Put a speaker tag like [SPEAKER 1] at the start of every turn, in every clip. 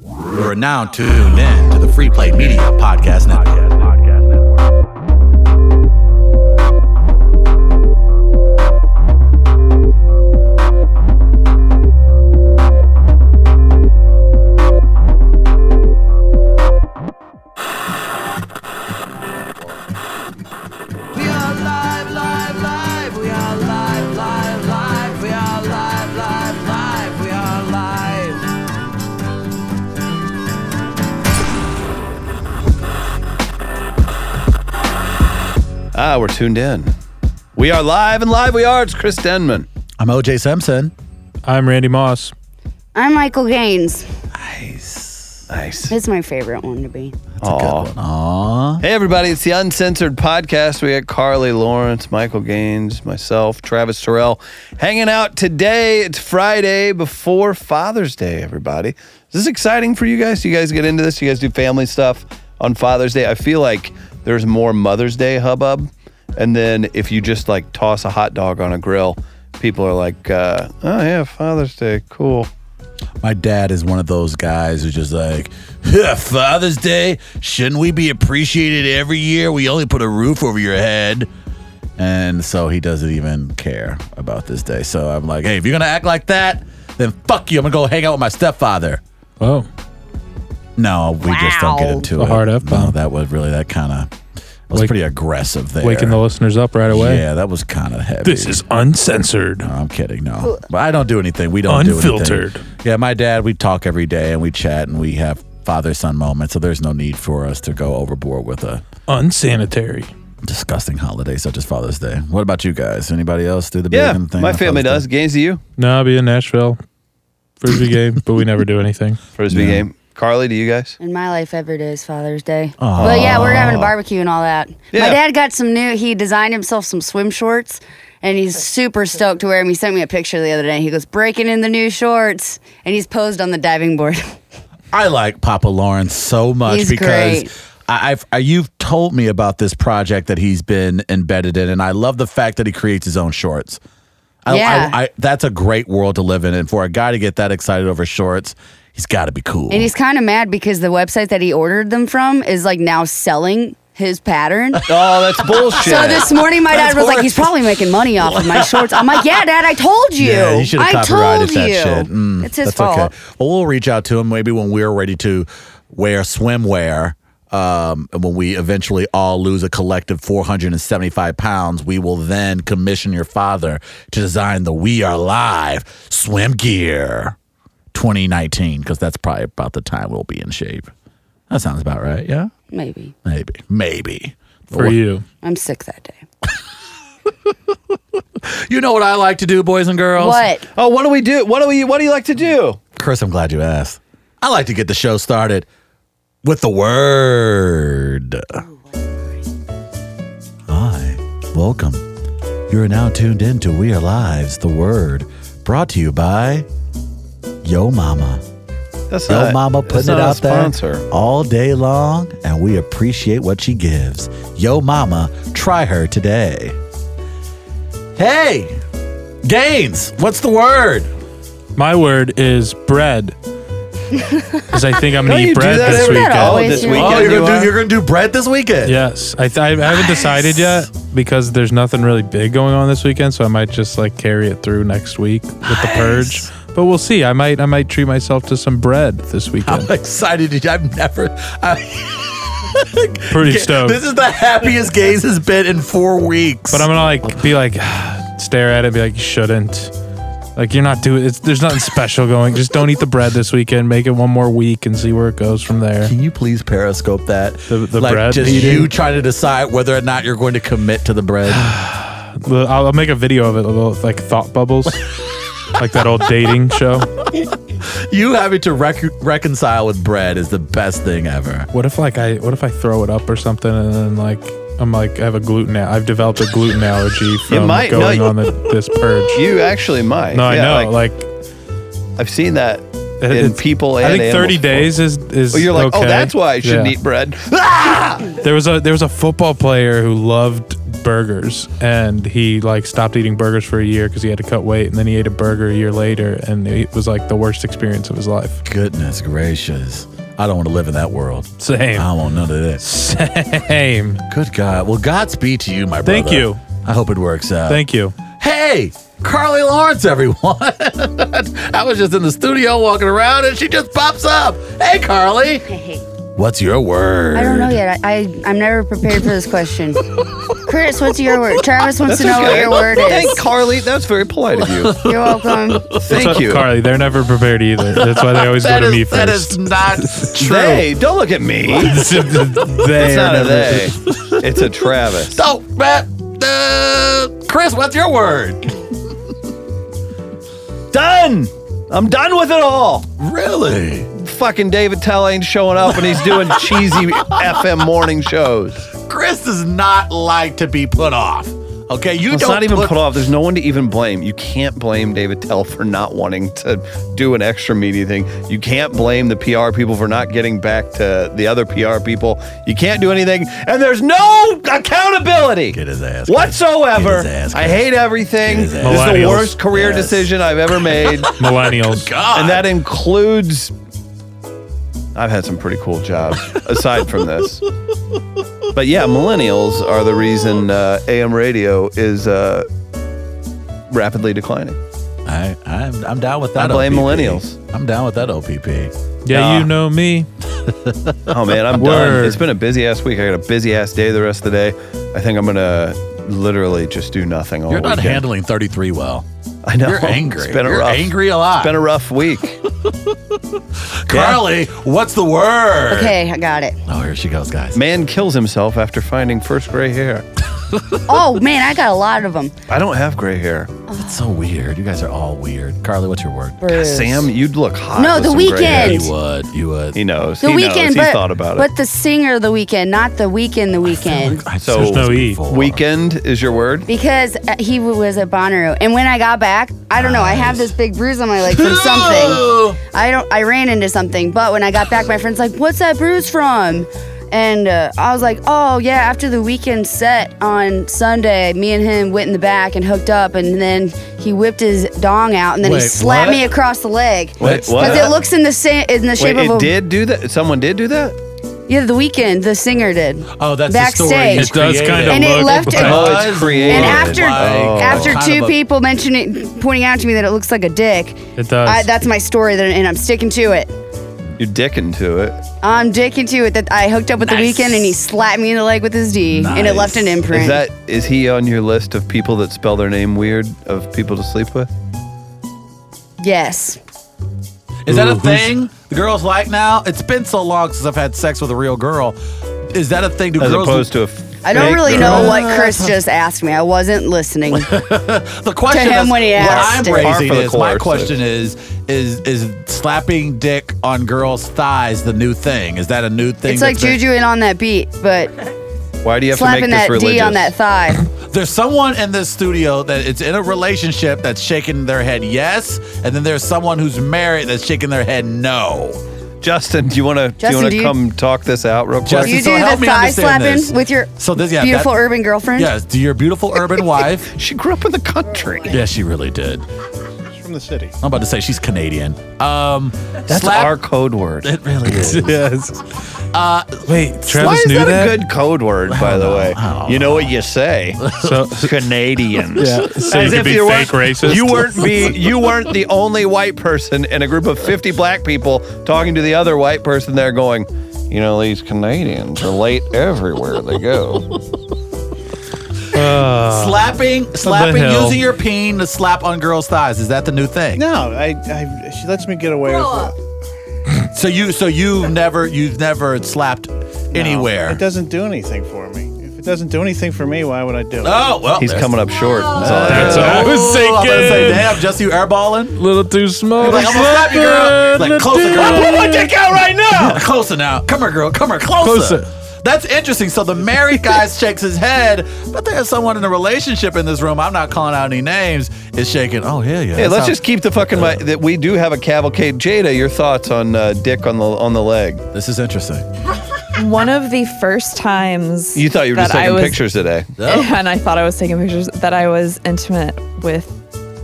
[SPEAKER 1] You are now tuned in to the Free Play Media Podcast Network.
[SPEAKER 2] We are live, live, live. We are live, live, live. We are live, live, live. We are live.
[SPEAKER 3] Ah, we're tuned in. We are live and live we are. It's Chris Denman.
[SPEAKER 1] I'm OJ Simpson.
[SPEAKER 4] I'm Randy Moss.
[SPEAKER 5] I'm Michael Gaines.
[SPEAKER 3] Nice. Hey,
[SPEAKER 5] It's my favorite one to be.
[SPEAKER 3] everybody. It's the Uncensored Podcast. We got Carly Lawrence, Michael Gaines, myself, Travis Terrell hanging out today. It's Friday before Father's Day, everybody. Is this exciting for you guys? Do you guys get into this? Do you guys do family stuff on Father's Day? I feel like there's more Mother's Day hubbub. And then if you just like toss a hot dog on a grill, people are like, uh, oh, yeah, Father's Day. Cool.
[SPEAKER 1] My dad is one of those guys who's just like, "Huh, Father's Day, shouldn't we be appreciated every year? We only put a roof over your head. And so he doesn't even care about this day. So I'm like, hey, if you're going to act like that, then fuck you. I'm going to go hang out with my stepfather.
[SPEAKER 4] Oh,
[SPEAKER 1] No, we just don't get
[SPEAKER 5] Wow.
[SPEAKER 1] into
[SPEAKER 4] A
[SPEAKER 1] it.
[SPEAKER 4] hard F
[SPEAKER 1] No,
[SPEAKER 4] bomb.
[SPEAKER 1] that was really, that kind of was
[SPEAKER 4] Wake-
[SPEAKER 1] pretty aggressive there.
[SPEAKER 4] waking the listeners up right away.
[SPEAKER 1] Yeah, that was kind of heavy.
[SPEAKER 4] This is uncensored.
[SPEAKER 1] No, I'm kidding. No, but I don't do anything. We don't do
[SPEAKER 4] Unfiltered.
[SPEAKER 1] anything. Yeah, my dad. We talk every day and we chat and we have father son moments. So there's no need for us to go overboard with a
[SPEAKER 4] Unsanitary.
[SPEAKER 1] disgusting holiday such as Father's Day. What about you guys? Anybody else do the
[SPEAKER 3] Yeah,
[SPEAKER 1] bacon thing?
[SPEAKER 3] my
[SPEAKER 1] on
[SPEAKER 3] family
[SPEAKER 1] Father's
[SPEAKER 3] does. Gaines, do you?
[SPEAKER 4] No, I'll be in Nashville. Frisbee game, but we never do anything.
[SPEAKER 3] Frisbee game. Carly, do you guys?
[SPEAKER 5] In my life, every day is Father's Day. But yeah, we're having a barbecue and all that.
[SPEAKER 3] Yeah.
[SPEAKER 5] My dad got some new, he designed himself some swim shorts and he's super stoked to wear them. He sent me a picture the other day. He goes, breaking in the new shorts. And he's posed on the diving board.
[SPEAKER 1] I like Papa Lawrence so much
[SPEAKER 5] He's
[SPEAKER 1] because
[SPEAKER 5] great.
[SPEAKER 1] I, I've I, you've told me about this project that he's been embedded in, and I love the fact that he creates his own shorts. I,
[SPEAKER 5] Yeah.
[SPEAKER 1] I, I, that's a great world to live in, and for a guy to get that excited over shorts, he's got to be cool.
[SPEAKER 5] and he's kind of mad because the website that he ordered them from is like now selling his pattern.
[SPEAKER 3] Oh, that's bullshit.
[SPEAKER 5] So this morning, my dad
[SPEAKER 1] That's
[SPEAKER 5] was like, "He's probably making money off of my shorts." I'm like, "Yeah, Dad, I told you.
[SPEAKER 1] Yeah, you should have
[SPEAKER 5] I
[SPEAKER 1] copyrighted
[SPEAKER 5] told
[SPEAKER 1] that
[SPEAKER 5] you.
[SPEAKER 1] shit. Mm,
[SPEAKER 5] it's his
[SPEAKER 1] that's
[SPEAKER 5] fault."
[SPEAKER 1] okay. Well, we'll reach out to him maybe when we're ready to wear swimwear. Um, and when we eventually all lose a collective 475 pounds, we will then commission your father to design the We Are Live swim gear 2019, because that's probably about the time we'll be in shape. That sounds about right. Yeah.
[SPEAKER 5] Maybe
[SPEAKER 1] Maybe. Maybe.
[SPEAKER 4] For you.
[SPEAKER 5] I'm sick that day.
[SPEAKER 1] You know what I like to do, boys and girls?
[SPEAKER 5] What?
[SPEAKER 3] oh, what do we do? What do we? What do you like to do?
[SPEAKER 1] Chris, I'm glad you asked. I like to get the show started with the word. Hi, welcome. You are now tuned in to We Are Lives, the word, brought to you by Yo Mama.
[SPEAKER 3] That's
[SPEAKER 1] Yo
[SPEAKER 3] not-
[SPEAKER 1] Mama
[SPEAKER 3] that's
[SPEAKER 1] putting it
[SPEAKER 3] not a
[SPEAKER 1] out there
[SPEAKER 3] sponsor.
[SPEAKER 1] all day long, and we appreciate what she gives. Yo Mama, try her today. Hey, Gaines, what's the word?
[SPEAKER 4] My word is bread. Because I think I'm
[SPEAKER 3] Don't
[SPEAKER 4] going to
[SPEAKER 3] you
[SPEAKER 4] eat
[SPEAKER 3] do
[SPEAKER 4] bread
[SPEAKER 3] that
[SPEAKER 4] this
[SPEAKER 3] every-
[SPEAKER 5] Isn't
[SPEAKER 4] weekend.
[SPEAKER 5] that
[SPEAKER 3] Oh,
[SPEAKER 5] always
[SPEAKER 3] this
[SPEAKER 5] your-
[SPEAKER 3] weekend.
[SPEAKER 1] Oh, you're
[SPEAKER 3] you
[SPEAKER 1] gonna
[SPEAKER 3] are?
[SPEAKER 1] do you're gonna do bread this weekend?
[SPEAKER 4] Yes. I, th- I haven't decided yet because there's nothing really big going on this weekend. So I might just like carry it through next week with the purge. But we'll see. I might I might treat myself to some bread this weekend.
[SPEAKER 1] I'm excited. to- I've never. I,
[SPEAKER 4] Pretty stoked.
[SPEAKER 1] This is the happiest Gaze has been in four weeks.
[SPEAKER 4] But I'm gonna like be like stare at it, be like, you shouldn't. Like you're not doing. It's, there's nothing special going. Just don't eat the bread this weekend. Make it one more week and see where it goes from there.
[SPEAKER 1] Can you please periscope that?
[SPEAKER 4] The- the
[SPEAKER 1] like
[SPEAKER 4] bread
[SPEAKER 1] just
[SPEAKER 4] eating?
[SPEAKER 1] you trying to decide whether or not you're going to commit to the bread.
[SPEAKER 4] I'll, I'll make a video of it, a little, like thought bubbles, like that old dating show.
[SPEAKER 1] you having to rec- reconcile with bread is the best thing ever.
[SPEAKER 4] What if like I what if I throw it up or something and then like I'm like I have a gluten. Al- I've developed a gluten allergy from
[SPEAKER 3] might, no,
[SPEAKER 4] going
[SPEAKER 3] you-
[SPEAKER 4] on the, this purge.
[SPEAKER 3] You actually might.
[SPEAKER 4] No,
[SPEAKER 3] Yeah,
[SPEAKER 4] I know. Like,
[SPEAKER 3] I've seen that
[SPEAKER 4] it-
[SPEAKER 3] in
[SPEAKER 4] it's-
[SPEAKER 3] people. And
[SPEAKER 4] I think 30
[SPEAKER 3] animals.
[SPEAKER 4] days is is.
[SPEAKER 3] Oh, you're like, oh,
[SPEAKER 4] okay.
[SPEAKER 3] that's why I shouldn't
[SPEAKER 4] Yeah.
[SPEAKER 3] eat bread.
[SPEAKER 4] There was a there was a football player who loved burgers and he like stopped eating burgers for a year because he had to cut weight and then he ate a burger a year later and it was like the worst experience of his life.
[SPEAKER 1] Goodness gracious. I don't want to live in that world. I
[SPEAKER 4] Same.
[SPEAKER 1] don't want none of that.
[SPEAKER 4] Same.
[SPEAKER 1] Good God. Well, Godspeed to you, my brother.
[SPEAKER 4] Thank you.
[SPEAKER 1] I hope it works out.
[SPEAKER 4] Thank you.
[SPEAKER 1] Hey, Carly Lawrence, everyone. I was just in the studio walking around and she just pops up. Hey, Carly. What's your word?
[SPEAKER 5] I don't know yet. I, I I'm never prepared for this question. Chris, what's your word? Travis wants to know what your word
[SPEAKER 3] Thank
[SPEAKER 5] is.
[SPEAKER 3] Carly. That was very polite of you.
[SPEAKER 5] You're welcome.
[SPEAKER 3] Thank you.
[SPEAKER 4] Carly, they're never prepared either. That's why they always go
[SPEAKER 1] That
[SPEAKER 4] to me
[SPEAKER 1] is,
[SPEAKER 4] first.
[SPEAKER 1] that is not true.
[SPEAKER 3] They, don't look at me. It's
[SPEAKER 4] they
[SPEAKER 3] not
[SPEAKER 4] are
[SPEAKER 3] a
[SPEAKER 4] never.
[SPEAKER 3] they. It's a Travis.
[SPEAKER 1] So, Matt, uh, Chris, what's your word?
[SPEAKER 3] Done. I'm done with it all.
[SPEAKER 1] Really?
[SPEAKER 3] Fucking David Tell ain't showing up and he's doing cheesy FM morning shows.
[SPEAKER 1] Chris does not like to be put off. Okay, you
[SPEAKER 3] It's
[SPEAKER 1] don't
[SPEAKER 3] not even
[SPEAKER 1] put,
[SPEAKER 3] put off. There's no one to even blame. You can't blame David Tell for not wanting to do an extra media thing. You can't blame the PR people for not getting back to the other PR people. You can't do anything. And there's no accountability.
[SPEAKER 1] Get his ass, Chris.
[SPEAKER 3] Whatsoever.
[SPEAKER 1] Get his ass,
[SPEAKER 3] I
[SPEAKER 1] Chris.
[SPEAKER 3] hate everything.
[SPEAKER 1] Get his
[SPEAKER 3] This
[SPEAKER 1] ass.
[SPEAKER 3] is the
[SPEAKER 4] Millennials.
[SPEAKER 3] worst career
[SPEAKER 1] Yes.
[SPEAKER 3] decision I've ever made.
[SPEAKER 4] Millennials.
[SPEAKER 1] God.
[SPEAKER 3] and that includes. I've had some pretty cool jobs aside from this. But yeah, millennials are the reason uh, AM radio is uh, rapidly declining.
[SPEAKER 1] I, I'm, I'm down with that.
[SPEAKER 3] I blame
[SPEAKER 1] OPP.
[SPEAKER 3] millennials.
[SPEAKER 1] I'm down with that OPP.
[SPEAKER 4] Yeah,
[SPEAKER 3] Nah.
[SPEAKER 4] you know me.
[SPEAKER 3] Oh man, I'm done.
[SPEAKER 4] Word.
[SPEAKER 3] It's been a busy ass week. I got a busy ass day the rest of the day. I think I'm gonna literally just do nothing all
[SPEAKER 1] You're not
[SPEAKER 3] weekend.
[SPEAKER 1] handling 33 well.
[SPEAKER 3] I know.
[SPEAKER 1] You're angry.
[SPEAKER 3] It's been a
[SPEAKER 1] You're
[SPEAKER 3] rough.
[SPEAKER 1] angry Oh, a lot.
[SPEAKER 3] It's been a rough week.
[SPEAKER 1] Carly, what's the word?
[SPEAKER 5] Okay, I got it.
[SPEAKER 1] Oh, here she goes, guys.
[SPEAKER 3] Man kills himself after finding first gray hair.
[SPEAKER 5] Oh man, I got a lot of them.
[SPEAKER 3] I don't have gray hair.
[SPEAKER 1] That's so weird. You guys are all weird. Carly, what's your word?
[SPEAKER 5] Bruce.
[SPEAKER 3] Sam, you'd look hot.
[SPEAKER 5] No,
[SPEAKER 3] with
[SPEAKER 5] The
[SPEAKER 3] some gray
[SPEAKER 5] Weeknd.
[SPEAKER 3] hair.
[SPEAKER 5] Yes.
[SPEAKER 1] You would. You would.
[SPEAKER 3] He knows.
[SPEAKER 5] The
[SPEAKER 3] he knows.
[SPEAKER 5] weekend, but
[SPEAKER 3] he thought about
[SPEAKER 5] but
[SPEAKER 3] it.
[SPEAKER 5] the singer the weekend, not the weekend. The weekend.
[SPEAKER 1] I
[SPEAKER 3] So-
[SPEAKER 1] said
[SPEAKER 3] There's
[SPEAKER 1] this
[SPEAKER 4] no E.
[SPEAKER 1] before.
[SPEAKER 3] Weekend is your word.
[SPEAKER 5] Because uh, he w- was at Bonnaroo, and when I got back, I don't know. I have this big bruise on my leg from something. I don't. I ran into something, but when I got back, my friend's like, "What's that bruise from?" And uh, I was like, "Oh yeah." After the weekend set on Sunday, me and him went in the back and hooked up, and then he whipped his dong out, and then he
[SPEAKER 1] Wait,
[SPEAKER 5] slapped
[SPEAKER 1] what?
[SPEAKER 5] me across the leg.
[SPEAKER 3] Wait,
[SPEAKER 5] Because
[SPEAKER 3] what?
[SPEAKER 5] it looks in the sa- in the
[SPEAKER 3] Wait,
[SPEAKER 5] shape
[SPEAKER 3] it
[SPEAKER 5] of a
[SPEAKER 3] did do that? Someone did do that?
[SPEAKER 5] yeah. The weekend, the singer did.
[SPEAKER 1] Oh, that's the story.
[SPEAKER 5] Backstage.
[SPEAKER 1] you
[SPEAKER 5] It
[SPEAKER 4] does
[SPEAKER 1] created.
[SPEAKER 4] kinda
[SPEAKER 5] And it look left like-
[SPEAKER 3] Oh, it's created.
[SPEAKER 5] And
[SPEAKER 3] Oh,
[SPEAKER 5] after
[SPEAKER 1] Like,
[SPEAKER 5] after
[SPEAKER 1] kind
[SPEAKER 5] two
[SPEAKER 1] of a-
[SPEAKER 5] people mentioning pointing out to me that it looks like a dick,
[SPEAKER 4] It does.
[SPEAKER 5] I, that's my story, that, and I'm sticking to it.
[SPEAKER 3] You're dicking to it.
[SPEAKER 5] I'm dicking to it that I hooked up with the weekend, and he slapped me in the leg with his D, and it
[SPEAKER 1] Nice.
[SPEAKER 5] left an imprint.
[SPEAKER 3] Is that is he on your list of people that spell their name weird of people to sleep with?
[SPEAKER 5] yes.
[SPEAKER 1] Is that a
[SPEAKER 4] Ooh, who's-
[SPEAKER 1] thing the girls like now? It's been so long since I've had sex with a real girl. Is that a thing? Do
[SPEAKER 3] As
[SPEAKER 1] girls?
[SPEAKER 3] opposed to a
[SPEAKER 5] I don't
[SPEAKER 3] fake
[SPEAKER 5] really
[SPEAKER 3] girl?
[SPEAKER 5] know what Chris just asked me. I wasn't listening.
[SPEAKER 1] the question
[SPEAKER 5] him
[SPEAKER 1] is,
[SPEAKER 5] when he
[SPEAKER 1] what
[SPEAKER 5] asked
[SPEAKER 1] I'm
[SPEAKER 5] it.
[SPEAKER 3] Par
[SPEAKER 1] raising
[SPEAKER 3] for the
[SPEAKER 1] is my
[SPEAKER 3] course.
[SPEAKER 1] question is is is slapping dick on girls' thighs the new thing? Is that a new thing?
[SPEAKER 5] it's like
[SPEAKER 1] that's been-
[SPEAKER 5] Juju and on that beat, but
[SPEAKER 3] Why do you have to make
[SPEAKER 5] slapping
[SPEAKER 3] this
[SPEAKER 5] that
[SPEAKER 3] religious?
[SPEAKER 5] D on that thigh.
[SPEAKER 1] There's someone in this studio that it's in a relationship that's shaking their head yes, and then there's someone who's married that's shaking their head no.
[SPEAKER 3] Justin, do you want to do
[SPEAKER 5] Justin,
[SPEAKER 3] you want
[SPEAKER 5] do
[SPEAKER 3] to
[SPEAKER 5] you-
[SPEAKER 3] come talk this out real quick?
[SPEAKER 1] Justin,
[SPEAKER 5] you
[SPEAKER 1] so
[SPEAKER 5] do
[SPEAKER 1] help
[SPEAKER 5] the
[SPEAKER 1] me
[SPEAKER 5] thigh
[SPEAKER 1] understand
[SPEAKER 5] slapping
[SPEAKER 1] this.
[SPEAKER 5] with your
[SPEAKER 1] So this- yeah, that-
[SPEAKER 5] beautiful urban girlfriend.
[SPEAKER 1] Yes, to your beautiful urban wife.
[SPEAKER 3] she grew up in the country.
[SPEAKER 1] Yes, she really did.
[SPEAKER 6] from the city.
[SPEAKER 1] I'm about to say she's Canadian. Um,
[SPEAKER 3] That's our code word.
[SPEAKER 1] It really is.
[SPEAKER 4] yes. Wait, Travis
[SPEAKER 3] Why is
[SPEAKER 4] knew
[SPEAKER 3] that,
[SPEAKER 4] that.
[SPEAKER 3] a good code word, by the way? You know what you say.
[SPEAKER 4] so,
[SPEAKER 3] Canadians.
[SPEAKER 4] yeah. So you
[SPEAKER 3] As
[SPEAKER 4] could
[SPEAKER 3] if
[SPEAKER 4] be
[SPEAKER 3] you
[SPEAKER 4] fake
[SPEAKER 3] weren't-
[SPEAKER 4] racist.
[SPEAKER 3] You weren't be you weren't the only white person in a group of fifty black people talking to the other white person there going, you know, these Canadians are late everywhere they go. Uh-huh.
[SPEAKER 1] slapping, slapping,
[SPEAKER 4] hell?
[SPEAKER 1] using your peen to slap on girls' thighs. Is that the new thing?
[SPEAKER 6] No, I, I she lets me get away with it.
[SPEAKER 1] So you, so you've never, you've never slapped anywhere.
[SPEAKER 6] It doesn't do anything for me. If it doesn't do anything for me, why would I do it?
[SPEAKER 1] oh well,
[SPEAKER 3] He's
[SPEAKER 1] there's- Oh,
[SPEAKER 3] coming up short. That's all I
[SPEAKER 4] That's
[SPEAKER 3] got.
[SPEAKER 4] all. I was
[SPEAKER 1] I'm about to say,
[SPEAKER 4] thinking.
[SPEAKER 1] damn, just you airballing.
[SPEAKER 4] little too small.
[SPEAKER 1] Like, I'm gonna slap you, girl. Like, closer, girl.
[SPEAKER 4] Little
[SPEAKER 1] my dick out right now. closer now. Come here, girl. Come here, closer.
[SPEAKER 4] Closer.
[SPEAKER 1] That's interesting. So the married guy shakes his head, but there's someone in a relationship in this room. I'm not calling out any names. Is shaking. Oh yeah, yeah.
[SPEAKER 3] Hey,
[SPEAKER 1] that's
[SPEAKER 3] let's
[SPEAKER 1] how-
[SPEAKER 3] just keep the fucking mi- that we do have a cavalcade. Jada, your thoughts on uh, Dick on the on the leg?
[SPEAKER 1] This is interesting.
[SPEAKER 7] One of the first times
[SPEAKER 3] You thought you were
[SPEAKER 7] that
[SPEAKER 3] just
[SPEAKER 7] I
[SPEAKER 3] taking
[SPEAKER 7] was,
[SPEAKER 3] pictures today.
[SPEAKER 1] Oh.
[SPEAKER 7] and I thought I was taking pictures that I was intimate with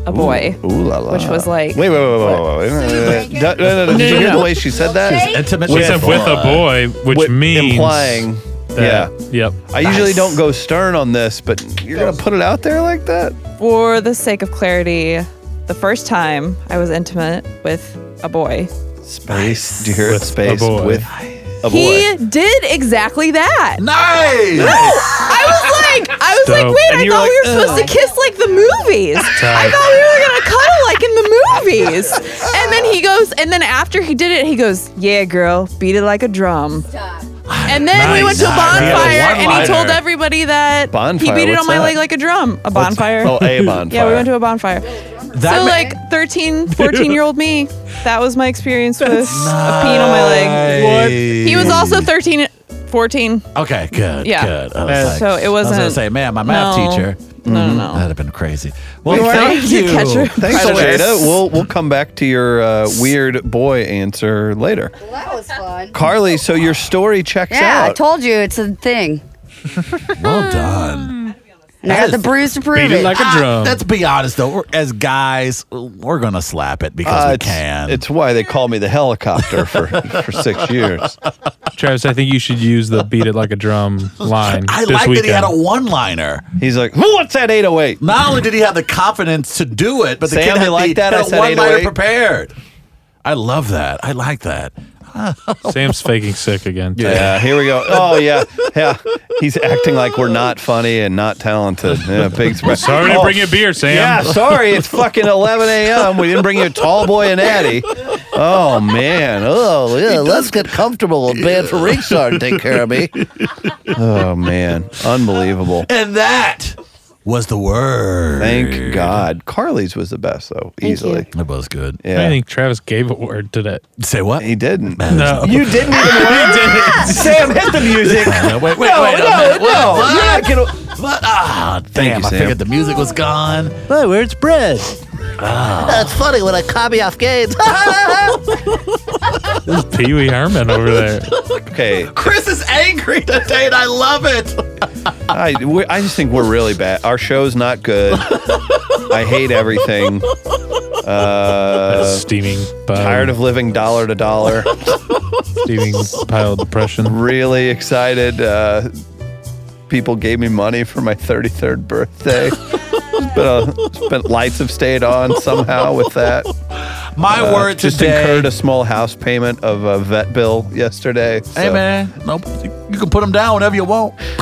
[SPEAKER 7] a boy,
[SPEAKER 3] Ooh la la.
[SPEAKER 7] which was like
[SPEAKER 3] Wait, wait, wait, wait, wait, wait. wait. No, no, no, no. Did you hear the way she said that?
[SPEAKER 1] Intimate
[SPEAKER 4] She
[SPEAKER 1] with,
[SPEAKER 4] said with a boy, which
[SPEAKER 3] With-
[SPEAKER 4] means
[SPEAKER 3] implying.
[SPEAKER 4] that-
[SPEAKER 3] yeah.
[SPEAKER 4] Yep.
[SPEAKER 3] I usually don't go stern on this, but you're gonna put it out there like that?
[SPEAKER 7] for the sake of clarity, the first time I was intimate with a boy.
[SPEAKER 3] Space. Do you hear it? Space
[SPEAKER 4] boy.
[SPEAKER 3] with a boy.
[SPEAKER 7] He did exactly that.
[SPEAKER 1] nice.
[SPEAKER 7] I was like, I was
[SPEAKER 4] Dope.
[SPEAKER 7] like, wait,
[SPEAKER 3] And
[SPEAKER 7] I
[SPEAKER 3] you were
[SPEAKER 7] thought we
[SPEAKER 3] like,
[SPEAKER 7] were supposed to kiss like the movies. I
[SPEAKER 4] Tight.
[SPEAKER 7] thought we were gonna cuddle like in the movies. And then he goes, and then after he did it, he goes, yeah, girl, beat it like a drum. And then we
[SPEAKER 4] Nice.
[SPEAKER 7] went to a
[SPEAKER 4] Nice.
[SPEAKER 7] bonfire,
[SPEAKER 4] Yeah,
[SPEAKER 7] and he told
[SPEAKER 4] one-liner.
[SPEAKER 7] everybody that he
[SPEAKER 3] Bonfire,
[SPEAKER 7] beat it
[SPEAKER 3] what's
[SPEAKER 7] on my
[SPEAKER 3] that?
[SPEAKER 7] leg like a drum. A bonfire.
[SPEAKER 3] Oh, a bonfire.
[SPEAKER 7] Yeah, we went to a bonfire.
[SPEAKER 1] That
[SPEAKER 7] so,
[SPEAKER 1] ma-
[SPEAKER 7] like 13, 14 year old me, that was my experience with a peen on my leg.
[SPEAKER 1] What?
[SPEAKER 7] He was also 13, 14.
[SPEAKER 1] Okay, good.
[SPEAKER 7] Yeah.
[SPEAKER 1] Good. I was like,
[SPEAKER 7] So it
[SPEAKER 1] I was gonna
[SPEAKER 7] wasn't-
[SPEAKER 1] say, man, my math
[SPEAKER 7] No.
[SPEAKER 1] teacher. Mm-hmm.
[SPEAKER 7] No, no, no.
[SPEAKER 1] That'd have been crazy. Well,
[SPEAKER 7] We weren't
[SPEAKER 1] thank
[SPEAKER 7] able to
[SPEAKER 1] you.
[SPEAKER 7] catch her.
[SPEAKER 3] Thanks,
[SPEAKER 7] Predators.
[SPEAKER 3] Jada. We'll we'll come back to your uh, weird boy answer later.
[SPEAKER 5] Well, that was fun.
[SPEAKER 3] Carly, so your story checks
[SPEAKER 5] Yeah,
[SPEAKER 3] out.
[SPEAKER 5] I told you it's a thing.
[SPEAKER 1] Well done.
[SPEAKER 5] And I got the bruise to prove
[SPEAKER 4] Beat it
[SPEAKER 5] it.
[SPEAKER 4] like a drum.
[SPEAKER 1] Let's be honest though. We're, as guys, we're gonna slap it because
[SPEAKER 3] Uh,
[SPEAKER 1] we
[SPEAKER 3] it's-
[SPEAKER 1] can.
[SPEAKER 3] It's why they call me the helicopter for, for six years.
[SPEAKER 4] Travis, I think you should use the beat it like a drum line.
[SPEAKER 1] I
[SPEAKER 4] this
[SPEAKER 1] like that
[SPEAKER 4] weekend.
[SPEAKER 1] he had a one-liner.
[SPEAKER 3] He's like, "Who wants that 808?
[SPEAKER 1] Not only did he have the confidence to do it, but the
[SPEAKER 3] Sam,
[SPEAKER 1] kid
[SPEAKER 3] you
[SPEAKER 1] had,
[SPEAKER 3] like
[SPEAKER 1] the,
[SPEAKER 3] that?
[SPEAKER 1] had
[SPEAKER 3] I
[SPEAKER 1] a
[SPEAKER 3] said
[SPEAKER 1] one-liner
[SPEAKER 3] 808.
[SPEAKER 1] prepared. I love that. I like that.
[SPEAKER 4] Sam's faking sick again. too.
[SPEAKER 3] Yeah, here we go. Oh yeah, yeah. He's acting like we're not funny and not talented. Yeah, big surprise.
[SPEAKER 4] Sorry to
[SPEAKER 3] Oh,
[SPEAKER 4] bring you beer, Sam.
[SPEAKER 3] Yeah, sorry. It's fucking 11 a.m. We didn't bring you a tall boy and Addy. Oh man. Oh yeah. Let's get comfortable. Old man for Richard take care of me. Oh man, unbelievable.
[SPEAKER 1] And that was the word.
[SPEAKER 3] Thank God. Carly's was the best though, easily.
[SPEAKER 1] That was good.
[SPEAKER 4] I
[SPEAKER 3] Yeah.
[SPEAKER 4] think Travis gave a word to that.
[SPEAKER 1] Say what?
[SPEAKER 3] He didn't.
[SPEAKER 4] No.
[SPEAKER 3] You didn't even learn. Sam hit the music.
[SPEAKER 1] No, wait, wait,
[SPEAKER 3] No,
[SPEAKER 1] wait a
[SPEAKER 3] no,
[SPEAKER 1] minute. What?
[SPEAKER 3] no.
[SPEAKER 1] What?
[SPEAKER 3] You're not gonna.
[SPEAKER 1] But ah, damn!
[SPEAKER 3] Uh, you,
[SPEAKER 1] I
[SPEAKER 3] Sam.
[SPEAKER 1] figured the music was gone.
[SPEAKER 8] Oh, where's bread? That's funny when I copy off games.
[SPEAKER 4] Pee Wee Herman over there.
[SPEAKER 3] Okay.
[SPEAKER 1] Chris is angry today, and I love it.
[SPEAKER 3] I, we I just think we're really bad. Our show's not good. I hate everything.
[SPEAKER 4] That
[SPEAKER 3] Uh,
[SPEAKER 4] steaming pile,
[SPEAKER 3] tired of living dollar to dollar.
[SPEAKER 4] steaming pile of depression.
[SPEAKER 3] Really excited. Uh, people gave me money for my 33rd birthday. But, uh, but lights have stayed on somehow with that.
[SPEAKER 1] My
[SPEAKER 3] Uh,
[SPEAKER 1] word
[SPEAKER 3] just
[SPEAKER 1] today.
[SPEAKER 3] incurred a small house payment of a vet bill yesterday.
[SPEAKER 1] hey
[SPEAKER 3] so-
[SPEAKER 1] man, nope. You can put them down whenever you want.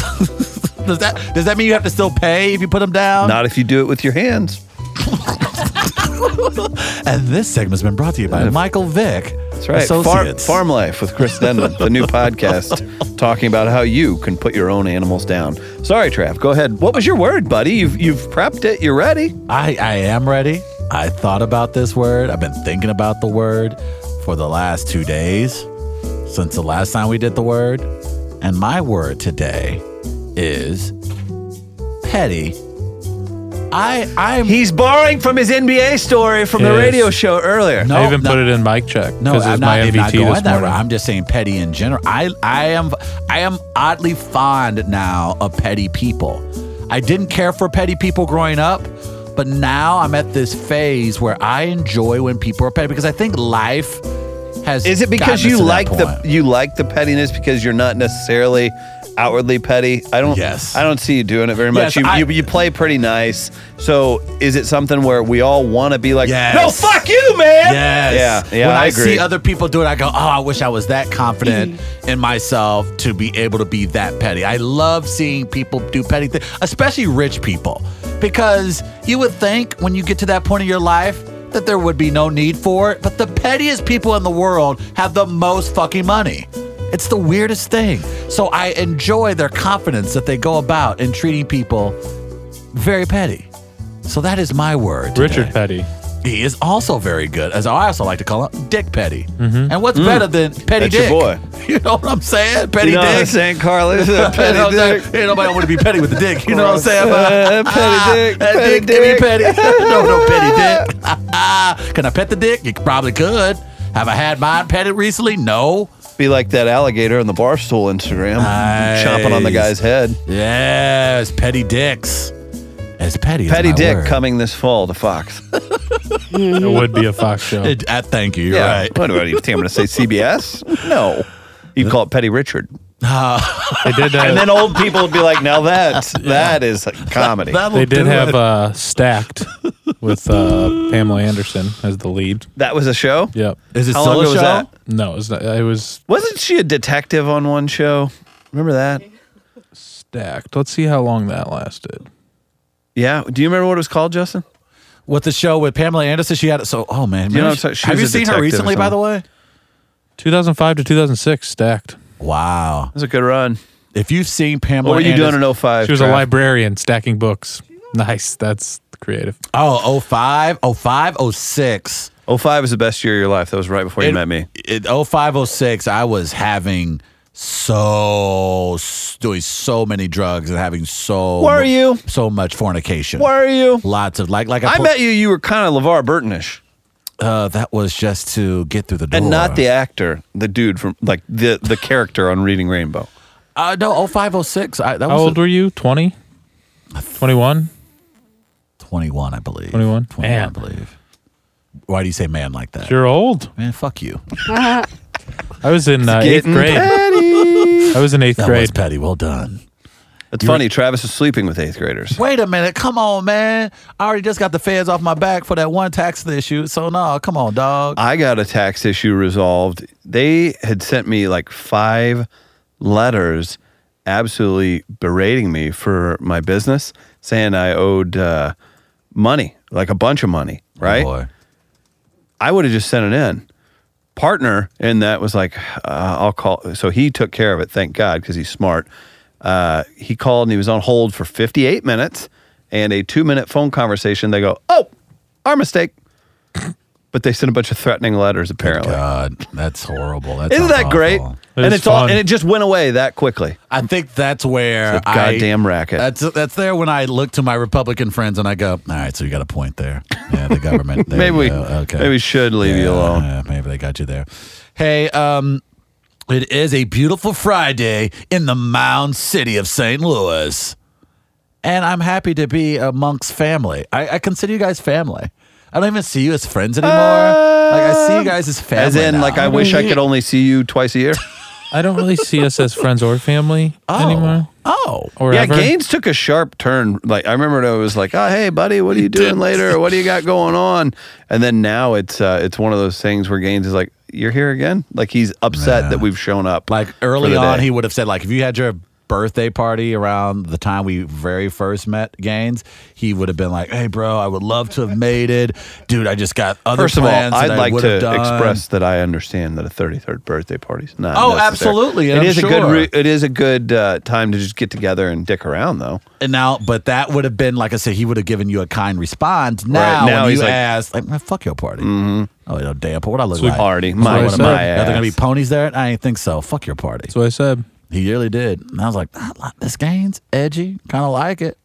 [SPEAKER 1] does that does that mean you have to still pay if you put them down?
[SPEAKER 3] Not if you do it with your hands.
[SPEAKER 1] And this segment's been brought to you by Michael Vick.
[SPEAKER 3] That's right. Farm,
[SPEAKER 1] Associates.
[SPEAKER 3] Farm Life with Chris Denman, the new podcast talking about how you can put your own animals down. Sorry, Trav. Go ahead. What was your word, buddy? You've you've prepped it. You're ready.
[SPEAKER 1] I, I am ready. I thought about this word. I've been thinking about the word for the last two days since the last time we did the word. And my word today is petty. I I'm
[SPEAKER 3] He's borrowing from his NBA story from the
[SPEAKER 4] Yes.
[SPEAKER 3] radio show earlier.
[SPEAKER 1] No.
[SPEAKER 4] I even
[SPEAKER 1] no.
[SPEAKER 4] put it in mic check
[SPEAKER 1] no,
[SPEAKER 4] because
[SPEAKER 1] I'm
[SPEAKER 4] it's
[SPEAKER 1] not,
[SPEAKER 4] my
[SPEAKER 1] I'm
[SPEAKER 4] MVT
[SPEAKER 1] not
[SPEAKER 4] this
[SPEAKER 1] going
[SPEAKER 4] morning.
[SPEAKER 1] that route. I'm just saying petty in general. I I am I am oddly fond now of petty people. I didn't care for petty people growing up, but now I'm at this phase where I enjoy when people are petty because I think life has.
[SPEAKER 3] Is it because
[SPEAKER 1] gotten us to
[SPEAKER 3] you
[SPEAKER 1] that
[SPEAKER 3] like the
[SPEAKER 1] point.
[SPEAKER 3] you like the pettiness because you're not necessarily outwardly petty? I don't.
[SPEAKER 1] Yes.
[SPEAKER 3] I don't see you doing it very
[SPEAKER 1] Yes,
[SPEAKER 3] much. you,
[SPEAKER 1] I-
[SPEAKER 3] you you play pretty nice. So is it something where we all want to be like,
[SPEAKER 1] Yes.
[SPEAKER 3] no, fuck you, man?
[SPEAKER 1] Yes.
[SPEAKER 3] Yeah. Yeah.
[SPEAKER 1] when
[SPEAKER 3] I,
[SPEAKER 1] I,
[SPEAKER 3] agree.
[SPEAKER 1] see other people do it, I go, "Oh, I wish I was that confident in myself to be able to be that petty." I love seeing people do petty things, especially rich people, because you would think when you get to that point in your life that there would be no need for it, but the pettiest people in the world have the most fucking money. It's the weirdest thing. So I enjoy their confidence that they go about in treating people very petty. So that is my word.
[SPEAKER 4] Richard
[SPEAKER 1] today.
[SPEAKER 4] Petty.
[SPEAKER 1] He is also very good, as I also like to call him Dick Petty. And what's better than Petty
[SPEAKER 3] Mm-hmm. Mm. That's your
[SPEAKER 1] Dick?
[SPEAKER 3] boy.
[SPEAKER 1] You know what I'm saying? Petty
[SPEAKER 3] you know what I'm
[SPEAKER 1] Dick.
[SPEAKER 3] saying, Carly?
[SPEAKER 1] You know what
[SPEAKER 3] Petty
[SPEAKER 1] I'm saying?
[SPEAKER 3] dick.
[SPEAKER 1] Ain't nobody want to be petty with the dick. You know what I'm saying?
[SPEAKER 3] Uh, petty dick,
[SPEAKER 1] Ah,
[SPEAKER 3] petty
[SPEAKER 1] dick, dick.
[SPEAKER 3] dick.
[SPEAKER 1] Petty. no, no, petty dick. Can I pet the dick? You probably could. Have I had mine petted recently? No.
[SPEAKER 3] Be like that alligator on the barstool Instagram, chomping on the
[SPEAKER 1] Nice.
[SPEAKER 3] guy's head.
[SPEAKER 1] Yes, petty dicks. As petty.
[SPEAKER 3] Petty
[SPEAKER 1] as my
[SPEAKER 3] Dick
[SPEAKER 1] word.
[SPEAKER 3] coming this fall to Fox.
[SPEAKER 4] It would be a Fox show.
[SPEAKER 1] It- uh, thank you. You're right.
[SPEAKER 3] What do I think I'm going to say CBS? No. You'd call it Petty Richard.
[SPEAKER 4] They did. Uh,
[SPEAKER 3] And then old people would be like, now that's, that is comedy. That,
[SPEAKER 1] That'll
[SPEAKER 4] they did
[SPEAKER 1] do
[SPEAKER 4] have
[SPEAKER 1] it.
[SPEAKER 4] uh, stacked with uh, Pamela Anderson as the lead.
[SPEAKER 3] was a show?
[SPEAKER 4] Yep.
[SPEAKER 1] Is it
[SPEAKER 3] How
[SPEAKER 1] still
[SPEAKER 3] long
[SPEAKER 1] a
[SPEAKER 3] ago was
[SPEAKER 1] show?
[SPEAKER 3] that?
[SPEAKER 4] No, it was not, it was
[SPEAKER 3] Wasn't she a detective on one show? Remember that?
[SPEAKER 4] stacked. Let's see how long that lasted.
[SPEAKER 3] Yeah. Do you remember what it was called, Justin?
[SPEAKER 1] With the show with Pamela Anderson, she had it. So, oh man,
[SPEAKER 3] You
[SPEAKER 1] maybe
[SPEAKER 3] know what I'm
[SPEAKER 1] she-
[SPEAKER 3] saying? She
[SPEAKER 1] have
[SPEAKER 3] was
[SPEAKER 1] you
[SPEAKER 3] a
[SPEAKER 1] seen her
[SPEAKER 3] detective or
[SPEAKER 1] recently? By the way,
[SPEAKER 4] 2005 to 2006, stacked.
[SPEAKER 1] wow.
[SPEAKER 3] It was a good run.
[SPEAKER 1] If you've seen
[SPEAKER 3] What
[SPEAKER 1] Pamela,
[SPEAKER 3] were you
[SPEAKER 1] Anderson,
[SPEAKER 3] doing in 05?
[SPEAKER 4] She was a
[SPEAKER 3] Trav?
[SPEAKER 4] librarian stacking books. Nice. That's creative.
[SPEAKER 1] Oh, 05, 05, 06.
[SPEAKER 3] 05 was the best year of your life. That was right before you met me.
[SPEAKER 1] It, oh, 05, 06, I was having so doing so many drugs and having so
[SPEAKER 3] Were you?
[SPEAKER 1] so much fornication.
[SPEAKER 3] Where are you?
[SPEAKER 1] Lots of like like
[SPEAKER 3] I
[SPEAKER 1] put-
[SPEAKER 3] met you. You were kind of LeVar Burtonish,
[SPEAKER 1] Uh, that was just to get through the door
[SPEAKER 3] and not the actor, the dude from like the the character on Reading Rainbow.
[SPEAKER 1] uh, no 05, 06. I, that
[SPEAKER 4] How
[SPEAKER 1] was
[SPEAKER 4] old were you? 20? 21?
[SPEAKER 1] 21, I believe.
[SPEAKER 4] 21?
[SPEAKER 1] 21, I
[SPEAKER 4] Man.
[SPEAKER 1] believe. Why do you say man like that?
[SPEAKER 4] You're old.
[SPEAKER 1] Man, fuck you.
[SPEAKER 4] I was in uh, eighth
[SPEAKER 3] getting
[SPEAKER 4] grade. I was in eighth
[SPEAKER 1] That was
[SPEAKER 4] grade.
[SPEAKER 1] petty. Well done.
[SPEAKER 3] It's funny. Travis is sleeping with eighth graders.
[SPEAKER 1] Wait a minute. Come on, man. I already just got the feds off my back for that one tax issue. So, no, come on, dog.
[SPEAKER 3] I got a tax issue resolved. They had sent me like five letters, absolutely berating me for my business, saying I owed uh, money, like a bunch of money, right?
[SPEAKER 1] Boy.
[SPEAKER 3] I would have just sent it in. Partner in that was like, uh, I'll call. So he took care of it, thank God, because he's smart. Uh, he called and he was on hold for 58 minutes and a two minute phone conversation. They go, Oh, our mistake. But they sent a bunch of threatening letters, apparently.
[SPEAKER 1] God, that's horrible. That
[SPEAKER 3] Isn't
[SPEAKER 1] sounds
[SPEAKER 3] that great?
[SPEAKER 1] awful.
[SPEAKER 4] That
[SPEAKER 3] and
[SPEAKER 4] is
[SPEAKER 3] it's all,
[SPEAKER 4] fun.
[SPEAKER 3] and it just went away that quickly.
[SPEAKER 1] I think that's where
[SPEAKER 3] It's a goddamn
[SPEAKER 1] I,
[SPEAKER 3] racket.
[SPEAKER 1] That's that's there when I look to my Republican friends and I go, all right, so you got a point there. Yeah, the government. There
[SPEAKER 3] Maybe
[SPEAKER 1] you
[SPEAKER 3] we,
[SPEAKER 1] go. okay.
[SPEAKER 3] maybe we should leave you
[SPEAKER 1] Yeah,
[SPEAKER 3] alone.
[SPEAKER 1] yeah, maybe they got you there. Hey, um, it is a beautiful Friday in the Mound City of St. Louis, and I'm happy to be amongst family. I, I consider you guys family. I don't even see you as friends anymore. like I see you guys as family.
[SPEAKER 3] Um, As in, like,
[SPEAKER 1] now.
[SPEAKER 3] I wish I could only see you twice a year.
[SPEAKER 4] I don't really see us as friends or family
[SPEAKER 1] oh,
[SPEAKER 4] anymore.
[SPEAKER 1] Oh,
[SPEAKER 4] Or
[SPEAKER 3] Yeah,
[SPEAKER 4] ever.
[SPEAKER 3] Gaines took a sharp turn. Like I remember, it was like, "Oh, hey, buddy, what are you doing later? What do you got going on?" And then now it's uh, it's one of those things where Gaines is like, "You're here again." Like he's upset
[SPEAKER 1] Yeah.
[SPEAKER 3] that we've shown up.
[SPEAKER 1] Like
[SPEAKER 3] for
[SPEAKER 1] early
[SPEAKER 3] the
[SPEAKER 1] on,
[SPEAKER 3] day.
[SPEAKER 1] he would have said, like, if you had your birthday party around the time we very first met Gaines, he would have been like, "Hey, bro, I would love to have made it, dude. I just got other
[SPEAKER 3] First of all,
[SPEAKER 1] plans." that
[SPEAKER 3] I'd
[SPEAKER 1] I
[SPEAKER 3] like
[SPEAKER 1] would
[SPEAKER 3] to
[SPEAKER 1] have done."
[SPEAKER 3] express that I understand that a 33rd birthday party's not.
[SPEAKER 1] Oh,
[SPEAKER 3] necessary.
[SPEAKER 1] absolutely,
[SPEAKER 3] It
[SPEAKER 1] and I'm
[SPEAKER 3] is a good.
[SPEAKER 1] sure.
[SPEAKER 3] re- it is a good uh, time to just get together and dick around, though.
[SPEAKER 1] And now, but that would have been like I said, he would have given you a kind response. Now,
[SPEAKER 3] now
[SPEAKER 1] when
[SPEAKER 3] he's
[SPEAKER 1] you
[SPEAKER 3] like- Mm-hmm.
[SPEAKER 1] ask, like, "Man, fuck your party. Oh, no, damn, but what I look like?
[SPEAKER 3] Party,
[SPEAKER 1] What
[SPEAKER 3] my,
[SPEAKER 1] I
[SPEAKER 3] my,
[SPEAKER 1] look
[SPEAKER 4] said.
[SPEAKER 1] like? Are there gonna be
[SPEAKER 3] ass.
[SPEAKER 1] ponies there? I ain't think so. Fuck your party.
[SPEAKER 4] That's what I said.
[SPEAKER 1] He really did. And I was like, I like this Gaines, edgy, kind of like it.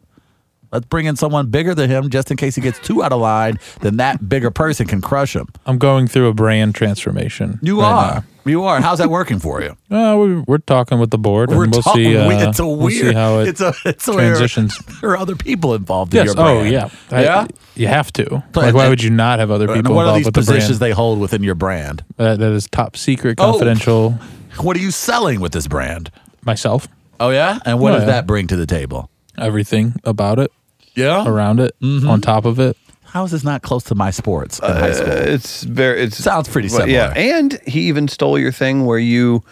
[SPEAKER 1] Let's bring in someone bigger than him just in case he gets too out of line, then that bigger person can crush him.
[SPEAKER 4] I'm going through a brand transformation.
[SPEAKER 1] You
[SPEAKER 4] right
[SPEAKER 1] are. You are. How's that working for you?
[SPEAKER 4] now. Uh, we, we're talking with the board.
[SPEAKER 1] We're
[SPEAKER 4] and we'll
[SPEAKER 1] talking.
[SPEAKER 4] See, uh,
[SPEAKER 1] we- it's a weird.
[SPEAKER 4] We'll see how it
[SPEAKER 1] it's a, it's a
[SPEAKER 4] transitions.
[SPEAKER 1] There are other people involved
[SPEAKER 4] Yes.
[SPEAKER 1] in your
[SPEAKER 4] Oh,
[SPEAKER 1] brand.
[SPEAKER 4] yeah. I-
[SPEAKER 1] yeah.
[SPEAKER 4] You have to.
[SPEAKER 1] So,
[SPEAKER 4] like,
[SPEAKER 1] and-
[SPEAKER 4] why
[SPEAKER 1] and-
[SPEAKER 4] would you not have other people
[SPEAKER 1] And what are
[SPEAKER 4] involved
[SPEAKER 1] these
[SPEAKER 4] with the brand?
[SPEAKER 1] positions they hold within your brand?
[SPEAKER 4] that, that is top secret,
[SPEAKER 1] Oh.
[SPEAKER 4] confidential.
[SPEAKER 1] What are you selling with this brand?
[SPEAKER 4] Myself,
[SPEAKER 1] Oh yeah, and what
[SPEAKER 4] Oh,
[SPEAKER 1] does
[SPEAKER 4] yeah.
[SPEAKER 1] that bring to the table?
[SPEAKER 4] everything about it,
[SPEAKER 1] Yeah.
[SPEAKER 4] around it,
[SPEAKER 1] Mm-hmm.
[SPEAKER 4] on top of it.
[SPEAKER 1] How is this not close to my sports in
[SPEAKER 3] Uh,
[SPEAKER 1] high school?
[SPEAKER 3] It's very. It's
[SPEAKER 1] Sounds pretty
[SPEAKER 3] Well, Yeah,
[SPEAKER 1] similar.
[SPEAKER 3] and he even stole your thing where you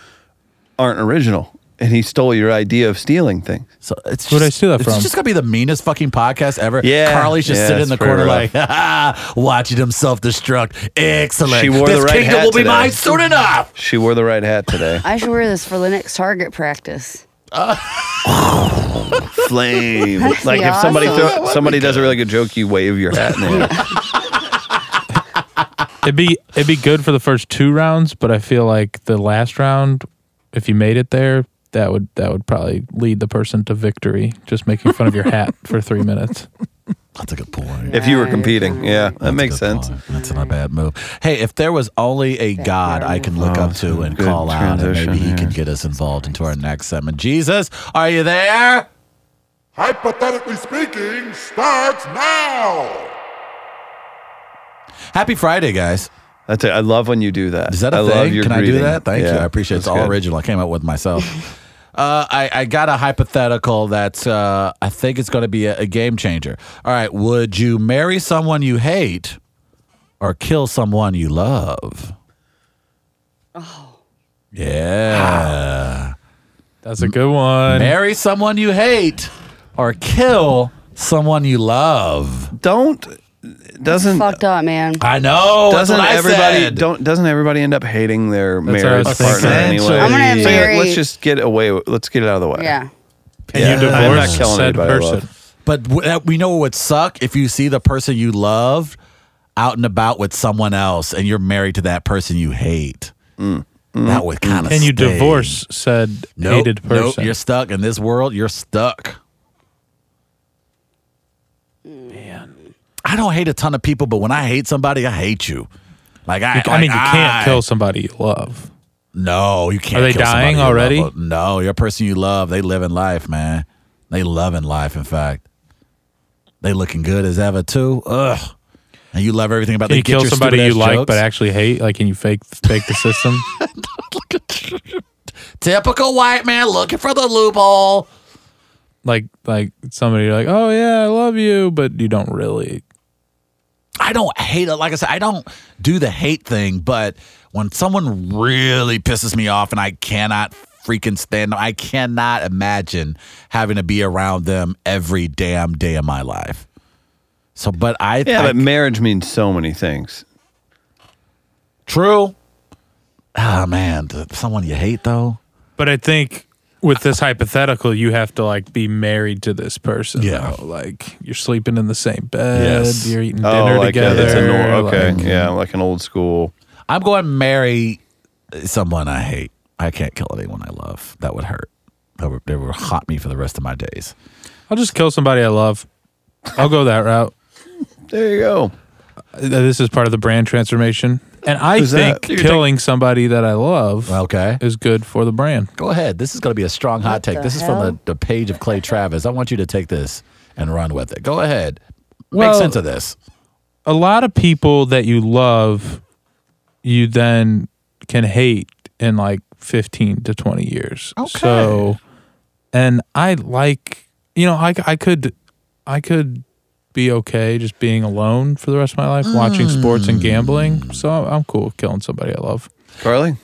[SPEAKER 3] aren't original, and he stole your idea of stealing things.
[SPEAKER 1] So it's
[SPEAKER 4] Who'd I
[SPEAKER 1] just-
[SPEAKER 4] steal that
[SPEAKER 1] It's
[SPEAKER 4] from?
[SPEAKER 1] just gonna be the meanest fucking podcast ever.
[SPEAKER 3] Yeah,
[SPEAKER 1] Carly's just
[SPEAKER 3] yeah,
[SPEAKER 1] sitting in
[SPEAKER 3] it's
[SPEAKER 1] the
[SPEAKER 3] pretty
[SPEAKER 1] corner
[SPEAKER 3] rough.
[SPEAKER 1] like, "Ah, watching himself destruct. Excellent.
[SPEAKER 3] She wore
[SPEAKER 1] this
[SPEAKER 3] the right
[SPEAKER 1] kingdom
[SPEAKER 3] hat
[SPEAKER 1] will be
[SPEAKER 3] today.
[SPEAKER 1] mine soon enough.
[SPEAKER 3] She wore the right hat today.
[SPEAKER 5] I should wear this for the next target practice.
[SPEAKER 3] Flame.
[SPEAKER 5] That'd
[SPEAKER 3] like
[SPEAKER 5] be
[SPEAKER 3] if somebody
[SPEAKER 5] awesome.
[SPEAKER 3] throw, somebody does a really good joke, you wave your hat in the air.
[SPEAKER 4] It'd be it'd be good for the first two rounds, but I feel like the last round, if you made it there, that would that would probably lead the person to victory. Just making fun of your hat for three minutes.
[SPEAKER 1] That's a good point.
[SPEAKER 3] if you were competing. Yeah, that makes
[SPEAKER 1] Good
[SPEAKER 3] sense.
[SPEAKER 1] point. That's not a bad move. Hey, if there was only a God I can look up to and
[SPEAKER 3] good
[SPEAKER 1] call out, and maybe
[SPEAKER 3] transition
[SPEAKER 1] he
[SPEAKER 3] here.
[SPEAKER 1] can get us involved into our next segment. Jesus, are you there?
[SPEAKER 9] Hypothetically speaking, starts now.
[SPEAKER 1] Happy Friday, guys.
[SPEAKER 3] That's it. I love when you do that.
[SPEAKER 1] Is that a
[SPEAKER 3] I
[SPEAKER 1] thing?
[SPEAKER 3] Love your
[SPEAKER 1] Can I do
[SPEAKER 3] greeting.
[SPEAKER 1] that? Thank you.
[SPEAKER 3] Yeah,
[SPEAKER 1] I appreciate it. It's
[SPEAKER 3] that's
[SPEAKER 1] all
[SPEAKER 3] good.
[SPEAKER 1] original. I came up with myself. uh, I, I got a hypothetical that uh, I think it's going to be a, a game changer. All right. Would you marry someone you hate or kill someone you love? Oh.
[SPEAKER 3] Oh.
[SPEAKER 1] Yeah.
[SPEAKER 4] That's a good one.
[SPEAKER 1] marry someone you hate or kill someone you love.
[SPEAKER 3] Don't doesn't
[SPEAKER 5] Fucked up, man.
[SPEAKER 1] I know. that's
[SPEAKER 3] doesn't
[SPEAKER 1] what I
[SPEAKER 3] everybody
[SPEAKER 1] said.
[SPEAKER 3] don't doesn't everybody end up hating their
[SPEAKER 4] That's what I
[SPEAKER 3] marriage
[SPEAKER 4] was
[SPEAKER 3] partner
[SPEAKER 4] thinking.
[SPEAKER 3] anyway?
[SPEAKER 5] I'm gonna
[SPEAKER 3] So, yeah,
[SPEAKER 5] marry-
[SPEAKER 3] let's just get away. with- Let's get it out of the
[SPEAKER 1] Uh,
[SPEAKER 3] way.
[SPEAKER 5] Yeah.
[SPEAKER 4] And
[SPEAKER 3] Yeah.
[SPEAKER 4] you divorce
[SPEAKER 3] I'm not killing
[SPEAKER 4] said
[SPEAKER 3] anybody I love.
[SPEAKER 4] person.
[SPEAKER 1] But w- that, we know it would suck if you see the person you love out and about with someone else, and you're married to that person you hate. That would kind of
[SPEAKER 4] And you divorce said
[SPEAKER 1] nope,
[SPEAKER 4] hated person.
[SPEAKER 1] Nope, you're stuck in this world. You're stuck. Man, I don't hate a ton of people, but when I hate somebody, I hate you. Like I,
[SPEAKER 4] I mean, you
[SPEAKER 1] like,
[SPEAKER 4] can't
[SPEAKER 1] I-
[SPEAKER 4] kill somebody you love.
[SPEAKER 1] No, you can't.
[SPEAKER 4] Are they
[SPEAKER 1] kill somebody
[SPEAKER 4] dying
[SPEAKER 1] you love.
[SPEAKER 4] already?
[SPEAKER 1] No, your person you love, they live in life, man. They love in life. In fact, they looking good as ever too. Ugh. And you love everything about.
[SPEAKER 4] Can
[SPEAKER 1] they
[SPEAKER 4] you
[SPEAKER 1] get
[SPEAKER 4] kill
[SPEAKER 1] your
[SPEAKER 4] somebody you
[SPEAKER 1] stupid-ass
[SPEAKER 4] like
[SPEAKER 1] jokes.
[SPEAKER 4] but actually hate? Like, can you fake fake the system?
[SPEAKER 1] typical white man looking for the loophole.
[SPEAKER 4] like, like somebody you're like, oh yeah, I love you, but you don't really.
[SPEAKER 1] I don't hate it. Like I said, I don't do the hate thing, but when someone really pisses me off and I cannot freaking stand them, I cannot imagine having to be around them every damn day of my life. So, but I,
[SPEAKER 3] Yeah,
[SPEAKER 1] I
[SPEAKER 3] but marriage means so many things.
[SPEAKER 1] True. Ah man, th- someone you hate though.
[SPEAKER 4] But I think with this hypothetical, you have to like be married to this person.
[SPEAKER 1] Yeah.
[SPEAKER 4] though. like you're sleeping in the same bed.
[SPEAKER 1] Yes.
[SPEAKER 4] You're eating
[SPEAKER 3] Oh,
[SPEAKER 4] dinner
[SPEAKER 3] like
[SPEAKER 4] together.
[SPEAKER 3] A, that's a nor- okay,
[SPEAKER 4] like-
[SPEAKER 3] yeah, like an old school.
[SPEAKER 1] I'm going to marry someone I hate. I can't kill anyone I love. That would hurt. That would, they would haunt me for the rest of my days.
[SPEAKER 4] I'll just kill somebody I love. I'll go that route.
[SPEAKER 3] There you go.
[SPEAKER 4] Uh, This is part of the brand transformation, and I
[SPEAKER 3] Who's that?
[SPEAKER 4] think killing somebody that I love
[SPEAKER 1] Okay.
[SPEAKER 4] is good for the brand.
[SPEAKER 1] Go ahead. This is going to be a strong hot take.
[SPEAKER 5] the
[SPEAKER 1] This is from
[SPEAKER 5] hell?
[SPEAKER 1] the, the page of Clay Travis. I want you to take this and run with it. Go ahead. Make
[SPEAKER 4] Well-
[SPEAKER 1] sense of this.
[SPEAKER 4] a lot of people that you love, you then can hate in like 15 to 20 years.
[SPEAKER 1] Okay.
[SPEAKER 4] So, and I like, you know, I, I could, I could be okay just being alone for the rest of my life, watching sports
[SPEAKER 3] Mm.
[SPEAKER 4] and gambling. So I'm cool with killing somebody I love.
[SPEAKER 3] Carly,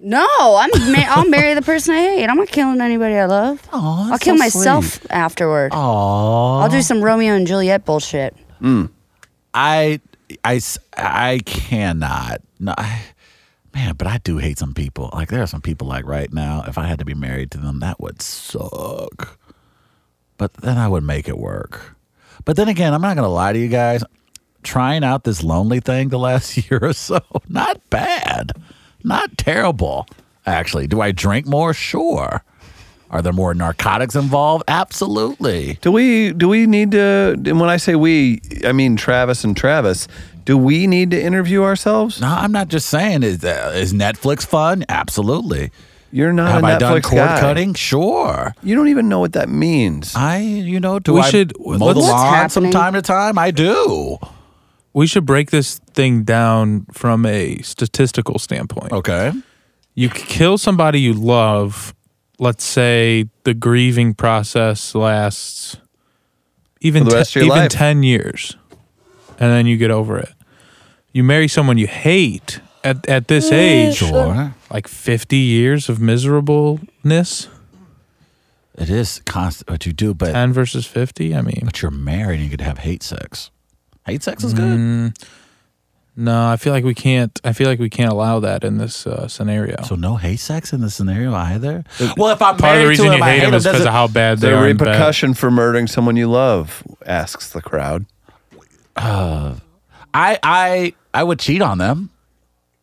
[SPEAKER 5] No, I'm. Ma- I'll marry the person I hate. I'm not killing anybody I love.
[SPEAKER 1] Oh,
[SPEAKER 5] I'll kill myself afterward.
[SPEAKER 1] Aww.
[SPEAKER 5] I'll do some Romeo and Juliet bullshit.
[SPEAKER 1] I, I, s- I cannot. No, I, man, but I do hate some people. Like there are some people like right now. If I had to be married to them, that would suck. But then I would make it work. But then again, I'm not gonna lie to you guys. Trying out this lonely thing the last year or so, not bad, not terrible. Actually, do I drink more? Sure. Are there more narcotics involved? Absolutely.
[SPEAKER 3] do we do we need to? And when I say we, I mean Travis and Travis. Do we need to interview ourselves?
[SPEAKER 1] No, I'm not just saying. Is uh, is Netflix fun? Absolutely.
[SPEAKER 3] You're not
[SPEAKER 1] Have
[SPEAKER 3] a Netflix
[SPEAKER 1] I done cord
[SPEAKER 3] guy.
[SPEAKER 1] cutting? Sure.
[SPEAKER 3] You don't even know what that means.
[SPEAKER 1] I, you know, do
[SPEAKER 4] We
[SPEAKER 1] I
[SPEAKER 4] should-
[SPEAKER 1] mow the
[SPEAKER 4] let's-
[SPEAKER 1] lawn
[SPEAKER 5] What's
[SPEAKER 1] from
[SPEAKER 5] happening?
[SPEAKER 1] time to time? I do.
[SPEAKER 4] We should break this thing down from a statistical standpoint.
[SPEAKER 1] Okay.
[SPEAKER 4] you c- kill somebody you love let's say the grieving process lasts even,
[SPEAKER 3] For the
[SPEAKER 4] te-
[SPEAKER 3] rest of your
[SPEAKER 4] even
[SPEAKER 3] life.
[SPEAKER 4] 10 years and then you get over it you marry someone you hate at, at this age
[SPEAKER 1] Sure.
[SPEAKER 4] like 50 years of miserableness
[SPEAKER 1] It is constant what you do, but
[SPEAKER 4] 10 versus 50 i mean
[SPEAKER 1] but you're married and you could have hate sex. Hate sex is good.
[SPEAKER 4] Mm. no i feel like we can't i feel like we can't allow that in this uh, scenario
[SPEAKER 1] So no hate sex in the scenario either. Well, if I'm
[SPEAKER 4] part
[SPEAKER 1] married
[SPEAKER 4] of the reason
[SPEAKER 1] to
[SPEAKER 4] you
[SPEAKER 1] him, I
[SPEAKER 4] hate
[SPEAKER 1] hate
[SPEAKER 4] them is because
[SPEAKER 1] doesn't-
[SPEAKER 4] of how bad they
[SPEAKER 3] the
[SPEAKER 4] are in bed.
[SPEAKER 3] repercussion for murdering someone you love asks the crowd.
[SPEAKER 1] I I I would cheat on them,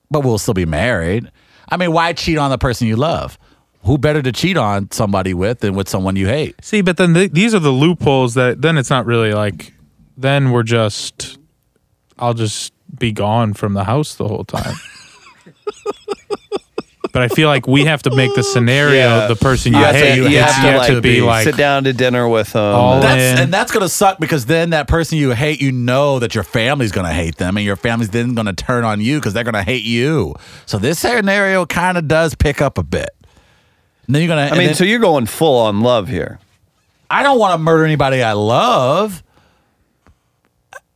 [SPEAKER 1] but we'll still be married. I mean, why cheat on the person you love? Who better to cheat on somebody with than with someone you hate?
[SPEAKER 4] See, but then th these are the loopholes that then it's not really like then we're just I'll just be gone from the house the whole time. But I feel like we have to make the scenario
[SPEAKER 3] Yeah.
[SPEAKER 4] the person you
[SPEAKER 3] You have,
[SPEAKER 4] hate.
[SPEAKER 3] to, you
[SPEAKER 4] It's-
[SPEAKER 3] have to, like,
[SPEAKER 4] be like,
[SPEAKER 3] sit down to dinner with them.
[SPEAKER 4] All
[SPEAKER 3] That-
[SPEAKER 4] in.
[SPEAKER 1] That's, and that's gonna suck because then that person you hate, you know that your family's gonna hate them, and your family's then gonna turn on you because they're gonna hate you. So this scenario kind of does pick up a bit. And then you're gonna.
[SPEAKER 3] I mean, so you're going full on love here.
[SPEAKER 1] I don't want to murder anybody I love.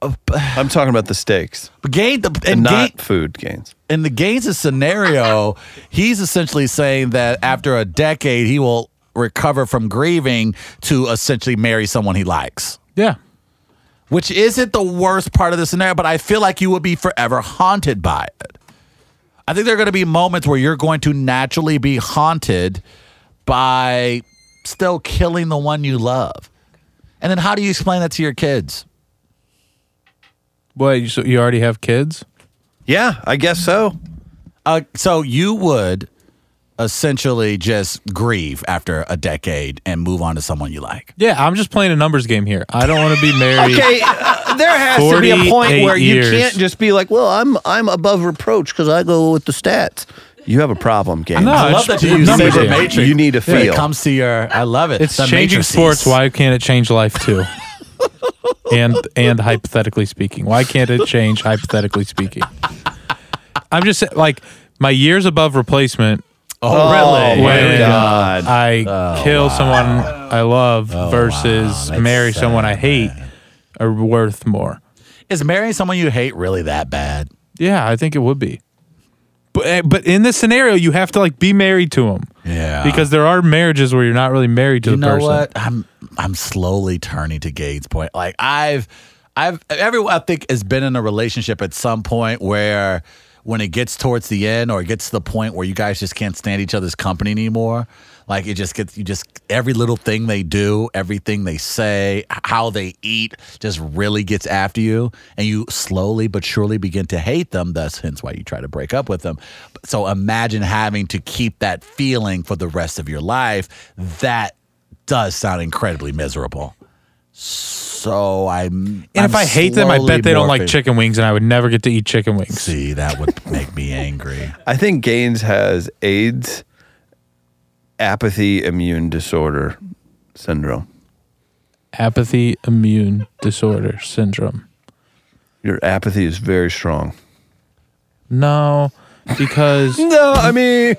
[SPEAKER 3] I'm talking about the steaks,
[SPEAKER 1] But Gain the
[SPEAKER 3] and
[SPEAKER 1] and,
[SPEAKER 3] not
[SPEAKER 1] Gain,
[SPEAKER 3] food gains.
[SPEAKER 1] in the Gaines' scenario, he's essentially saying that after a decade, he will recover from grieving to essentially marry someone he likes.
[SPEAKER 4] yeah.
[SPEAKER 1] which isn't the worst part of the scenario, but I feel like you would be forever haunted by it. I think there are going to be moments where you're going to naturally be haunted by still killing the one you love. And then how do you explain that to your kids?
[SPEAKER 4] Well, you, so you already have kids?
[SPEAKER 3] Yeah, I guess so.
[SPEAKER 1] Uh, so you would essentially just grieve after a decade and move on to someone you like.
[SPEAKER 4] Yeah, I'm just playing a numbers game here. I don't want to be married.
[SPEAKER 3] Okay, uh, there has to be a point
[SPEAKER 4] 48
[SPEAKER 3] where you
[SPEAKER 4] years.
[SPEAKER 3] can't just be like, "Well, I'm I'm above reproach because I go with the stats." You have a problem, Gaines.
[SPEAKER 4] No,
[SPEAKER 1] I love
[SPEAKER 4] it's
[SPEAKER 1] that
[SPEAKER 4] a
[SPEAKER 1] you use
[SPEAKER 4] numbers
[SPEAKER 1] Saber
[SPEAKER 4] game.
[SPEAKER 1] Matrix.
[SPEAKER 3] You need to
[SPEAKER 1] When
[SPEAKER 3] feel.
[SPEAKER 1] It comes to your, I love it.
[SPEAKER 4] It's
[SPEAKER 1] The
[SPEAKER 4] changing
[SPEAKER 1] matrices.
[SPEAKER 4] sports. Why can't it change life too? and and hypothetically speaking, why can't it change hypothetically speaking? I'm just sa- like my years above replacement.
[SPEAKER 1] Oh, really?
[SPEAKER 3] my
[SPEAKER 4] when
[SPEAKER 3] God.
[SPEAKER 4] I kill someone I love
[SPEAKER 1] Oh,
[SPEAKER 4] versus marry someone I hate are worth more.
[SPEAKER 1] Is marrying someone you hate really that bad?
[SPEAKER 4] Yeah, I think it would be. But eh, but in this scenario, you have to like be married to him.
[SPEAKER 1] Yeah.
[SPEAKER 4] Because there are marriages where you're not really married to
[SPEAKER 1] you
[SPEAKER 4] the
[SPEAKER 1] know
[SPEAKER 4] person.
[SPEAKER 1] what i'm i'm slowly turning to gates point like i've i've everyone i think has been in a relationship at some point where when it gets towards the end or it gets to the point where you guys just can't stand each other's company anymore like it just gets you just every little thing they do everything they say h- how they eat just really gets after you and you slowly but surely begin to hate them thus hence why you try to break up with them so imagine having to keep that feeling for the rest of your life that does sound incredibly miserable. So I'm.
[SPEAKER 4] And if I hate them, I bet they don't like
[SPEAKER 1] chicken.
[SPEAKER 4] chicken wings, and I would never get to eat chicken wings.
[SPEAKER 1] See, that would make me angry.
[SPEAKER 3] I think Gaines has AIDS, apathy immune disorder syndrome.
[SPEAKER 4] Apathy immune disorder syndrome.
[SPEAKER 3] Your apathy is very strong.
[SPEAKER 4] No, because
[SPEAKER 3] No, I mean,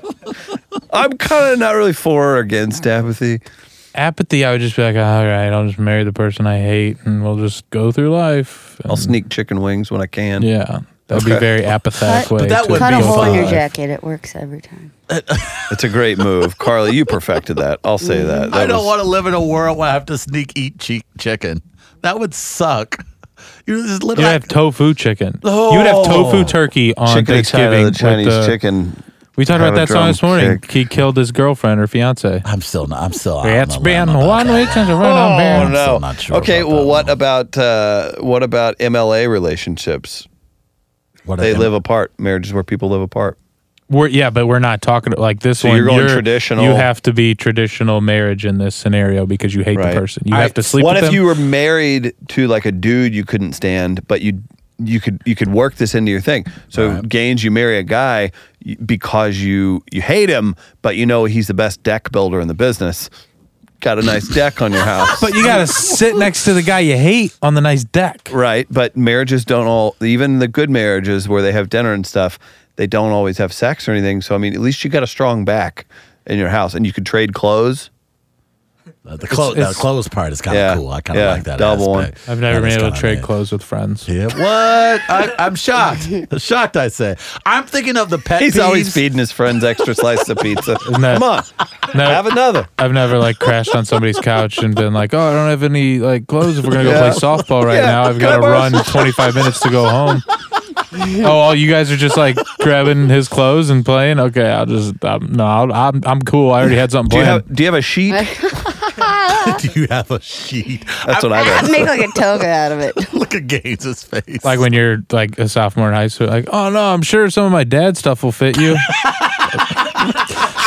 [SPEAKER 3] I'm kind of not really for or against apathy.
[SPEAKER 4] apathy, I would just be like, all right, I'll just marry the person I hate, and we'll just go through life.
[SPEAKER 3] I'll
[SPEAKER 4] And-
[SPEAKER 3] sneak chicken wings when I can.
[SPEAKER 4] Yeah, that'd be
[SPEAKER 3] Okay.
[SPEAKER 4] very apathetic
[SPEAKER 5] Cut-
[SPEAKER 4] way.
[SPEAKER 1] but that
[SPEAKER 4] to
[SPEAKER 1] would
[SPEAKER 5] Cut
[SPEAKER 1] be
[SPEAKER 5] a
[SPEAKER 4] go
[SPEAKER 5] hole in
[SPEAKER 4] through
[SPEAKER 5] your
[SPEAKER 4] life.
[SPEAKER 5] jacket. It works every time.
[SPEAKER 3] It's a great move. Carly, you perfected that. I'll say that.
[SPEAKER 1] I
[SPEAKER 3] That
[SPEAKER 1] don't
[SPEAKER 3] was-
[SPEAKER 1] want to live in a world where I have to sneak eat cheek chicken. That would suck. You just
[SPEAKER 4] You'd
[SPEAKER 1] literally.
[SPEAKER 4] have tofu chicken. You would have
[SPEAKER 1] oh.
[SPEAKER 4] tofu turkey on
[SPEAKER 3] chicken Thanksgiving.
[SPEAKER 4] Thanksgiving.
[SPEAKER 3] The
[SPEAKER 4] with
[SPEAKER 3] Chinese
[SPEAKER 4] the-
[SPEAKER 3] chicken.
[SPEAKER 4] We talked
[SPEAKER 3] Have
[SPEAKER 4] about
[SPEAKER 3] a
[SPEAKER 4] that song
[SPEAKER 3] drum
[SPEAKER 4] this morning.
[SPEAKER 3] kick.
[SPEAKER 4] He killed his girlfriend or fiance.
[SPEAKER 1] I'm still not. I'm
[SPEAKER 3] Ah,
[SPEAKER 1] still.
[SPEAKER 4] It's
[SPEAKER 1] I'm not- I'm
[SPEAKER 4] been
[SPEAKER 1] not-
[SPEAKER 4] one week since I ran out of beer.
[SPEAKER 3] Oh
[SPEAKER 1] I'm
[SPEAKER 3] no!
[SPEAKER 1] still not sure
[SPEAKER 3] okay,
[SPEAKER 1] about
[SPEAKER 3] well,
[SPEAKER 1] that
[SPEAKER 3] what
[SPEAKER 1] one.
[SPEAKER 3] about uh, what about MLA relationships?
[SPEAKER 1] What
[SPEAKER 3] They
[SPEAKER 1] are
[SPEAKER 3] live apart. Marriages where people live apart.
[SPEAKER 4] We're yeah, but we're not talking like this
[SPEAKER 3] So
[SPEAKER 4] one.
[SPEAKER 3] you're going traditional-
[SPEAKER 4] You have to be traditional marriage in this scenario because you hate
[SPEAKER 3] Right.
[SPEAKER 4] the person. You
[SPEAKER 1] All
[SPEAKER 4] have
[SPEAKER 1] right,
[SPEAKER 4] to sleep.
[SPEAKER 3] what
[SPEAKER 4] with
[SPEAKER 3] if
[SPEAKER 4] them.
[SPEAKER 3] you were married to like a dude you couldn't stand, but you you could you could work this into your thing? So Gaines, you marry a guy y- because you you hate him, but you know he's the best deck builder in the business. Got a nice deck on your house.
[SPEAKER 4] But you gotta sit next to the guy you hate on the nice deck.
[SPEAKER 3] Right, but marriages don't all even the good marriages where they have dinner and stuff, they don't always have sex or anything. So I mean, at least you got a strong back in your house and you could trade clothes.
[SPEAKER 1] Uh, The, clo-
[SPEAKER 4] it's-
[SPEAKER 1] the clothes part is kind of
[SPEAKER 3] Yeah,
[SPEAKER 1] cool. I kind of
[SPEAKER 3] yeah,
[SPEAKER 1] like that.
[SPEAKER 3] double one.
[SPEAKER 1] aspect.
[SPEAKER 4] I've never
[SPEAKER 1] That
[SPEAKER 4] been
[SPEAKER 1] is
[SPEAKER 4] able to
[SPEAKER 1] kinda
[SPEAKER 4] trade
[SPEAKER 1] neat.
[SPEAKER 4] clothes with friends.
[SPEAKER 1] Yeah, what? I, I'm shocked. shocked, I say. I'm thinking of the pet
[SPEAKER 3] He's always
[SPEAKER 1] peeves.
[SPEAKER 3] feeding his friends extra slices of pizza.
[SPEAKER 4] that-
[SPEAKER 3] Come on,
[SPEAKER 4] No,
[SPEAKER 3] have another.
[SPEAKER 4] I've never like crashed on somebody's couch and been like, "Oh, I don't have any like clothes if we're gonna go
[SPEAKER 3] Yeah.
[SPEAKER 4] play softball right
[SPEAKER 3] Yeah.
[SPEAKER 4] now. I've
[SPEAKER 3] Can I
[SPEAKER 4] got to
[SPEAKER 3] borrow
[SPEAKER 4] run 25 minutes to go home." oh, all you guys are just like grabbing his clothes and playing. Okay, I'll just I'm, no, I'll, I'm I'm cool. I already had something
[SPEAKER 3] Do you
[SPEAKER 4] planned.
[SPEAKER 3] have Do you have a sheet?
[SPEAKER 1] Do you have a sheet?
[SPEAKER 3] That's what I've
[SPEAKER 5] I'd
[SPEAKER 3] asked.
[SPEAKER 5] make like a toga out of it.
[SPEAKER 1] Look at Gaines' face.
[SPEAKER 4] like when you're like a sophomore in high school, like, "Oh no, I'm sure some of my dad's stuff will fit you."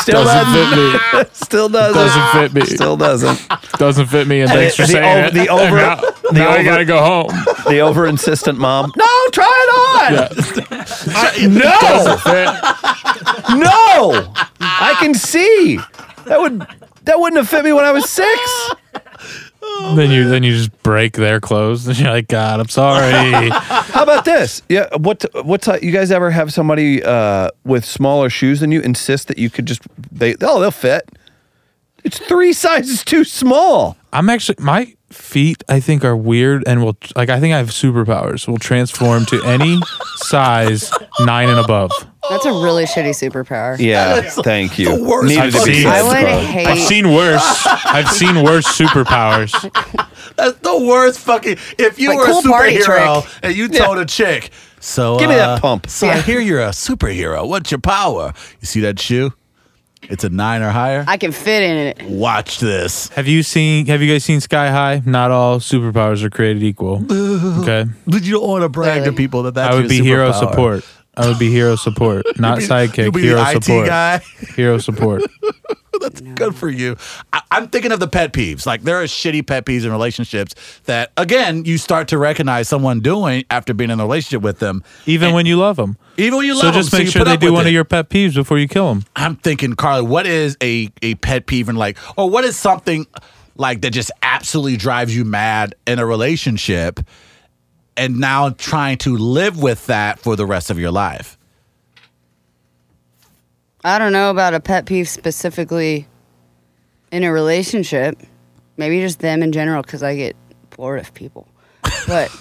[SPEAKER 3] Still
[SPEAKER 4] Doesn't
[SPEAKER 3] doesn't.
[SPEAKER 4] fit me.
[SPEAKER 3] Still doesn't.
[SPEAKER 4] Doesn't fit me.
[SPEAKER 3] Still doesn't.
[SPEAKER 4] Doesn't fit me. And thanks for
[SPEAKER 3] the ov-
[SPEAKER 4] saying it.
[SPEAKER 3] the over-
[SPEAKER 4] now,
[SPEAKER 3] the
[SPEAKER 4] now I
[SPEAKER 3] over-
[SPEAKER 4] gotta go home.
[SPEAKER 3] The over insistent mom. No, try it on.
[SPEAKER 1] no!
[SPEAKER 4] Doesn't fit.
[SPEAKER 3] No, I can see. That would that wouldn't have fit me when I was six.
[SPEAKER 4] then you then you just break their clothes and you're like, God, I'm sorry.
[SPEAKER 3] How about this? Yeah, what what's uh, you guys ever have somebody uh, with smaller shoes than you insist that you could just they oh they'll fit? It's three sizes too small.
[SPEAKER 4] I'm actually my feet I think are weird and will like I think I have superpowers. Will transform to any size nine and above.
[SPEAKER 5] That's a really shitty superpower.
[SPEAKER 3] Yeah, thank you.
[SPEAKER 1] the worst
[SPEAKER 3] Needed to
[SPEAKER 1] I've
[SPEAKER 3] be
[SPEAKER 1] seen.
[SPEAKER 3] said,
[SPEAKER 5] I would
[SPEAKER 3] bro.
[SPEAKER 5] hate.
[SPEAKER 4] I've seen worse. I've seen worse superpowers.
[SPEAKER 1] That's the worst fucking. If you
[SPEAKER 5] Like,
[SPEAKER 1] were
[SPEAKER 5] cool
[SPEAKER 1] a
[SPEAKER 5] party
[SPEAKER 1] superhero and you told a chick, so
[SPEAKER 3] Give me that
[SPEAKER 1] uh,
[SPEAKER 3] pump."
[SPEAKER 1] So I hear you're a superhero. What's your power? You see that shoe? It's a nine or higher.
[SPEAKER 5] I can fit in it.
[SPEAKER 1] Watch this.
[SPEAKER 4] Have you seen have you guys seen Sky High? Not all superpowers are created equal. Okay.
[SPEAKER 1] But you don't want to brag to
[SPEAKER 5] Clearly.
[SPEAKER 1] people that that's
[SPEAKER 4] I would be
[SPEAKER 1] your
[SPEAKER 4] hero
[SPEAKER 1] superpower.
[SPEAKER 4] support. I would be hero support, not sidekick.
[SPEAKER 1] You'll be
[SPEAKER 4] hero
[SPEAKER 1] the IT
[SPEAKER 4] support.
[SPEAKER 1] guy.
[SPEAKER 4] Hero support.
[SPEAKER 1] Good for you. I, I'm thinking of the pet peeves. Like there are shitty pet peeves in relationships that, again, you start to recognize someone doing after being in a relationship with them,
[SPEAKER 4] Even when you love them.
[SPEAKER 1] even when you
[SPEAKER 4] So
[SPEAKER 1] love
[SPEAKER 4] just
[SPEAKER 1] them.
[SPEAKER 4] make
[SPEAKER 1] you
[SPEAKER 4] sure
[SPEAKER 1] put
[SPEAKER 4] they
[SPEAKER 1] up
[SPEAKER 4] do
[SPEAKER 1] with
[SPEAKER 4] one
[SPEAKER 1] it.
[SPEAKER 4] of your pet peeves before you kill them.
[SPEAKER 1] I'm thinking, Carly, what is a a pet peeve and like, or what is something like that just absolutely drives you mad in a relationship, and now trying to live with that for the rest of your life?
[SPEAKER 5] I don't know about a pet peeve specifically in a relationship. Maybe just them in general because I get bored of people. But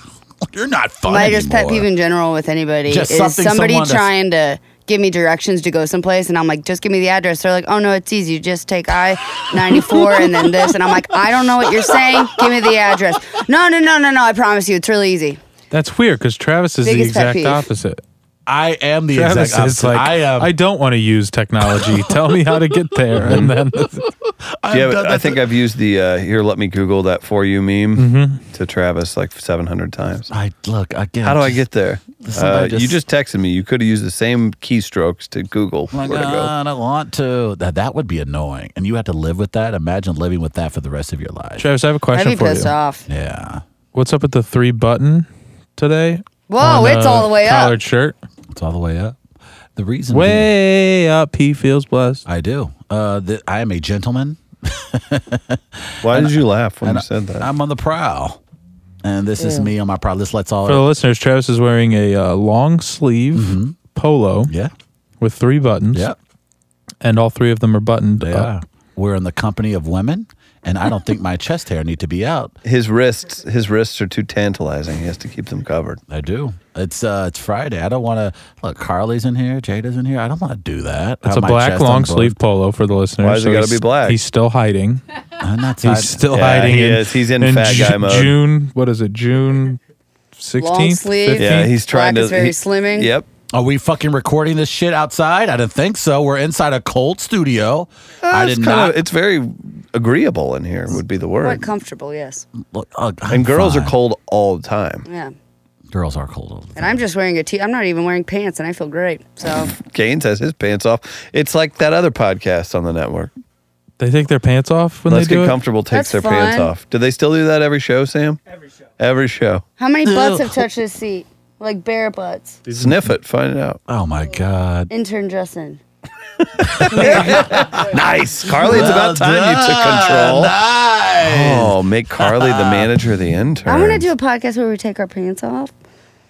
[SPEAKER 1] You're not fun
[SPEAKER 5] my
[SPEAKER 1] anymore.
[SPEAKER 5] just pet peeve in general with anybody
[SPEAKER 1] Just
[SPEAKER 5] is
[SPEAKER 1] something
[SPEAKER 5] somebody
[SPEAKER 1] someone that's-
[SPEAKER 5] trying to give me directions to go someplace and I'm like, just give me the address. They're like, oh no, it's easy. You just take I 94 and then this. And I'm like, I don't know what you're saying. Give me the address. No, no, no, no, no. I promise you, it's really easy.
[SPEAKER 4] That's weird because Travis is the
[SPEAKER 5] Biggest pet
[SPEAKER 4] exact
[SPEAKER 5] peeve.
[SPEAKER 4] opposite.
[SPEAKER 1] I am the
[SPEAKER 4] Travis
[SPEAKER 1] exact
[SPEAKER 4] is
[SPEAKER 1] opposite.
[SPEAKER 4] like,
[SPEAKER 1] I um, am.
[SPEAKER 4] don't want to use technology. Tell me how to get there. And then
[SPEAKER 1] I've
[SPEAKER 3] Yeah,
[SPEAKER 1] done
[SPEAKER 3] but I
[SPEAKER 1] that
[SPEAKER 3] think
[SPEAKER 1] to-
[SPEAKER 3] I've used the uh, here. Let me Google that for you meme
[SPEAKER 1] Mm-hmm.
[SPEAKER 3] to Travis like seven hundred times.
[SPEAKER 1] I look again.
[SPEAKER 3] How do I
[SPEAKER 1] Oh, just-
[SPEAKER 3] get there?
[SPEAKER 1] Somebody
[SPEAKER 3] Uh, you
[SPEAKER 1] just-
[SPEAKER 3] just texted me. You could have used the same keystrokes to Google
[SPEAKER 1] I'm
[SPEAKER 3] where
[SPEAKER 1] Like,
[SPEAKER 3] to go.
[SPEAKER 1] "Ah, I don't want to. That that would be annoying, and you have to live with that. Imagine living with that for the rest of your life.
[SPEAKER 4] Travis, I have a
[SPEAKER 5] I'd
[SPEAKER 4] question
[SPEAKER 5] be
[SPEAKER 4] for you.
[SPEAKER 5] pissed off.
[SPEAKER 1] Yeah,
[SPEAKER 4] What's up with the three button today?
[SPEAKER 5] Whoa,
[SPEAKER 4] on uh,
[SPEAKER 5] it's
[SPEAKER 4] a
[SPEAKER 5] all the way up.
[SPEAKER 4] Collared shirt,
[SPEAKER 1] it's all the way up. The reason being-
[SPEAKER 4] way up. He feels blessed.
[SPEAKER 1] I do. Uh, th- I am a gentleman.
[SPEAKER 3] Why did you laugh when you
[SPEAKER 1] and
[SPEAKER 3] said that?
[SPEAKER 1] I'm on the prowl, and this is me on my prowl. This lets all.
[SPEAKER 4] For the listeners, Travis is wearing a uh, long sleeve polo
[SPEAKER 1] Mm-hmm. yeah,
[SPEAKER 4] with three buttons.
[SPEAKER 1] yeah,
[SPEAKER 4] and all three of them are buttoned
[SPEAKER 1] they are.
[SPEAKER 4] up.
[SPEAKER 1] We're in the company of women, and I don't think my chest hair need to be out.
[SPEAKER 3] His wrists, his wrists are too tantalizing. He has to keep them covered.
[SPEAKER 1] I do. It's uh, it's Friday. I don't want to look. Carly's in here. Jada's in here. I don't want to do that.
[SPEAKER 4] It's
[SPEAKER 1] Have
[SPEAKER 4] a
[SPEAKER 1] my
[SPEAKER 4] black
[SPEAKER 1] chest on
[SPEAKER 4] long
[SPEAKER 1] both-
[SPEAKER 4] sleeve polo for the listeners.
[SPEAKER 3] Why has it gotta
[SPEAKER 4] he's-
[SPEAKER 3] be black?
[SPEAKER 4] He's still hiding.
[SPEAKER 1] I'm not.
[SPEAKER 4] He's
[SPEAKER 1] I-
[SPEAKER 4] still
[SPEAKER 3] Yeah,
[SPEAKER 4] hiding.
[SPEAKER 3] he
[SPEAKER 4] in,
[SPEAKER 3] is. He's in fat
[SPEAKER 4] Ju-
[SPEAKER 3] guy mode.
[SPEAKER 4] June, what is it?
[SPEAKER 5] Long
[SPEAKER 4] June sixteenth.
[SPEAKER 5] sleeve.
[SPEAKER 3] Yeah, he's trying
[SPEAKER 5] Black
[SPEAKER 3] to.
[SPEAKER 5] Is very
[SPEAKER 3] he-
[SPEAKER 5] slimming.
[SPEAKER 3] Yep.
[SPEAKER 1] Are we fucking recording this shit outside? I didn't think so. We're inside a cold studio. I
[SPEAKER 3] Ah, It's
[SPEAKER 1] did
[SPEAKER 3] kinda-
[SPEAKER 1] not.
[SPEAKER 3] it's very agreeable in here. Would be the word.
[SPEAKER 5] Quite comfortable, yes.
[SPEAKER 1] look, uh, I'm
[SPEAKER 3] and girls
[SPEAKER 1] fine.
[SPEAKER 3] are cold all the time.
[SPEAKER 5] Yeah.
[SPEAKER 1] Girls are cold. all the
[SPEAKER 5] And I'm just wearing a tee. I'm not even wearing pants, and I feel great. So
[SPEAKER 3] Gaines has his pants off. It's like that other podcast on the network.
[SPEAKER 4] They take their pants off when
[SPEAKER 3] Let's
[SPEAKER 4] they do
[SPEAKER 3] get
[SPEAKER 4] it.
[SPEAKER 3] comfortable. Takes their
[SPEAKER 5] That's
[SPEAKER 3] pants
[SPEAKER 5] fun.
[SPEAKER 3] off. Do they still do that every show, Sam? Every show. Every show.
[SPEAKER 5] how many butts have touched this seat? Like bare butts.
[SPEAKER 3] Sniff it. Find it out.
[SPEAKER 1] Oh my God.
[SPEAKER 5] Intern Justin.
[SPEAKER 3] Nice, Carly. It's about time you took control. Oh, make Carly the manager, of the intern.
[SPEAKER 5] I want to do a podcast where we take our pants off.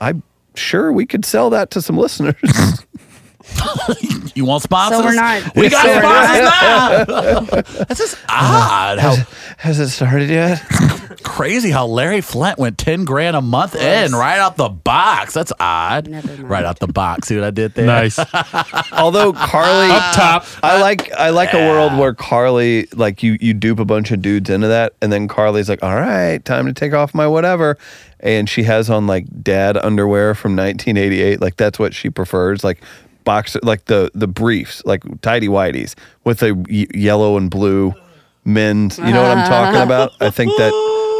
[SPEAKER 3] I'm sure we could sell that to some listeners.
[SPEAKER 1] You want sponsors?
[SPEAKER 5] So we're not-
[SPEAKER 1] We got
[SPEAKER 5] so we're
[SPEAKER 1] sponsors now. That's just odd. How
[SPEAKER 3] Has it started yet?
[SPEAKER 1] crazy how Larry Flint went ten grand a month in right out the box. That's odd.
[SPEAKER 5] Never mind.
[SPEAKER 1] Right out the box. See what I did there?
[SPEAKER 4] Nice.
[SPEAKER 3] Although Carly,
[SPEAKER 4] Up top.
[SPEAKER 3] I like I like a world where Carly, like you, you dupe a bunch of dudes into that, and then Carly's like, "All right, time to take off my whatever," and she has on like dad underwear from 1988. Like that's what she prefers. Like boxer, like the the briefs, like tidy whities with the y- yellow and blue men's. You know what I'm talking about? I think that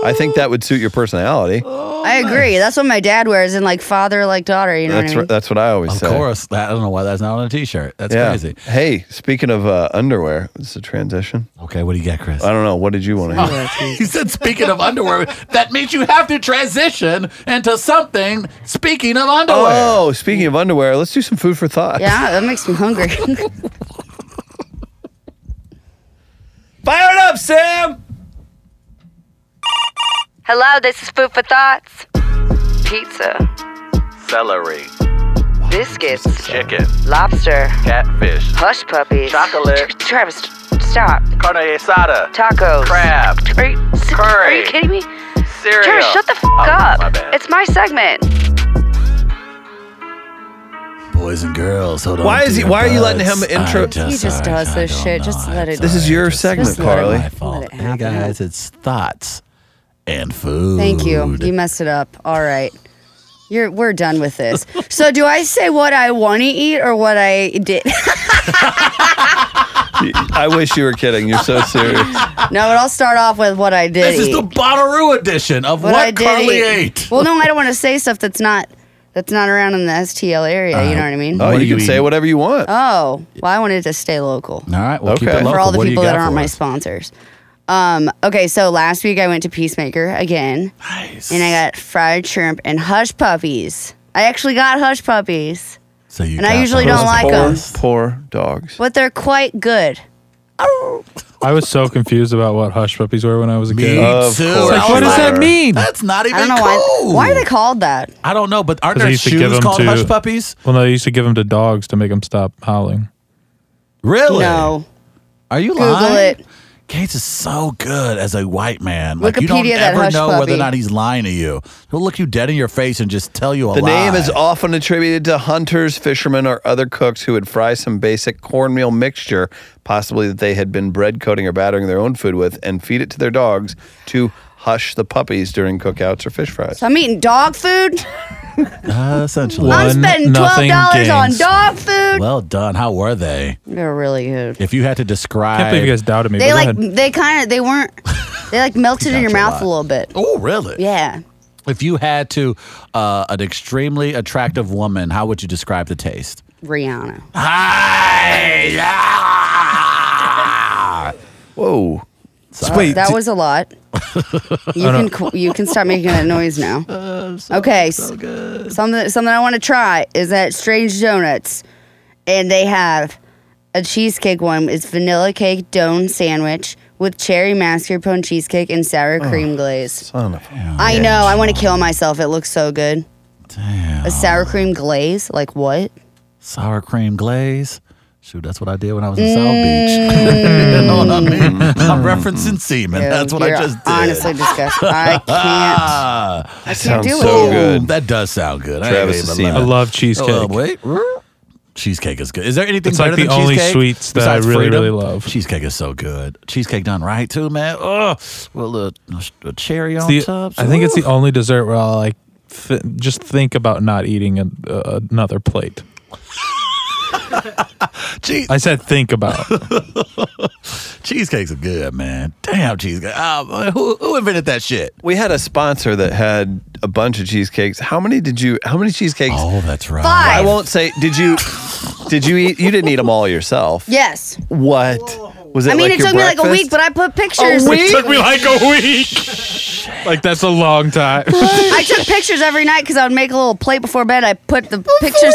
[SPEAKER 3] I think that would suit your personality.
[SPEAKER 5] I agree. That's what my dad wears in like father, like daughter. You know
[SPEAKER 3] That's
[SPEAKER 5] what I
[SPEAKER 3] r-
[SPEAKER 5] mean?
[SPEAKER 3] that's what I always
[SPEAKER 1] Of
[SPEAKER 3] say.
[SPEAKER 1] course, that, I don't know why that's not on a T-shirt. That's
[SPEAKER 3] Yeah.
[SPEAKER 1] crazy.
[SPEAKER 3] Hey, speaking of uh, underwear, this is a transition.
[SPEAKER 1] Okay, what do you get, Chris?
[SPEAKER 3] I don't know. What did you want to hear?
[SPEAKER 1] he said, "Speaking of underwear, that means you have to transition into something." Speaking of underwear,
[SPEAKER 3] Oh, speaking of underwear, let's do some food for thought.
[SPEAKER 5] Yeah, that makes me hungry.
[SPEAKER 3] Fire it up, Sam.
[SPEAKER 5] Hello, this is Food for Thoughts. Pizza,
[SPEAKER 10] Celery,
[SPEAKER 5] biscuits,
[SPEAKER 10] chicken,
[SPEAKER 5] lobster,
[SPEAKER 10] catfish,
[SPEAKER 5] hush puppies,
[SPEAKER 10] Chocolate.
[SPEAKER 5] Tr- Travis, stop.
[SPEAKER 10] carne asada,
[SPEAKER 5] Tacos,
[SPEAKER 10] crab,
[SPEAKER 5] Are you, are
[SPEAKER 10] Curry.
[SPEAKER 5] you kidding me?
[SPEAKER 10] cereal.
[SPEAKER 5] Travis, shut the f
[SPEAKER 10] Oh,
[SPEAKER 5] up.
[SPEAKER 10] My bad.
[SPEAKER 5] It's my segment.
[SPEAKER 1] boys and girls, hold on.
[SPEAKER 3] Why
[SPEAKER 1] to
[SPEAKER 3] is he-
[SPEAKER 1] your
[SPEAKER 3] why are you letting him
[SPEAKER 1] butts.
[SPEAKER 3] intro-
[SPEAKER 1] I
[SPEAKER 5] He just
[SPEAKER 1] I
[SPEAKER 5] does
[SPEAKER 1] I
[SPEAKER 5] this
[SPEAKER 1] don't
[SPEAKER 5] shit. Just
[SPEAKER 1] I'm
[SPEAKER 5] let it-
[SPEAKER 3] This is your
[SPEAKER 1] It's
[SPEAKER 3] segment,
[SPEAKER 1] just
[SPEAKER 3] Carly.
[SPEAKER 1] My
[SPEAKER 5] Let
[SPEAKER 1] fault.
[SPEAKER 5] it
[SPEAKER 1] Hey
[SPEAKER 5] happen.
[SPEAKER 1] guys, it's thoughts and food.
[SPEAKER 5] Thank you. You messed it up. All right. You're, we're done with this. So, do I say what I want to eat or what I did?
[SPEAKER 3] I wish you were kidding. You're so serious. Oh,
[SPEAKER 5] no, but I'll start off with what I did.
[SPEAKER 1] This is
[SPEAKER 5] eat.
[SPEAKER 1] the Bonnaroo edition of what,
[SPEAKER 5] what, I did
[SPEAKER 1] Carly
[SPEAKER 5] eat.
[SPEAKER 1] ate.
[SPEAKER 5] Well, no, I don't want to say stuff that's not that's not around in the STL area.
[SPEAKER 1] Uh,
[SPEAKER 5] you know what I mean?
[SPEAKER 3] Oh,
[SPEAKER 1] What are
[SPEAKER 3] you
[SPEAKER 1] you
[SPEAKER 3] can say
[SPEAKER 1] eating?
[SPEAKER 3] whatever you want.
[SPEAKER 5] oh, well, I wanted to stay local
[SPEAKER 1] All right, well, keep
[SPEAKER 3] Okay.
[SPEAKER 1] it
[SPEAKER 3] For
[SPEAKER 1] local.
[SPEAKER 5] for all the
[SPEAKER 1] What do you
[SPEAKER 5] people that
[SPEAKER 1] got
[SPEAKER 5] aren't
[SPEAKER 1] for
[SPEAKER 5] my
[SPEAKER 1] us?
[SPEAKER 5] sponsors. Um, okay, so last week I went to Peacemaker again,
[SPEAKER 1] Nice.
[SPEAKER 5] and I got fried shrimp and hush puppies. I actually got hush puppies,
[SPEAKER 1] So you
[SPEAKER 5] and I
[SPEAKER 1] got
[SPEAKER 5] usually
[SPEAKER 1] the-
[SPEAKER 5] don't like
[SPEAKER 3] poor,
[SPEAKER 5] them,
[SPEAKER 3] poor dogs.
[SPEAKER 5] but they're quite good.
[SPEAKER 4] I was so confused about what hush puppies were when I was a
[SPEAKER 1] Me
[SPEAKER 4] kid.
[SPEAKER 3] Of
[SPEAKER 1] too.
[SPEAKER 3] course.
[SPEAKER 1] I
[SPEAKER 3] It's like,
[SPEAKER 1] was
[SPEAKER 4] what does that mean?
[SPEAKER 1] That's not even
[SPEAKER 5] I don't know
[SPEAKER 1] cool.
[SPEAKER 5] why. Why are they called that?
[SPEAKER 1] I don't know, but aren't
[SPEAKER 4] 'Cause I
[SPEAKER 1] there
[SPEAKER 4] used to give
[SPEAKER 1] shoes
[SPEAKER 4] 'em
[SPEAKER 1] called
[SPEAKER 4] to-
[SPEAKER 1] hush puppies?
[SPEAKER 4] Well, no, they used to give them to dogs to make them stop howling.
[SPEAKER 1] Really?
[SPEAKER 5] No,
[SPEAKER 1] Are you
[SPEAKER 5] Google
[SPEAKER 1] lying?
[SPEAKER 5] it.
[SPEAKER 1] Gates is so good as a white man. Like you don't
[SPEAKER 5] Wikipedia that
[SPEAKER 1] ever
[SPEAKER 5] hush
[SPEAKER 1] know whether or
[SPEAKER 5] puppy.
[SPEAKER 1] not he's lying to you. He'll look you dead in your face and just tell you a
[SPEAKER 3] The
[SPEAKER 1] lie.
[SPEAKER 3] name is often attributed to hunters, fishermen, or other cooks who would fry some basic cornmeal mixture, possibly that they had been bread coating or battering their own food with, and feed it to their dogs to hush the puppies during cookouts or fish fries.
[SPEAKER 5] so I'm eating dog food.
[SPEAKER 1] Uh, essentially.
[SPEAKER 4] What?
[SPEAKER 5] I'm
[SPEAKER 4] One
[SPEAKER 5] spending twelve
[SPEAKER 4] nothing
[SPEAKER 5] dollars on
[SPEAKER 4] gains.
[SPEAKER 5] dog food.
[SPEAKER 1] Well done. How were they?
[SPEAKER 5] They're really good.
[SPEAKER 1] If you had to
[SPEAKER 4] I can't
[SPEAKER 1] describe.
[SPEAKER 4] believe you guys doubted me.
[SPEAKER 5] They
[SPEAKER 4] but go
[SPEAKER 5] like
[SPEAKER 4] ahead.
[SPEAKER 5] they kind of they weren't. They like melted in your
[SPEAKER 1] Gotcha a
[SPEAKER 5] mouth a little bit.
[SPEAKER 1] Oh, really?
[SPEAKER 5] Yeah.
[SPEAKER 1] If you had to, uh, an extremely attractive woman, how would you describe the taste?
[SPEAKER 5] Rihanna.
[SPEAKER 1] Hi! Yeah!
[SPEAKER 3] Whoa.
[SPEAKER 1] Wait,
[SPEAKER 5] That was a lot. You can qu- you can stop making that noise now. okay. So Something something I want to try is that Strange Donuts, and they have a cheesecake one. It's vanilla cake dome sandwich with cherry mascarpone cheesecake and sour cream glaze.
[SPEAKER 3] Son of a-
[SPEAKER 5] I know. I want to kill myself. It looks so good. A sour cream glaze? Like what?
[SPEAKER 1] sour cream glaze. Shoot, that's what I did when I was in South Beach. you know what I mean? I'm referencing semen.
[SPEAKER 5] Dude,
[SPEAKER 1] that's what I
[SPEAKER 5] Mm. you're
[SPEAKER 1] just did.
[SPEAKER 5] Honestly, disgusting. I can't.
[SPEAKER 1] Ah,
[SPEAKER 3] That sounds
[SPEAKER 5] do
[SPEAKER 3] so
[SPEAKER 5] it.
[SPEAKER 3] good.
[SPEAKER 1] that does sound good. I
[SPEAKER 3] Travis
[SPEAKER 1] ain't
[SPEAKER 3] has
[SPEAKER 1] even
[SPEAKER 3] seen
[SPEAKER 4] I
[SPEAKER 1] lying.
[SPEAKER 4] love cheesecake.
[SPEAKER 1] Oh, wait. Cheesecake is good. Is there anything
[SPEAKER 4] It's like
[SPEAKER 1] better
[SPEAKER 4] the
[SPEAKER 1] than
[SPEAKER 4] only
[SPEAKER 1] cheesecake?
[SPEAKER 4] sweets that I
[SPEAKER 1] besides
[SPEAKER 4] really,
[SPEAKER 1] freedom?
[SPEAKER 4] really love.
[SPEAKER 1] Cheesecake is so good. Cheesecake done right too, man. Oh, well, a, a cherry on
[SPEAKER 4] It's the-
[SPEAKER 1] top.
[SPEAKER 4] I think it's the
[SPEAKER 1] Ooh.
[SPEAKER 4] only dessert where I'll like th- just think about not eating a, uh, another plate.
[SPEAKER 1] Cheese-
[SPEAKER 4] I said think about.
[SPEAKER 1] cheesecakes are good, man. Damn cheesecake. Uh, who, who invented that shit?
[SPEAKER 3] We had a sponsor that had a bunch of cheesecakes. How many did you, how many cheesecakes?
[SPEAKER 1] Oh, that's right.
[SPEAKER 5] Five.
[SPEAKER 3] I won't say, did you, did you eat, you didn't eat them all yourself.
[SPEAKER 5] Yes.
[SPEAKER 3] What? Was it
[SPEAKER 5] I mean,
[SPEAKER 3] like
[SPEAKER 5] it
[SPEAKER 3] your
[SPEAKER 5] took me like a
[SPEAKER 3] breakfast?
[SPEAKER 5] week, but I put pictures.
[SPEAKER 4] took me like a week. like that's a long time.
[SPEAKER 5] I took pictures every night because I would make a little plate before bed. I put the pictures.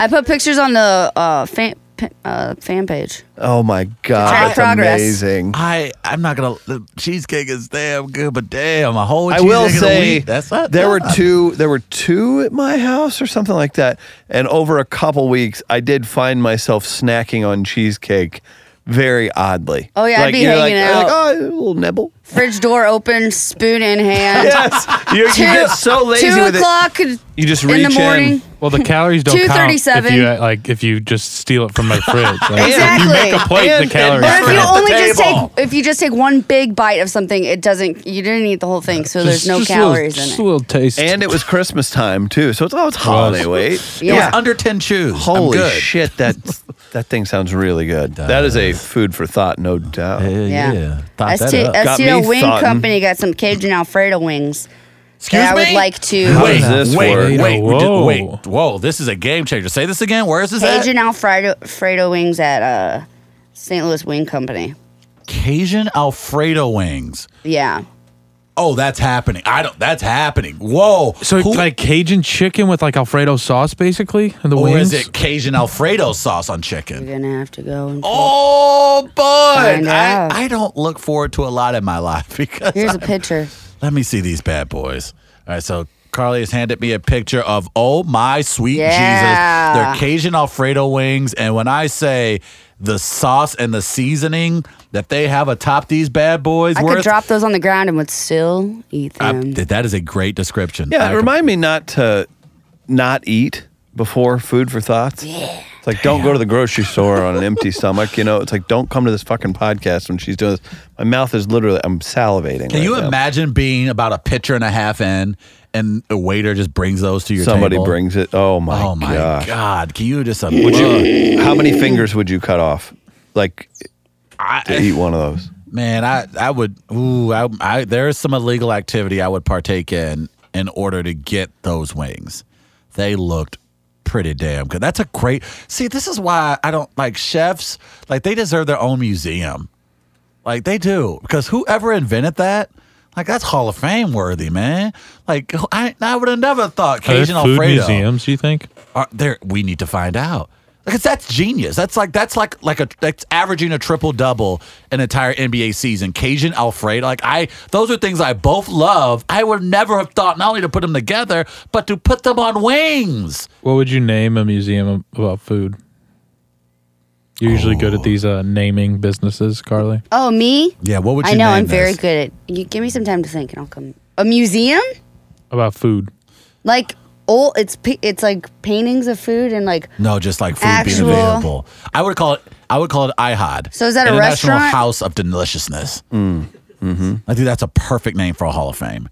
[SPEAKER 5] I put pictures on the uh, fan p- uh, fan page.
[SPEAKER 3] Oh my God.
[SPEAKER 5] Track
[SPEAKER 3] That's
[SPEAKER 5] progress.
[SPEAKER 3] amazing.
[SPEAKER 1] I I'm not gonna. The cheesecake is damn good, but damn, a whole.
[SPEAKER 3] I
[SPEAKER 1] cheesecake
[SPEAKER 3] will
[SPEAKER 1] in a
[SPEAKER 3] say
[SPEAKER 1] week, that's not
[SPEAKER 3] there were
[SPEAKER 1] bad.
[SPEAKER 3] two there were two at my house or something like that. And over a couple weeks I did find myself snacking on cheesecake very oddly.
[SPEAKER 5] Oh, yeah, I'd
[SPEAKER 3] like,
[SPEAKER 5] be
[SPEAKER 3] you're
[SPEAKER 5] hanging
[SPEAKER 3] like,
[SPEAKER 5] out.
[SPEAKER 3] oh, a little nibble.
[SPEAKER 5] Fridge door open, spoon in hand.
[SPEAKER 3] Yes. you you get so lazy
[SPEAKER 5] two
[SPEAKER 3] with it.
[SPEAKER 5] o'clock
[SPEAKER 3] You just
[SPEAKER 5] in
[SPEAKER 3] reach
[SPEAKER 5] the morning.
[SPEAKER 4] Well, the calories don't count if
[SPEAKER 5] 237.
[SPEAKER 4] you uh, like if you just steal it from my fridge. Like,
[SPEAKER 5] Exactly.
[SPEAKER 4] If you make a plate,
[SPEAKER 3] And-
[SPEAKER 4] the
[SPEAKER 3] and
[SPEAKER 4] calories.
[SPEAKER 5] Or
[SPEAKER 3] burn
[SPEAKER 5] if
[SPEAKER 4] count.
[SPEAKER 5] you
[SPEAKER 3] Right.
[SPEAKER 5] only
[SPEAKER 1] At the
[SPEAKER 5] just
[SPEAKER 1] table.
[SPEAKER 5] take if you just take one big bite of something, it doesn't. You didn't eat the whole thing, so there's
[SPEAKER 4] Just-
[SPEAKER 5] no
[SPEAKER 4] just a little-
[SPEAKER 5] calories
[SPEAKER 4] Just a
[SPEAKER 5] in it.
[SPEAKER 4] little taste.
[SPEAKER 3] in. And it was Christmas time too. So it's oh it's holiday wait.
[SPEAKER 1] It was
[SPEAKER 5] Yeah.
[SPEAKER 1] under ten shoes. I'm
[SPEAKER 3] Holy
[SPEAKER 1] good.
[SPEAKER 3] shit, that That thing sounds really good. That is a food for thought, no doubt.
[SPEAKER 5] Yeah.
[SPEAKER 1] Thought that
[SPEAKER 5] ST-
[SPEAKER 1] up.
[SPEAKER 3] Got me
[SPEAKER 5] STL Wing
[SPEAKER 3] thoughtin'.
[SPEAKER 5] Company got some Cajun Alfredo wings.
[SPEAKER 1] Excuse
[SPEAKER 5] that I
[SPEAKER 1] me?
[SPEAKER 5] would like
[SPEAKER 3] How
[SPEAKER 5] to.
[SPEAKER 3] does this
[SPEAKER 1] wait,
[SPEAKER 3] work?
[SPEAKER 1] wait, wait, we did-
[SPEAKER 4] Whoa.
[SPEAKER 1] wait. Whoa, this is a game changer. Say this again. Where is this at?
[SPEAKER 5] Cajun Alfredo, Alfredo wings at uh, St. Louis Wing Company.
[SPEAKER 1] Cajun Alfredo wings.
[SPEAKER 5] Yeah.
[SPEAKER 1] Oh, that's happening. I don't. That's happening. Whoa.
[SPEAKER 4] So
[SPEAKER 1] Who-
[SPEAKER 4] like Cajun chicken with like Alfredo sauce, basically, and the
[SPEAKER 1] or
[SPEAKER 4] wings.
[SPEAKER 1] is it Cajun Alfredo sauce on chicken?
[SPEAKER 5] You're going to have to go. And
[SPEAKER 1] Oh, boy.
[SPEAKER 5] Find
[SPEAKER 1] I,
[SPEAKER 5] out.
[SPEAKER 1] I don't look forward to a lot in my life because
[SPEAKER 5] Here's a picture.
[SPEAKER 1] Let me see these bad boys. All right, so Carly has handed me a picture of oh my sweet
[SPEAKER 5] Yeah.
[SPEAKER 1] Jesus, their Cajun Alfredo wings, and when I say the sauce and the seasoning that they have atop these bad boys,
[SPEAKER 5] I
[SPEAKER 1] worth,
[SPEAKER 5] could drop those on the ground and would still eat
[SPEAKER 1] I-
[SPEAKER 5] them.
[SPEAKER 1] th- that is a great description.
[SPEAKER 3] Yeah,
[SPEAKER 1] I-
[SPEAKER 3] it remind me not to not eat before food for thoughts. Yeah. It's like don't go to the grocery store on an empty stomach. You know, it's like don't come to this fucking podcast when she's doing this. My mouth is literally I'm salivating.
[SPEAKER 1] Can
[SPEAKER 3] right
[SPEAKER 1] you
[SPEAKER 3] now.
[SPEAKER 1] imagine being about a pitcher and a half in, and a waiter just brings those to your
[SPEAKER 3] somebody
[SPEAKER 1] table?
[SPEAKER 3] brings it? Oh my,
[SPEAKER 1] Oh my
[SPEAKER 3] gosh.
[SPEAKER 1] God! Can you just
[SPEAKER 3] Would you? how many fingers would you cut off? Like to
[SPEAKER 1] I,
[SPEAKER 3] eat one of those?
[SPEAKER 1] man, I I would. Ooh, I, I there is some illegal activity I would partake in in order to get those wings. They looked pretty damn good. That's a great. See, this is why I don't like chefs. Like they deserve their own museum. Like they do, because whoever invented that. Like that's Hall of Fame worthy, man. Like I, I would have never thought
[SPEAKER 4] Are there
[SPEAKER 1] Cajun
[SPEAKER 4] food
[SPEAKER 1] Alfredo.
[SPEAKER 4] museums? You think?
[SPEAKER 1] Are there we need to find out. Because that's genius. That's like that's like like a that's averaging a triple double an entire NBA season. Cajun Alfredo, like I, those are things I both love. I would never have thought not only to put them together, but to put them on wings.
[SPEAKER 4] What would you name a museum about food? You're usually good
[SPEAKER 1] Oh.
[SPEAKER 4] at these uh, naming businesses, Carly.
[SPEAKER 5] oh, me?
[SPEAKER 1] Yeah, what would you?
[SPEAKER 5] I know.
[SPEAKER 1] name
[SPEAKER 5] I'm very
[SPEAKER 1] this?
[SPEAKER 5] good at you Give me some time to think and I'll come. A museum?
[SPEAKER 4] About food.
[SPEAKER 5] Like, old, it's, pi- it's like paintings of food and like
[SPEAKER 1] No, just like food
[SPEAKER 5] Actual-
[SPEAKER 1] being available. I would call it. I would call it IHOD.
[SPEAKER 5] So is that a
[SPEAKER 1] International
[SPEAKER 5] restaurant?
[SPEAKER 1] House of Deliciousness. I think that's a perfect name for a Hall of Fame.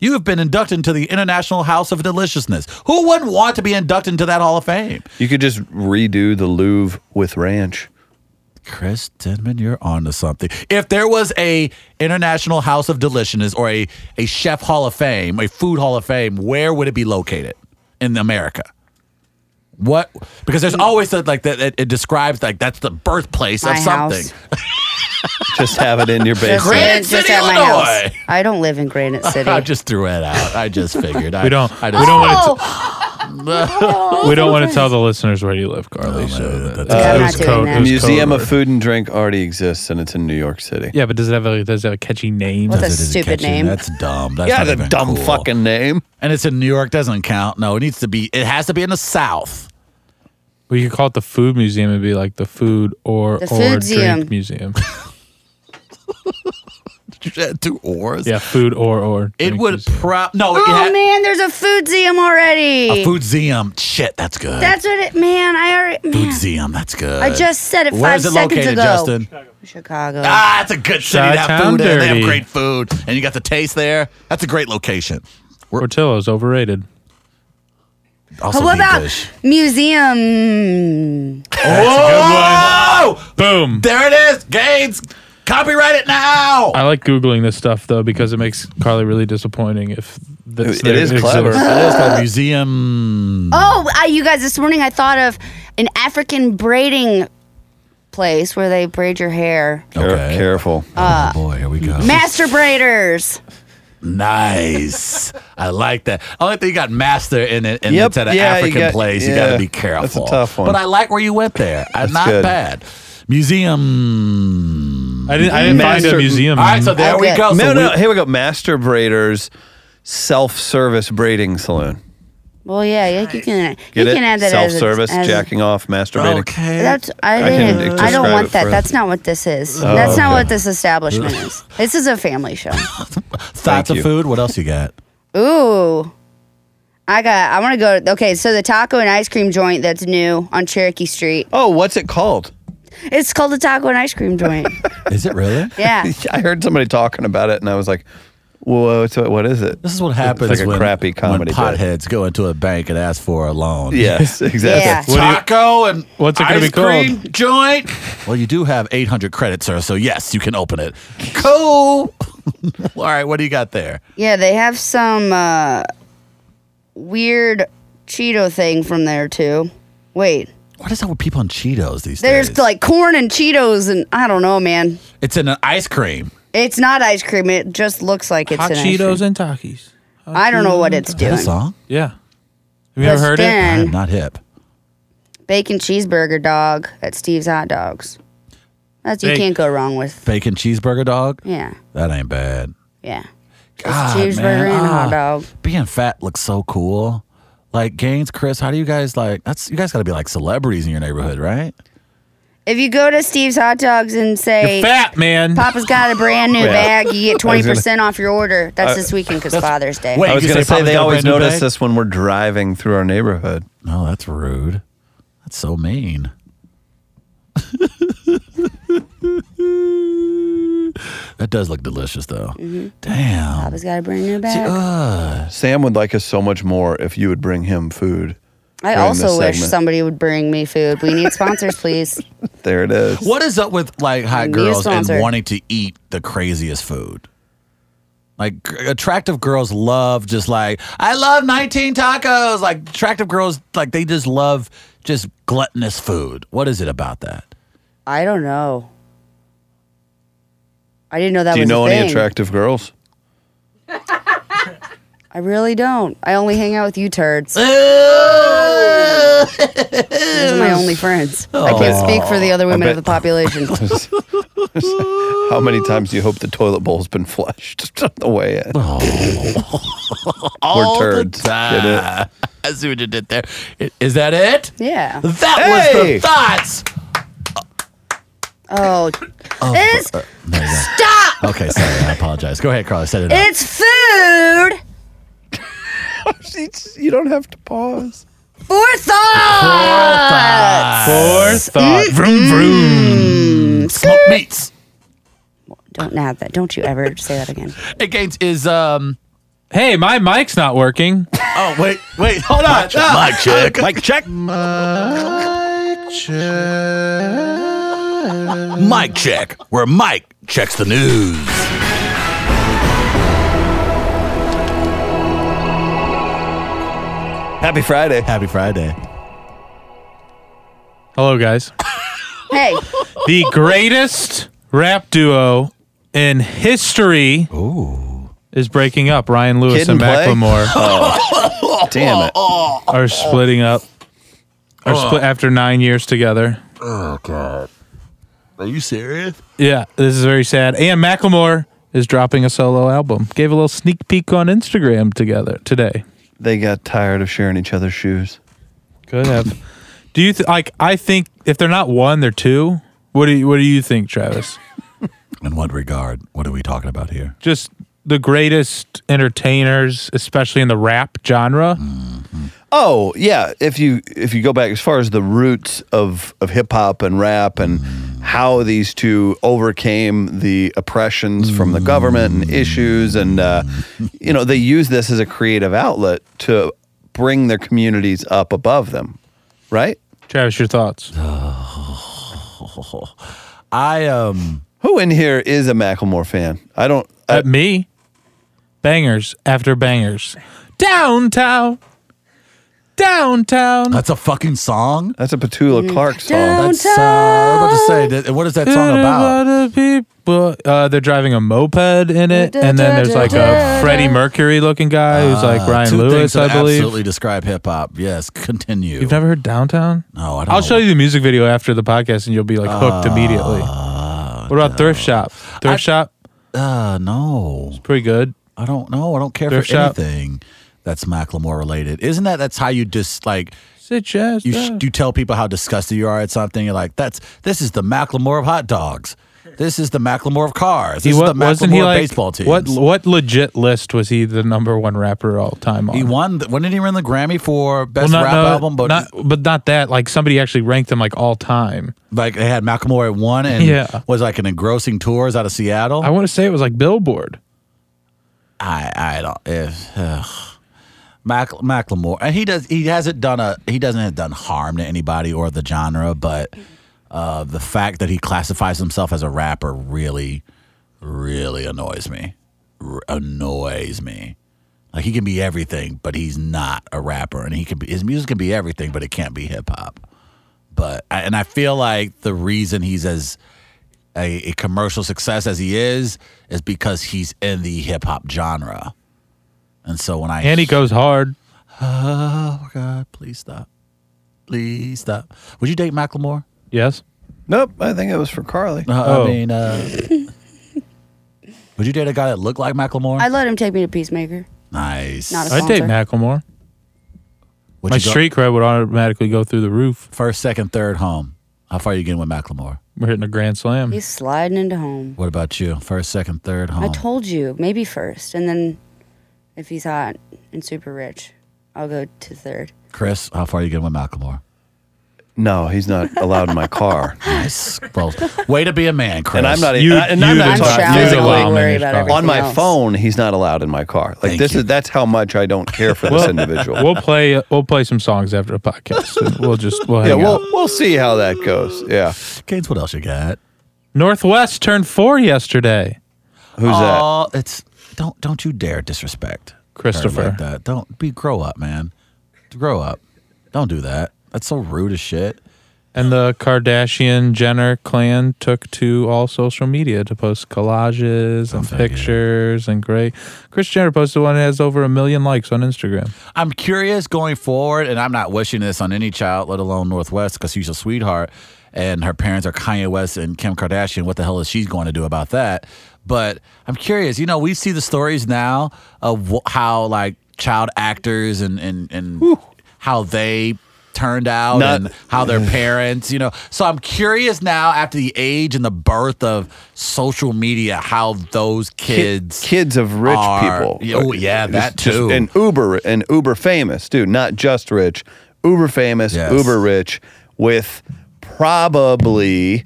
[SPEAKER 1] You have been inducted into the International House of Deliciousness. Who wouldn't want to be inducted into that Hall of Fame?
[SPEAKER 3] You could just redo the Louvre with ranch.
[SPEAKER 1] Chris Denman, you're on to something. If there was a International House of Deliciousness or a, a Chef Hall of Fame, a Food Hall of Fame, where would it be located in America? What? Because there's always that like that. It, it describes like that's the birthplace
[SPEAKER 5] my
[SPEAKER 1] of something.
[SPEAKER 5] house.
[SPEAKER 3] Just have it in your
[SPEAKER 5] Just,
[SPEAKER 3] basement.
[SPEAKER 1] Granite
[SPEAKER 5] just
[SPEAKER 1] City,
[SPEAKER 5] at my
[SPEAKER 1] Illinois.
[SPEAKER 5] house. I don't live in Granite City.
[SPEAKER 1] I just threw it out. I just figured. I,
[SPEAKER 4] We don't.
[SPEAKER 1] I
[SPEAKER 4] we don't
[SPEAKER 1] just-
[SPEAKER 5] Oh,
[SPEAKER 4] want to. we don't want to tell the listeners where you live,
[SPEAKER 1] Oh,
[SPEAKER 4] Carly. so that-
[SPEAKER 1] that's-
[SPEAKER 5] I'm
[SPEAKER 4] it
[SPEAKER 5] not
[SPEAKER 4] was
[SPEAKER 5] doing
[SPEAKER 4] code-
[SPEAKER 5] that.
[SPEAKER 4] it was
[SPEAKER 3] Museum
[SPEAKER 4] code
[SPEAKER 3] of
[SPEAKER 4] word.
[SPEAKER 3] Food and Drink already exists, and it's in New York City.
[SPEAKER 4] Yeah, but does it have a does it have a catchy name?
[SPEAKER 5] What's a
[SPEAKER 1] It is
[SPEAKER 5] stupid
[SPEAKER 1] catchy.
[SPEAKER 5] name?
[SPEAKER 1] That's dumb. That's
[SPEAKER 3] Yeah,
[SPEAKER 1] not
[SPEAKER 3] the
[SPEAKER 1] even cool.
[SPEAKER 3] dumb fucking name.
[SPEAKER 1] And it's in New York. Doesn't count. No, it needs to be. It has to be in the South.
[SPEAKER 4] We could call it the food museum and be like the food or
[SPEAKER 5] The
[SPEAKER 4] or
[SPEAKER 5] foodseum.
[SPEAKER 4] drink museum.
[SPEAKER 1] Did you add two ors?
[SPEAKER 4] yeah, food or or.
[SPEAKER 1] It
[SPEAKER 4] drink
[SPEAKER 1] would
[SPEAKER 4] museum.
[SPEAKER 1] pro no. it
[SPEAKER 5] oh,
[SPEAKER 1] had-
[SPEAKER 5] man, there's a foodseum already.
[SPEAKER 1] A foodseum. Shit, that's good.
[SPEAKER 5] That's what it, man. I already, man.
[SPEAKER 1] foodseum. That's good.
[SPEAKER 5] I just said it
[SPEAKER 1] Where's
[SPEAKER 5] five
[SPEAKER 1] it
[SPEAKER 5] seconds
[SPEAKER 1] located,
[SPEAKER 5] ago.
[SPEAKER 1] Justin?
[SPEAKER 5] Chicago.
[SPEAKER 1] Ah, that's a good city. to have
[SPEAKER 4] Chi-town
[SPEAKER 1] food. in. They have
[SPEAKER 4] dirty.
[SPEAKER 1] great food, and you got the taste there. That's a great location.
[SPEAKER 4] Portillo's overrated.
[SPEAKER 1] Also,
[SPEAKER 5] what
[SPEAKER 1] deep
[SPEAKER 5] about
[SPEAKER 1] dish.
[SPEAKER 3] Hmm.
[SPEAKER 5] museum?
[SPEAKER 1] Oh,
[SPEAKER 4] Boom.
[SPEAKER 1] there it is. Gaines, copyright it now.
[SPEAKER 4] I like googling this stuff though because it makes Carly really disappointing. If that's
[SPEAKER 3] It is clever.
[SPEAKER 1] It is called museum.
[SPEAKER 5] Oh, I, you guys, this morning I thought of an African braiding place where they braid your hair.
[SPEAKER 3] Care-
[SPEAKER 1] Okay.
[SPEAKER 3] Careful.
[SPEAKER 5] Uh,
[SPEAKER 1] oh boy, here we go.
[SPEAKER 5] Master braiders.
[SPEAKER 1] nice. I like that. I like that you got master in it, and
[SPEAKER 3] Yep,
[SPEAKER 1] it's at an
[SPEAKER 3] yeah, you
[SPEAKER 1] African
[SPEAKER 3] got-
[SPEAKER 1] place. You
[SPEAKER 3] yeah,
[SPEAKER 1] got to be
[SPEAKER 3] that's a
[SPEAKER 1] careful.
[SPEAKER 3] tough one.
[SPEAKER 1] But I like where you went there. Uh, Not
[SPEAKER 3] good.
[SPEAKER 1] bad. Museum.
[SPEAKER 4] I didn't. I didn't find
[SPEAKER 3] Master-
[SPEAKER 4] a museum.
[SPEAKER 1] All right, so there we
[SPEAKER 5] Okay.
[SPEAKER 1] go. So
[SPEAKER 3] no, no,
[SPEAKER 1] we-
[SPEAKER 3] here we go. Master Braiders Self Service Braiding Saloon.
[SPEAKER 5] Well, yeah, yeah, you can
[SPEAKER 3] Get
[SPEAKER 5] you
[SPEAKER 3] it?
[SPEAKER 5] can add that
[SPEAKER 3] Self
[SPEAKER 5] as a-
[SPEAKER 3] service,
[SPEAKER 5] as a-
[SPEAKER 3] jacking off, masturbating.
[SPEAKER 1] Okay.
[SPEAKER 5] That's I
[SPEAKER 3] I can
[SPEAKER 5] didn't.
[SPEAKER 3] d-
[SPEAKER 5] I, don't
[SPEAKER 3] describe
[SPEAKER 5] want
[SPEAKER 3] it
[SPEAKER 5] that.
[SPEAKER 3] for- Oh,
[SPEAKER 5] That's not what this is. That's not
[SPEAKER 3] okay.
[SPEAKER 5] what this establishment is. This is a family show.
[SPEAKER 1] Thoughts
[SPEAKER 3] Thank
[SPEAKER 1] of
[SPEAKER 3] you.
[SPEAKER 1] food. What else you got?
[SPEAKER 5] Ooh. I got I want to go Okay, so the taco and ice cream joint that's new on Cherokee Street.
[SPEAKER 3] Oh, what's it called?
[SPEAKER 5] It's called the taco and ice cream joint.
[SPEAKER 1] Is it really?
[SPEAKER 5] Yeah.
[SPEAKER 3] I heard somebody talking about it, and I was like, Well, it's- what is it?
[SPEAKER 1] This is what happens
[SPEAKER 3] like a
[SPEAKER 1] when,
[SPEAKER 3] crappy
[SPEAKER 1] when
[SPEAKER 3] comedy bit.
[SPEAKER 1] potheads go into a bank and ask for a loan.
[SPEAKER 3] Yes, exactly.
[SPEAKER 5] Yeah.
[SPEAKER 4] What do you-
[SPEAKER 1] Taco and
[SPEAKER 4] What's it gonna
[SPEAKER 1] ice
[SPEAKER 4] be called?
[SPEAKER 1] cream joint. Well, you do have 800 credits, sir, so yes, you can open it. Cool. All right, what do you got there?
[SPEAKER 5] Yeah, they have some uh, weird Cheeto thing from there too. Wait,
[SPEAKER 1] What is up with people on Cheetos these
[SPEAKER 5] there's
[SPEAKER 1] days?
[SPEAKER 5] like corn and Cheetos, and I don't know, man.
[SPEAKER 1] it's in an ice cream.
[SPEAKER 5] It's not ice cream. It just looks like it's
[SPEAKER 4] Hot
[SPEAKER 5] an ice
[SPEAKER 4] Cheetos
[SPEAKER 5] cream.
[SPEAKER 4] and Takis. Hot
[SPEAKER 5] I don't know
[SPEAKER 4] Cheetos
[SPEAKER 5] what
[SPEAKER 4] and
[SPEAKER 5] it's
[SPEAKER 4] Takis.
[SPEAKER 1] Is that a
[SPEAKER 5] doing.
[SPEAKER 1] song?
[SPEAKER 4] Yeah. Have you ever heard it?
[SPEAKER 1] I'm
[SPEAKER 5] Then
[SPEAKER 1] not hip.
[SPEAKER 5] bacon cheeseburger dog at Steve's Hot Dogs. That's you
[SPEAKER 4] Bacon.
[SPEAKER 5] can't go wrong with.
[SPEAKER 1] Bacon cheeseburger dog?
[SPEAKER 5] Yeah,
[SPEAKER 1] That ain't bad.
[SPEAKER 5] yeah. Just
[SPEAKER 1] God,
[SPEAKER 5] cheeseburger
[SPEAKER 1] man.
[SPEAKER 5] and hot
[SPEAKER 1] Ah.
[SPEAKER 5] dog.
[SPEAKER 1] Being fat looks so cool. Like Gaines, Chris, how do you guys like that's you guys gotta be like celebrities in your neighborhood, right?
[SPEAKER 5] If you go to Steve's Hot Dogs and say
[SPEAKER 4] You're fat, man.
[SPEAKER 5] Papa's got a brand new bag. You get 20% off your order. That's
[SPEAKER 3] Uh,
[SPEAKER 5] this weekend because Father's Day.
[SPEAKER 1] Wait,
[SPEAKER 3] I was
[SPEAKER 1] you
[SPEAKER 3] going to
[SPEAKER 1] say
[SPEAKER 3] say
[SPEAKER 1] Papa's
[SPEAKER 3] they
[SPEAKER 1] got a
[SPEAKER 3] always
[SPEAKER 1] brand new
[SPEAKER 3] notice
[SPEAKER 1] bag?
[SPEAKER 3] this when we're driving through our neighborhood.
[SPEAKER 1] No, that's rude. That's so mean. that does look delicious, though.
[SPEAKER 5] Mm-hmm.
[SPEAKER 1] Damn.
[SPEAKER 5] Papa's got a brand new bag.
[SPEAKER 3] uh, Sam would like us so much more if you would bring him food.
[SPEAKER 5] I
[SPEAKER 3] during
[SPEAKER 5] also
[SPEAKER 3] this
[SPEAKER 5] wish
[SPEAKER 3] segment.
[SPEAKER 5] somebody would bring me food. We need sponsors, please.
[SPEAKER 3] There it is.
[SPEAKER 1] What is up with like hot
[SPEAKER 5] Need a
[SPEAKER 1] girls and
[SPEAKER 5] sponsor.
[SPEAKER 1] wanting to eat the craziest food? Like g- attractive girls love just like I love 19 tacos. Like attractive girls like they just love just gluttonous food. What is it about that?
[SPEAKER 5] I don't know. I didn't know that
[SPEAKER 3] Do you
[SPEAKER 5] was
[SPEAKER 3] know
[SPEAKER 5] a
[SPEAKER 3] any
[SPEAKER 5] thing.
[SPEAKER 3] attractive girls?
[SPEAKER 5] I really don't. I only hang out with you turds. Those are my only friends. I can't speak for the other women of
[SPEAKER 3] bet-
[SPEAKER 5] the population.
[SPEAKER 3] How many times do you hope the toilet bowl's been flushed on the way in?
[SPEAKER 1] All
[SPEAKER 3] turds.
[SPEAKER 1] The time. I see what you did there. I- Is that it?
[SPEAKER 5] yeah.
[SPEAKER 1] That was
[SPEAKER 3] Hey!
[SPEAKER 1] the thoughts.
[SPEAKER 5] Oh, it's
[SPEAKER 3] uh,
[SPEAKER 5] stop.
[SPEAKER 1] Okay, sorry. I apologize. Go ahead, Carly. Set it up.
[SPEAKER 5] It's food
[SPEAKER 3] you don't have to pause.
[SPEAKER 5] for thought.
[SPEAKER 4] Four thought.
[SPEAKER 3] Mm-hmm.
[SPEAKER 4] Vroom, vroom.
[SPEAKER 1] Smoked meats.
[SPEAKER 5] Don't add that. Don't you ever say that again.
[SPEAKER 1] It gains is um.
[SPEAKER 4] Hey, my mic's not working.
[SPEAKER 1] Oh wait, wait, hold on. Mic check. Mic check. Mic check. Mic check. Where Mike checks the news.
[SPEAKER 3] Happy Friday.
[SPEAKER 1] Happy Friday.
[SPEAKER 4] Hello, guys.
[SPEAKER 5] Hey,
[SPEAKER 4] the greatest rap duo in history is breaking up. Ryan Lewis
[SPEAKER 3] Kid
[SPEAKER 4] and
[SPEAKER 3] and Play?
[SPEAKER 4] Macklemore
[SPEAKER 3] Damn it.
[SPEAKER 4] are splitting up. Are split after nine years together.
[SPEAKER 1] Are you serious?
[SPEAKER 4] Yeah, this is very sad. And Macklemore is dropping a solo album. Gave a little sneak peek on Instagram together today.
[SPEAKER 3] They got tired of sharing each other's shoes.
[SPEAKER 4] Could have. do you th- like? I think if they're not one, they're two. What do you What do you think, Travis?
[SPEAKER 1] In what regard? What are we talking about here?
[SPEAKER 4] Just the greatest entertainers, especially in the rap genre.
[SPEAKER 3] Oh yeah, if you if you go back as far as the roots of of hip hop and rap and how these two overcame the oppressions from the government and issues, and uh, you know they use this as a creative outlet to bring their communities up above them, right?
[SPEAKER 4] Travis, your thoughts?
[SPEAKER 1] Uh, I um.
[SPEAKER 3] Who in here is a Macklemore fan? I don't. I,
[SPEAKER 4] At Uh, me, bangers after bangers. Downtown, downtown.
[SPEAKER 1] That's a fucking song.
[SPEAKER 3] that's a
[SPEAKER 5] Mm.
[SPEAKER 3] Petula Clark song.
[SPEAKER 1] That's uh, I was about to say. that- What is that song about?
[SPEAKER 4] About the people. Uh, they're driving a moped in it, and then there's like a Freddie Mercury looking guy who's like Ryan
[SPEAKER 1] Uh, Two
[SPEAKER 4] Lewis,
[SPEAKER 1] things
[SPEAKER 4] I
[SPEAKER 1] that
[SPEAKER 4] believe.
[SPEAKER 1] absolutely describe hip hop. Yes, continue.
[SPEAKER 4] You've never heard Downtown?
[SPEAKER 1] No, I don't.
[SPEAKER 4] I'll
[SPEAKER 1] know.
[SPEAKER 4] show you the music video after the podcast, and you'll be like hooked
[SPEAKER 1] Ah,
[SPEAKER 4] immediately. What about Thrift Shop? Thrift Shop,
[SPEAKER 1] Uh, no.
[SPEAKER 4] pretty good.
[SPEAKER 1] I don't know. I don't care
[SPEAKER 4] Thrift
[SPEAKER 1] for
[SPEAKER 4] shop.
[SPEAKER 1] anything that's Macklemore related. Isn't that that's how you just like
[SPEAKER 4] Sit just
[SPEAKER 1] you sh- you tell people how disgusted you are at something. You're like, that's this is the Macklemore of hot dogs. This is the Macklemore of cars. This is the
[SPEAKER 4] wa- wasn't
[SPEAKER 1] Macklemore of baseball teams.
[SPEAKER 4] What what legit list was he the number one rapper all time on?
[SPEAKER 1] he won. The, when did he win the Grammy for best
[SPEAKER 4] Well,
[SPEAKER 1] rap
[SPEAKER 4] no,
[SPEAKER 1] album? But
[SPEAKER 4] not, but not that. Like somebody actually ranked them like all time.
[SPEAKER 1] like they had Macklemore at one and
[SPEAKER 4] Yeah.
[SPEAKER 1] was like an engrossing tours out of Seattle.
[SPEAKER 4] I want to say it was like Billboard.
[SPEAKER 1] I I don't if uh, ugh. Mac, Macklemore and he does he hasn't done a he doesn't have done harm to anybody or the genre, but uh, the fact that he classifies himself as a rapper really really annoys me. R- annoys me. Like he can be everything, but he's not a rapper, and he can be his music can be everything, but it can't be hip hop. But I- and I feel like the reason he's as a, a commercial success as he is is because he's in the hip hop genre. And so when I
[SPEAKER 4] And he goes hard.
[SPEAKER 1] oh God, please stop, please stop. Would you date Macklemore?
[SPEAKER 4] Yes.
[SPEAKER 3] Nope, I think it was for Carly.
[SPEAKER 1] Uh,
[SPEAKER 4] Oh.
[SPEAKER 1] I mean, uh, would you date a guy that looked like Macklemore?
[SPEAKER 5] I'd let him take me to Peacemaker.
[SPEAKER 1] nice.
[SPEAKER 5] Not a
[SPEAKER 4] I'd date
[SPEAKER 5] Sponsor.
[SPEAKER 4] Macklemore.
[SPEAKER 1] Would
[SPEAKER 4] My
[SPEAKER 1] you go-
[SPEAKER 4] street cred would automatically go through the roof.
[SPEAKER 1] first, second, third home. How far are you getting with Macklemore?
[SPEAKER 4] We're hitting a grand slam.
[SPEAKER 5] He's sliding into home.
[SPEAKER 1] What about you? First, second, third
[SPEAKER 4] Oh.
[SPEAKER 1] home.
[SPEAKER 5] I told you, maybe first, and then if he's hot and super rich, I'll go to third.
[SPEAKER 1] Chris, how far are you getting with Macklemore?
[SPEAKER 3] No, he's not allowed in my car.
[SPEAKER 1] Nice. Well, way to be a man, Chris.
[SPEAKER 3] And I'm not
[SPEAKER 4] You-
[SPEAKER 3] even and I'm
[SPEAKER 4] you
[SPEAKER 3] not
[SPEAKER 5] I'm
[SPEAKER 4] did
[SPEAKER 3] talking
[SPEAKER 4] not.
[SPEAKER 5] shallow.
[SPEAKER 4] He's a
[SPEAKER 3] physically.
[SPEAKER 5] Don't
[SPEAKER 4] bomb in
[SPEAKER 5] worry
[SPEAKER 4] his
[SPEAKER 5] about
[SPEAKER 4] car.
[SPEAKER 5] everything
[SPEAKER 3] on my
[SPEAKER 5] else.
[SPEAKER 3] phone he's not allowed in my car like
[SPEAKER 1] Thank
[SPEAKER 3] this
[SPEAKER 1] you.
[SPEAKER 3] is that's how much i don't care for this individual
[SPEAKER 4] We'll play. uh, We'll play some songs after the podcast. and we'll just we'll
[SPEAKER 3] yeah
[SPEAKER 4] hang out.
[SPEAKER 3] we'll, we'll see how that goes yeah
[SPEAKER 1] Gaines, what else you got?
[SPEAKER 4] Northwest turned four yesterday.
[SPEAKER 3] who's that
[SPEAKER 1] Oh, it's don't don't you dare disrespect her
[SPEAKER 4] Christopher.
[SPEAKER 1] like that. Don't be grow up, man. Grow up. Don't do that. That's so rude as shit.
[SPEAKER 4] And the Kardashian Jenner clan took to all social media to post collages
[SPEAKER 3] Oh,
[SPEAKER 4] and
[SPEAKER 1] figure.
[SPEAKER 4] pictures and great. Chris Jenner posted one that has over a million likes on Instagram.
[SPEAKER 1] I'm curious going forward, and I'm not wishing this on any child, let alone Northwest, because she's a sweetheart, and her parents are Kanye West and Kim Kardashian. What the hell is she going to do about that? But I'm curious. You know, we see the stories now of wh- how like child actors and and and how they turned out
[SPEAKER 3] Not-
[SPEAKER 1] and how their parents, you know. So I'm curious now after the age and the birth of social media, how those kids
[SPEAKER 3] kids of rich
[SPEAKER 1] are-
[SPEAKER 3] people
[SPEAKER 1] Oh yeah, that
[SPEAKER 3] Just- just-
[SPEAKER 1] too.
[SPEAKER 3] and uber and uber famous dude not just rich uber famous
[SPEAKER 1] Yes.
[SPEAKER 3] uber rich with probably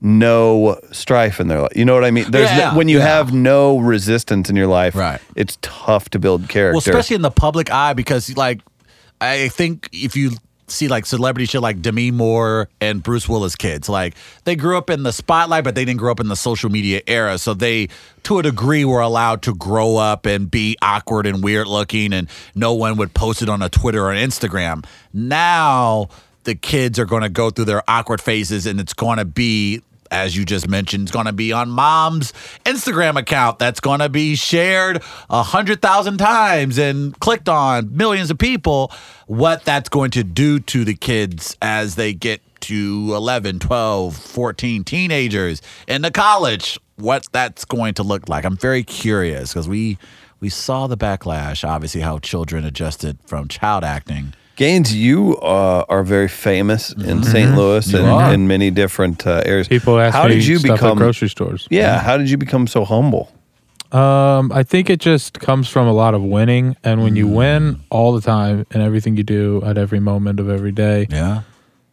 [SPEAKER 3] no strife in their life you know what i mean there's
[SPEAKER 1] Yeah,
[SPEAKER 3] no, when you
[SPEAKER 1] yeah.
[SPEAKER 3] have no resistance in your life
[SPEAKER 1] Right.
[SPEAKER 3] it's tough to build character
[SPEAKER 1] Well, especially in the public eye, because like I think if you see like celebrity shit like Demi Moore and Bruce Willis kids, like they grew up in the spotlight, but they didn't grow up in the social media era, so they to a degree were allowed to grow up and be awkward and weird looking, and no one would post it on a Twitter or an Instagram. Now the kids are going to go through their awkward phases, and it's going to be as you just mentioned, is going to be on mom's Instagram account. That's going to be shared a hundred thousand times and clicked on millions of people. What that's going to do to the kids as they get to 11, 12, 14 teenagers into college, what that's going to look like. I'm very curious because we we saw the backlash, obviously, how children adjusted from child acting.
[SPEAKER 3] Gaines, you uh, are very famous in St. Louis
[SPEAKER 1] Mm-hmm. are.
[SPEAKER 3] and in many different uh, areas.
[SPEAKER 4] People ask
[SPEAKER 3] how
[SPEAKER 4] me
[SPEAKER 3] did you
[SPEAKER 4] stuff
[SPEAKER 3] become
[SPEAKER 4] at grocery stores.
[SPEAKER 3] Yeah, how did you become so humble?
[SPEAKER 4] Um, I think it just comes from a lot of winning, and when
[SPEAKER 3] Mm.
[SPEAKER 4] you win all the time and everything you do at every moment of every day,
[SPEAKER 1] Yeah.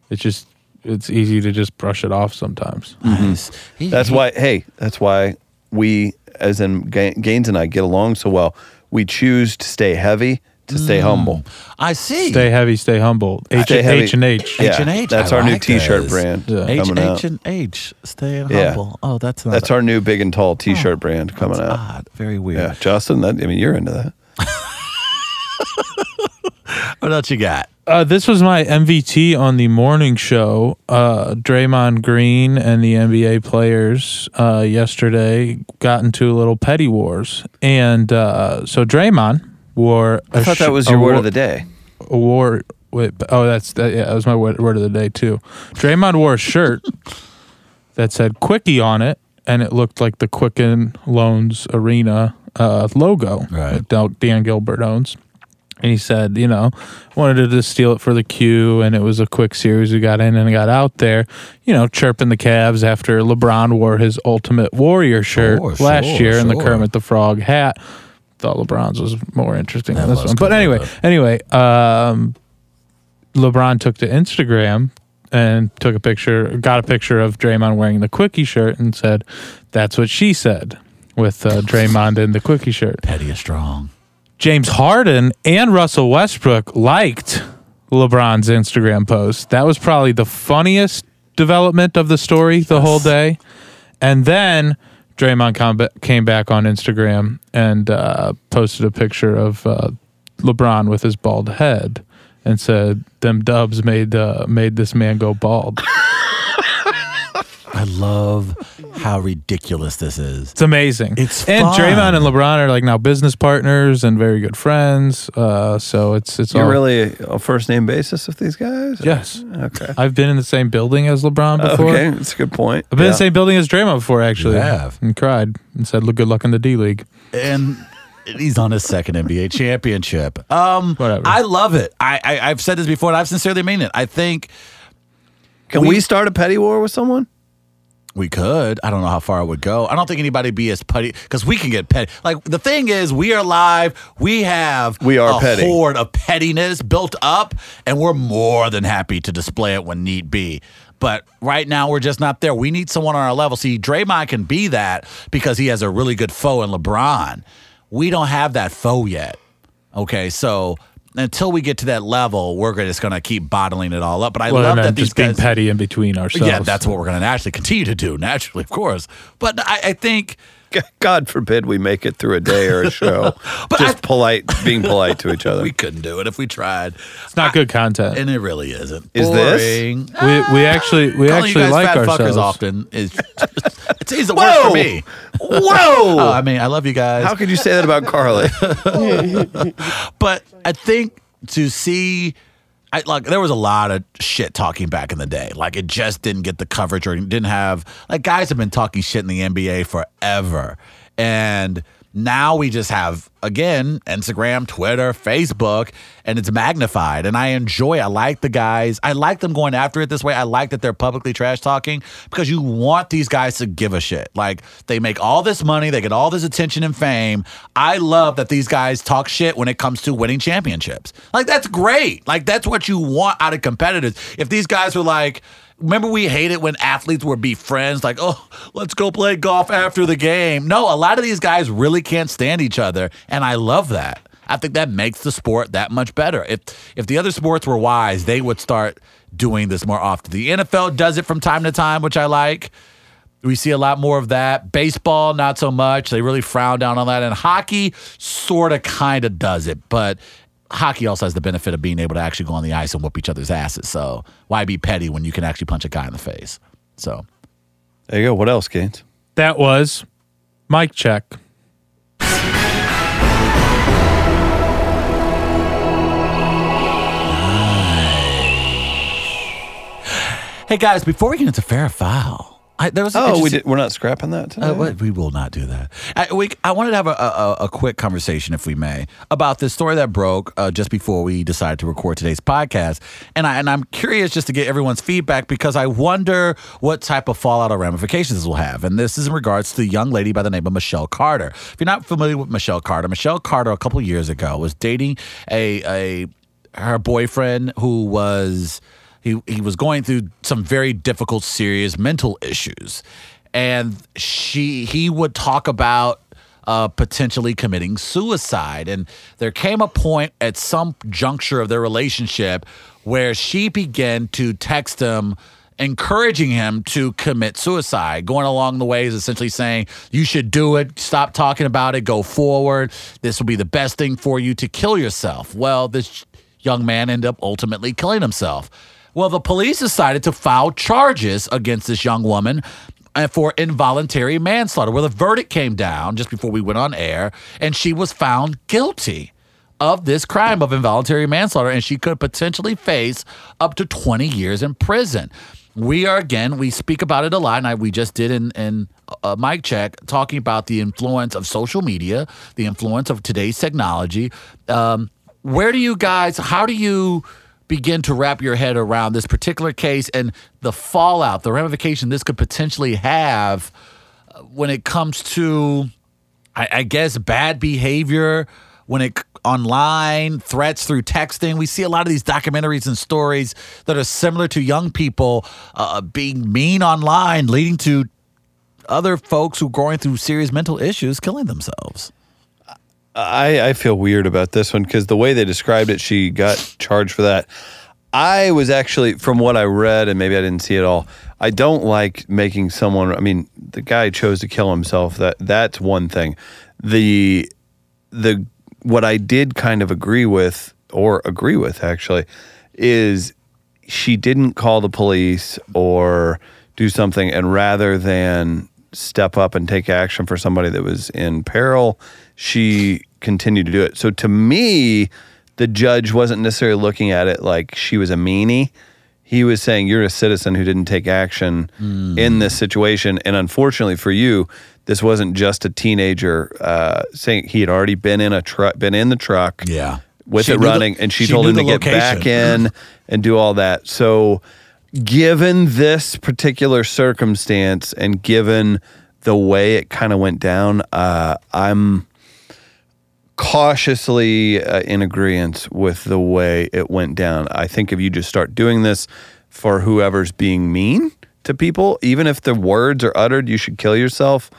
[SPEAKER 4] it's just it's easy to just brush it off sometimes.
[SPEAKER 1] Nice. He-
[SPEAKER 3] That's
[SPEAKER 1] he-
[SPEAKER 3] why. Hey, that's why we, as in Ga- Gaines and I, get along so well. We choose to stay heavy to stay humble.
[SPEAKER 1] I see.
[SPEAKER 4] Stay heavy, stay humble. H
[SPEAKER 3] Stay heavy.
[SPEAKER 4] H and H.
[SPEAKER 3] Yeah,
[SPEAKER 1] H&H,
[SPEAKER 3] that's
[SPEAKER 1] I
[SPEAKER 3] our new
[SPEAKER 1] like
[SPEAKER 3] T-shirt
[SPEAKER 1] this.
[SPEAKER 3] brand
[SPEAKER 4] Yeah.
[SPEAKER 1] H
[SPEAKER 3] coming out.
[SPEAKER 1] H and H, stay
[SPEAKER 3] Yeah.
[SPEAKER 1] humble. Oh, that's not
[SPEAKER 3] That's our new big and tall T-shirt brand coming out.
[SPEAKER 1] odd. Very
[SPEAKER 3] Yeah,
[SPEAKER 1] weird.
[SPEAKER 3] Justin, that I mean, you're into that.
[SPEAKER 1] What else you got?
[SPEAKER 4] Uh, this was my MVT on the morning show. Uh, Draymond Green and the NBA players uh, yesterday got into a little petty wars, and uh, so Draymond wore. I
[SPEAKER 3] I thought that was your word of the day.
[SPEAKER 4] a wore wait, b- oh that's that yeah that was my word, word of the day too draymond wore a shirt that said quickie on it and it looked like the quicken loans arena uh, logo
[SPEAKER 1] Right.
[SPEAKER 4] that Del- dan gilbert owns and he said you know wanted to just steal it for the queue and it was a quick series we got in and got out there you know chirping the Cavs after lebron wore his ultimate warrior shirt
[SPEAKER 1] Oh, Sure,
[SPEAKER 4] last
[SPEAKER 1] sure,
[SPEAKER 4] year in the
[SPEAKER 1] sure.
[SPEAKER 4] kermit the frog hat thought lebron's was more interesting than this
[SPEAKER 1] was
[SPEAKER 4] one but
[SPEAKER 1] cool,
[SPEAKER 4] anyway
[SPEAKER 1] though.
[SPEAKER 4] anyway um LeBron took to Instagram and took a picture, got a picture of Draymond wearing the quickie shirt and said, That's what she said. with uh, Draymond in the quickie shirt.
[SPEAKER 1] Petty is strong.
[SPEAKER 4] James Harden and Russell Westbrook liked LeBron's Instagram post. That was probably the funniest development of the story the whole day. And then Draymond com- came back on Instagram and uh, posted a picture of uh, LeBron with his bald head and said, "Them dubs made uh, made this man go bald."
[SPEAKER 1] I love how ridiculous this is.
[SPEAKER 4] It's amazing.
[SPEAKER 1] It's
[SPEAKER 4] and
[SPEAKER 1] fun.
[SPEAKER 4] Draymond and LeBron are like now business partners and very good friends. Uh, so it's it's
[SPEAKER 3] You're
[SPEAKER 4] all
[SPEAKER 3] really a first name basis with these guys?
[SPEAKER 4] yes.
[SPEAKER 3] Okay.
[SPEAKER 4] I've been in the same building as LeBron before.
[SPEAKER 3] Okay, that's a good point.
[SPEAKER 4] I've been in
[SPEAKER 3] Yeah.
[SPEAKER 4] the same building as Draymond before, actually.
[SPEAKER 1] You have.
[SPEAKER 4] And cried and said, "Look, good luck in the D League."
[SPEAKER 1] and he's on his second NBA championship. Um,
[SPEAKER 4] Whatever.
[SPEAKER 1] I love it. I, I I've said this before, and I've sincerely mean it. I think
[SPEAKER 3] Can we, start a petty war with someone?
[SPEAKER 1] we could. I don't know how far it would go. I don't think anybody would be as petty because we can get petty. Like the thing is, we are live. We have
[SPEAKER 3] We are
[SPEAKER 1] a
[SPEAKER 3] petty.
[SPEAKER 1] horde of pettiness built up, and we're more than happy to display it when need be. But right now, we're just not there. We need someone on our level. See, Draymond can be that because he has a really good foe in LeBron. We don't have that foe yet. Okay, so until we get to that level, we're just going to keep bottling it all up. But I
[SPEAKER 4] Well,
[SPEAKER 1] love
[SPEAKER 4] and then
[SPEAKER 1] that these
[SPEAKER 4] just being
[SPEAKER 1] guys,
[SPEAKER 4] petty in between ourselves.
[SPEAKER 1] yeah, that's what we're going to naturally continue to do, naturally, of course. But I, I think,
[SPEAKER 3] G- God forbid we make it through a day or a show.
[SPEAKER 1] But
[SPEAKER 3] just
[SPEAKER 1] I-
[SPEAKER 3] polite, being polite to each other.
[SPEAKER 1] we couldn't do it if we tried,
[SPEAKER 4] it's not good content.
[SPEAKER 1] and it really isn't.
[SPEAKER 3] Is this?
[SPEAKER 1] Boring.
[SPEAKER 4] we we actually we
[SPEAKER 1] Calling
[SPEAKER 4] actually
[SPEAKER 1] you guys
[SPEAKER 4] like
[SPEAKER 1] fat
[SPEAKER 4] ourselves.
[SPEAKER 1] fuckers often is it seems to work for me.
[SPEAKER 3] Whoa!
[SPEAKER 1] Oh, I mean, I love you guys,
[SPEAKER 3] How could you say that about Carly?
[SPEAKER 1] but I think to see. I, like there was a lot of shit talking back in the day. Like it just didn't get the coverage or didn't have like guys have been talking shit in the NBA forever. And now we just have again Instagram, Twitter, Facebook, and it's magnified. And I enjoy I like the guys. I like them going after it this way. I like that they're publicly trash talking because you want these guys to give a shit. Like they make all this money, they get all this attention and fame. I love that these guys talk shit when it comes to winning championships. Like that's great. Like that's what you want out of competitors. If these guys were like Remember, we hated when athletes would be friends, like, oh, let's go play golf after the game. No, a lot of these guys really can't stand each other, and I love that. I think that makes the sport that much better. If if the other sports were wise, they would start doing this more often. The NFL does it from time to time, which I like. We see a lot more of that. Baseball, not so much. They really frown down on that. And hockey sort of kind of does it, but hockey also has the benefit of being able to actually go on the ice and whoop each other's asses. So why be petty when you can actually punch a guy in the face? So
[SPEAKER 3] There you go. What else, Gaines?
[SPEAKER 4] That was mic check.
[SPEAKER 1] hey guys, before we get into fair or foul, I, there was an
[SPEAKER 3] Oh, we
[SPEAKER 1] interesting-
[SPEAKER 3] did, we're not scrapping that today.
[SPEAKER 1] Uh, what- we will not do that. I, we, I wanted to have a, a, a quick conversation, if we may, about this story that broke uh, just before we decided to record today's podcast. And, I, and I'm curious just to get everyone's feedback because I wonder what type of fallout or ramifications this will have. And this is in regards to the young lady by the name of Michelle Carter. If you're not familiar with Michelle Carter, Michelle Carter, a couple years ago, was dating a, a her boyfriend who was. He, he was going through some very difficult, serious mental issues and she he would talk about uh, potentially committing suicide and there came a point at some juncture of their relationship where she began to text him encouraging him to commit suicide going along the ways essentially saying you should do it stop talking about it go forward this will be the best thing for you to kill yourself well this young man ended up ultimately killing himself well the police decided to file charges against this young woman and for involuntary manslaughter, where the verdict came down just before we went on air, and she was found guilty of this crime of involuntary manslaughter, and she could potentially face up to 20 years in prison. We are again, we speak about it a lot, and I, we just did in, in a mic check talking about the influence of social media, the influence of today's technology. Um, where do you guys, how do you? begin to wrap your head around this particular case and the fallout, the ramification this could potentially have uh, when it comes to, I, I guess, bad behavior when it online threats through texting we see a lot of these documentaries and stories uh, that are similar to young people uh, being mean online leading to other folks who are going through serious mental issues killing themselves.
[SPEAKER 3] I, I feel weird about this one because the way they described it, she got charged for that. I was actually, from what I read, and maybe I didn't see it all. I don't like making someone. I mean, the guy chose to kill himself. That that's one thing. The the what I did kind of agree with, or agree with actually, is she didn't call the police or do something, and rather than step up and take action for somebody that was in peril, she continued to do it. So to me, the judge wasn't necessarily looking at it like she was a meanie. He was saying, You're a citizen who didn't take action
[SPEAKER 1] Hmm.
[SPEAKER 3] in this situation. And unfortunately for you, this wasn't just a teenager uh, saying he had already been in a truck, been in the truck
[SPEAKER 1] Yeah.
[SPEAKER 3] with
[SPEAKER 1] She
[SPEAKER 3] it
[SPEAKER 1] knew the-
[SPEAKER 3] running, and she,
[SPEAKER 1] she
[SPEAKER 3] told
[SPEAKER 1] knew
[SPEAKER 3] him to
[SPEAKER 1] the
[SPEAKER 3] get back
[SPEAKER 1] location. Mm-hmm.
[SPEAKER 3] in and do all that. So, given this particular circumstance and given the way it kind of went down, uh, I'm cautiously uh, in agreement with the way it went down. I think if you just start doing this for whoever's being mean to people, even if the words are uttered, you should kill yourself.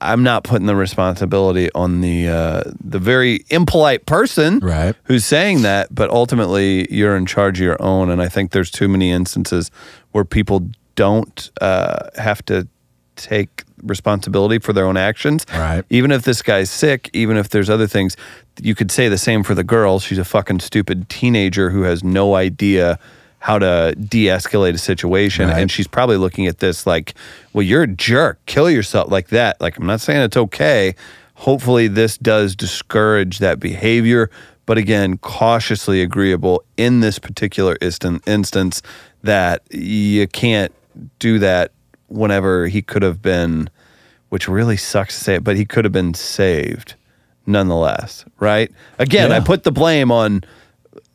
[SPEAKER 3] I'm not putting the responsibility on the uh, the very impolite person
[SPEAKER 1] Right.
[SPEAKER 3] who's saying that, but ultimately you're in charge of your own. And I think there's too many instances where people don't uh, have to take responsibility for their own actions.
[SPEAKER 1] Right.
[SPEAKER 3] Even if this guy's sick, even if there's other things, you could say the same for the girl. She's a fucking stupid teenager who has no idea how to de-escalate a situation
[SPEAKER 1] Right.
[SPEAKER 3] and she's probably looking at this like well you're a jerk kill yourself like that like i'm not saying it's okay hopefully this does discourage that behavior but again cautiously agreeable in this particular instan- instance that you can't do that whenever he could have been which really sucks to say it, but he could have been saved nonetheless, right? Again, I
[SPEAKER 1] Yeah.
[SPEAKER 3] put the blame on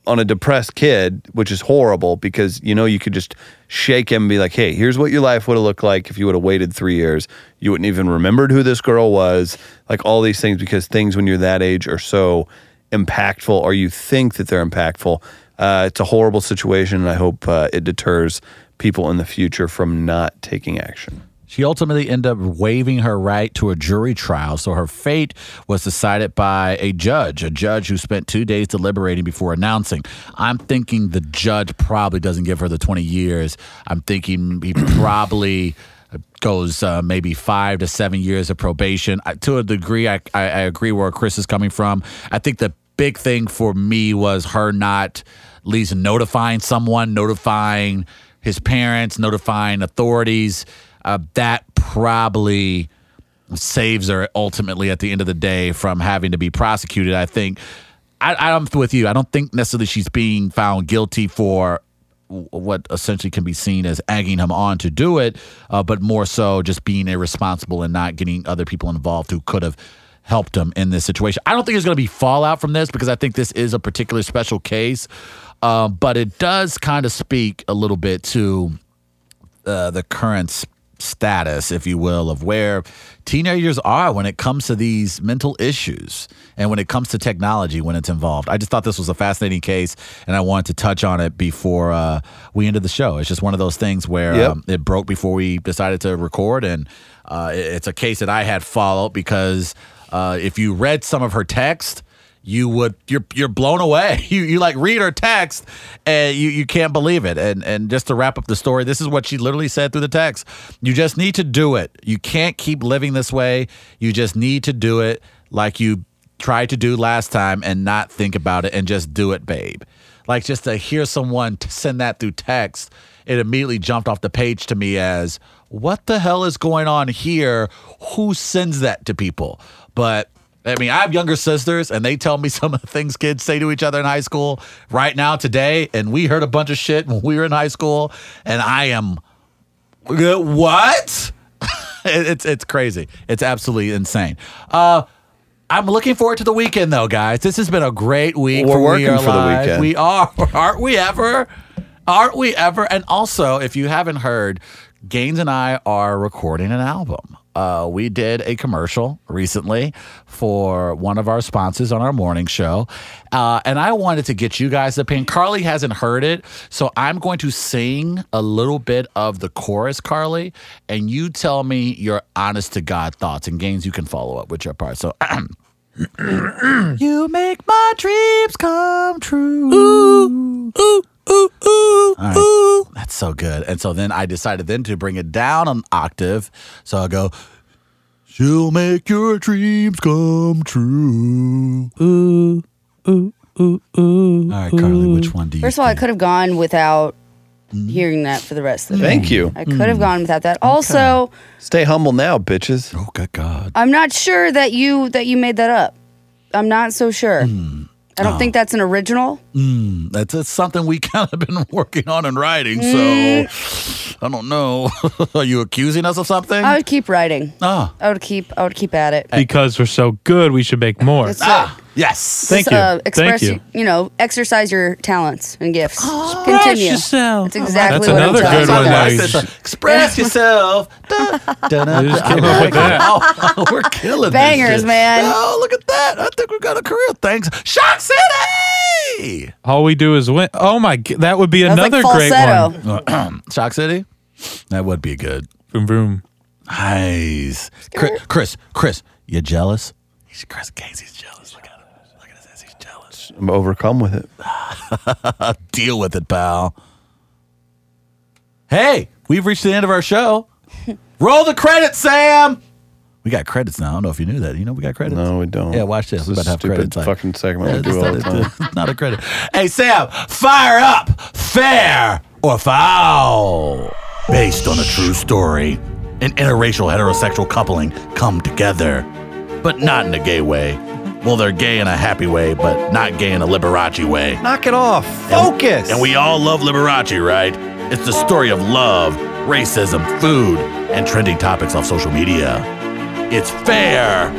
[SPEAKER 3] on a depressed kid, which is horrible because you know you could just shake him and be like, "Hey, here's what your life would have looked like if you would have waited 3 years. You wouldn't even remembered who this girl was." Like all these things because things when you're that age are so impactful or you think that they're impactful. Uh, it's a horrible situation and I hope uh, it deters people in the future from not taking action.
[SPEAKER 1] She ultimately ended up waiving her right to a jury trial, so her fate was decided by a judge, a judge who spent two days deliberating before announcing. I'm thinking the judge probably doesn't give her the 20 years. I'm thinking he probably goes uh, maybe five to seven years of probation. I, to a degree, I, I, I agree where Chris is coming from. I think the big thing for me was her not at least notifying someone, notifying his parents, notifying authorities. Uh, that probably saves her ultimately at the end of the day from having to be prosecuted. I think I, I'm with you. I don't think necessarily she's being found guilty for w- what essentially can be seen as egging him on to do it, uh, but more so just being irresponsible and not getting other people involved who could have helped him in this situation. I don't think there's going to be fallout from this because I think this is a particular special case, uh, but it does kind of speak a little bit to uh, the current s- status, if you will, of where teenagers are when it comes to these mental issues and when it comes to technology when it's involved. I just thought this was a fascinating case, and I wanted to touch on it before uh, we ended the show. It's just one of those things where
[SPEAKER 3] Yep.
[SPEAKER 1] um, it broke before we decided to record, and uh, it- it's a case that I had followed because uh, if you read some of her text you would you're you're blown away. You you like read her text and you you can't believe it. And and just to wrap up the story, this is what she literally said through the text. You just need to do it. You can't keep living this way. You just need to do it like you tried to do last time and not think about it and just do it, babe. Like just to hear someone t- send that through text, it immediately jumped off the page to me as what the hell is going on here? Who sends that to people? But I mean, I have younger sisters, and they tell me some of the things kids say to each other in high school right now today. And we heard a bunch of shit when we were in high school, and I am what? It- it's it's crazy. It's absolutely insane. Uh, I'm looking forward to the weekend, though, guys. This has been a great week.
[SPEAKER 3] We're
[SPEAKER 1] for We
[SPEAKER 3] working
[SPEAKER 1] Are
[SPEAKER 3] for the
[SPEAKER 1] Live.
[SPEAKER 3] weekend.
[SPEAKER 1] We are, aren't we ever? Aren't we ever? And also, if you haven't heard, Gaines and I are recording an album. uh, we did a commercial recently for one of our sponsors on our morning show. Uh, and I wanted to get you guys' opinion. Carly hasn't heard it, so I'm going to sing a little bit of the chorus, Carly, and you tell me your honest to God thoughts and gains you can follow up with your part. So, you make my dreams come true. Ooh, ooh, ooh, ooh, ooh. That's so good. And so then I decided then to bring it down an octave. So I go, she'll make your dreams come true. Ooh, ooh, ooh, ooh. All right, Carly, which one do you?
[SPEAKER 5] First of all, I could have gone without
[SPEAKER 4] Mm-hmm.
[SPEAKER 5] hearing that for the rest of it.
[SPEAKER 3] Thank you.
[SPEAKER 5] I could have
[SPEAKER 4] Mm.
[SPEAKER 5] gone without that. Also,
[SPEAKER 3] Stay humble now, bitches.
[SPEAKER 1] Oh, good God.
[SPEAKER 5] I'm not sure that you that you made that up. I'm not so sure.
[SPEAKER 4] Mm.
[SPEAKER 5] I don't
[SPEAKER 4] Ah.
[SPEAKER 5] think that's an original.
[SPEAKER 1] Mm, that's, that's something we kind of been working on in writing. So I don't know. Are you accusing us of something?
[SPEAKER 5] I would keep writing.
[SPEAKER 1] ah,
[SPEAKER 5] I would keep. I would keep at it.
[SPEAKER 4] because we're so good, we should make more.
[SPEAKER 5] It's uh,
[SPEAKER 1] ah, yes.
[SPEAKER 4] Ah, Thank
[SPEAKER 5] just,
[SPEAKER 4] you.
[SPEAKER 5] uh, express,
[SPEAKER 4] Thank you.
[SPEAKER 5] know, exercise your talents and gifts.
[SPEAKER 4] Express
[SPEAKER 5] Continue.
[SPEAKER 4] yourself.
[SPEAKER 5] That's exactly
[SPEAKER 4] That's
[SPEAKER 5] what
[SPEAKER 4] another
[SPEAKER 5] I'm
[SPEAKER 4] good
[SPEAKER 5] talking
[SPEAKER 4] one
[SPEAKER 5] about.
[SPEAKER 4] there.
[SPEAKER 1] Express yourself. Express yourself.
[SPEAKER 4] I just came up with that.
[SPEAKER 1] Oh, we're killing this
[SPEAKER 5] Bangers,
[SPEAKER 1] shit.
[SPEAKER 5] man.
[SPEAKER 1] Oh, look at that. I think we got a career. Thanks. Shock City.
[SPEAKER 4] All we do is win. Oh my! g- That would be
[SPEAKER 5] That was
[SPEAKER 4] another
[SPEAKER 5] like
[SPEAKER 4] great
[SPEAKER 5] falsetto.
[SPEAKER 4] one.
[SPEAKER 1] Shock City? That would be good.
[SPEAKER 4] Boom, boom.
[SPEAKER 1] Nice. Chris, Chris, Chris you jealous? He's Chris Gaines. He's jealous. Look at him. Look at his ass. He's jealous.
[SPEAKER 3] I'm overcome with it.
[SPEAKER 1] Deal with it, pal. Hey, we've reached the end of our show. Roll the credits, Sam. We got credits now. I don't know if you knew that. You know we got credits.
[SPEAKER 3] No, we don't.
[SPEAKER 1] Yeah, watch this.
[SPEAKER 3] This
[SPEAKER 1] We're
[SPEAKER 3] is
[SPEAKER 1] about to have
[SPEAKER 3] stupid
[SPEAKER 1] credits. like-
[SPEAKER 3] fucking segment we
[SPEAKER 1] Yeah,
[SPEAKER 3] do all the
[SPEAKER 1] it's not-
[SPEAKER 3] time.
[SPEAKER 1] it's Not a credit. Hey, Sam, fire up, fair or foul. Based on a true story, an interracial heterosexual coupling come together, but not in a gay way. Well, they're gay in a happy way, but not gay in a Liberace way.
[SPEAKER 3] Knock it off. Focus.
[SPEAKER 1] And we all love Liberace, right? It's the story of love, racism, food, and trending topics off social media. It's fair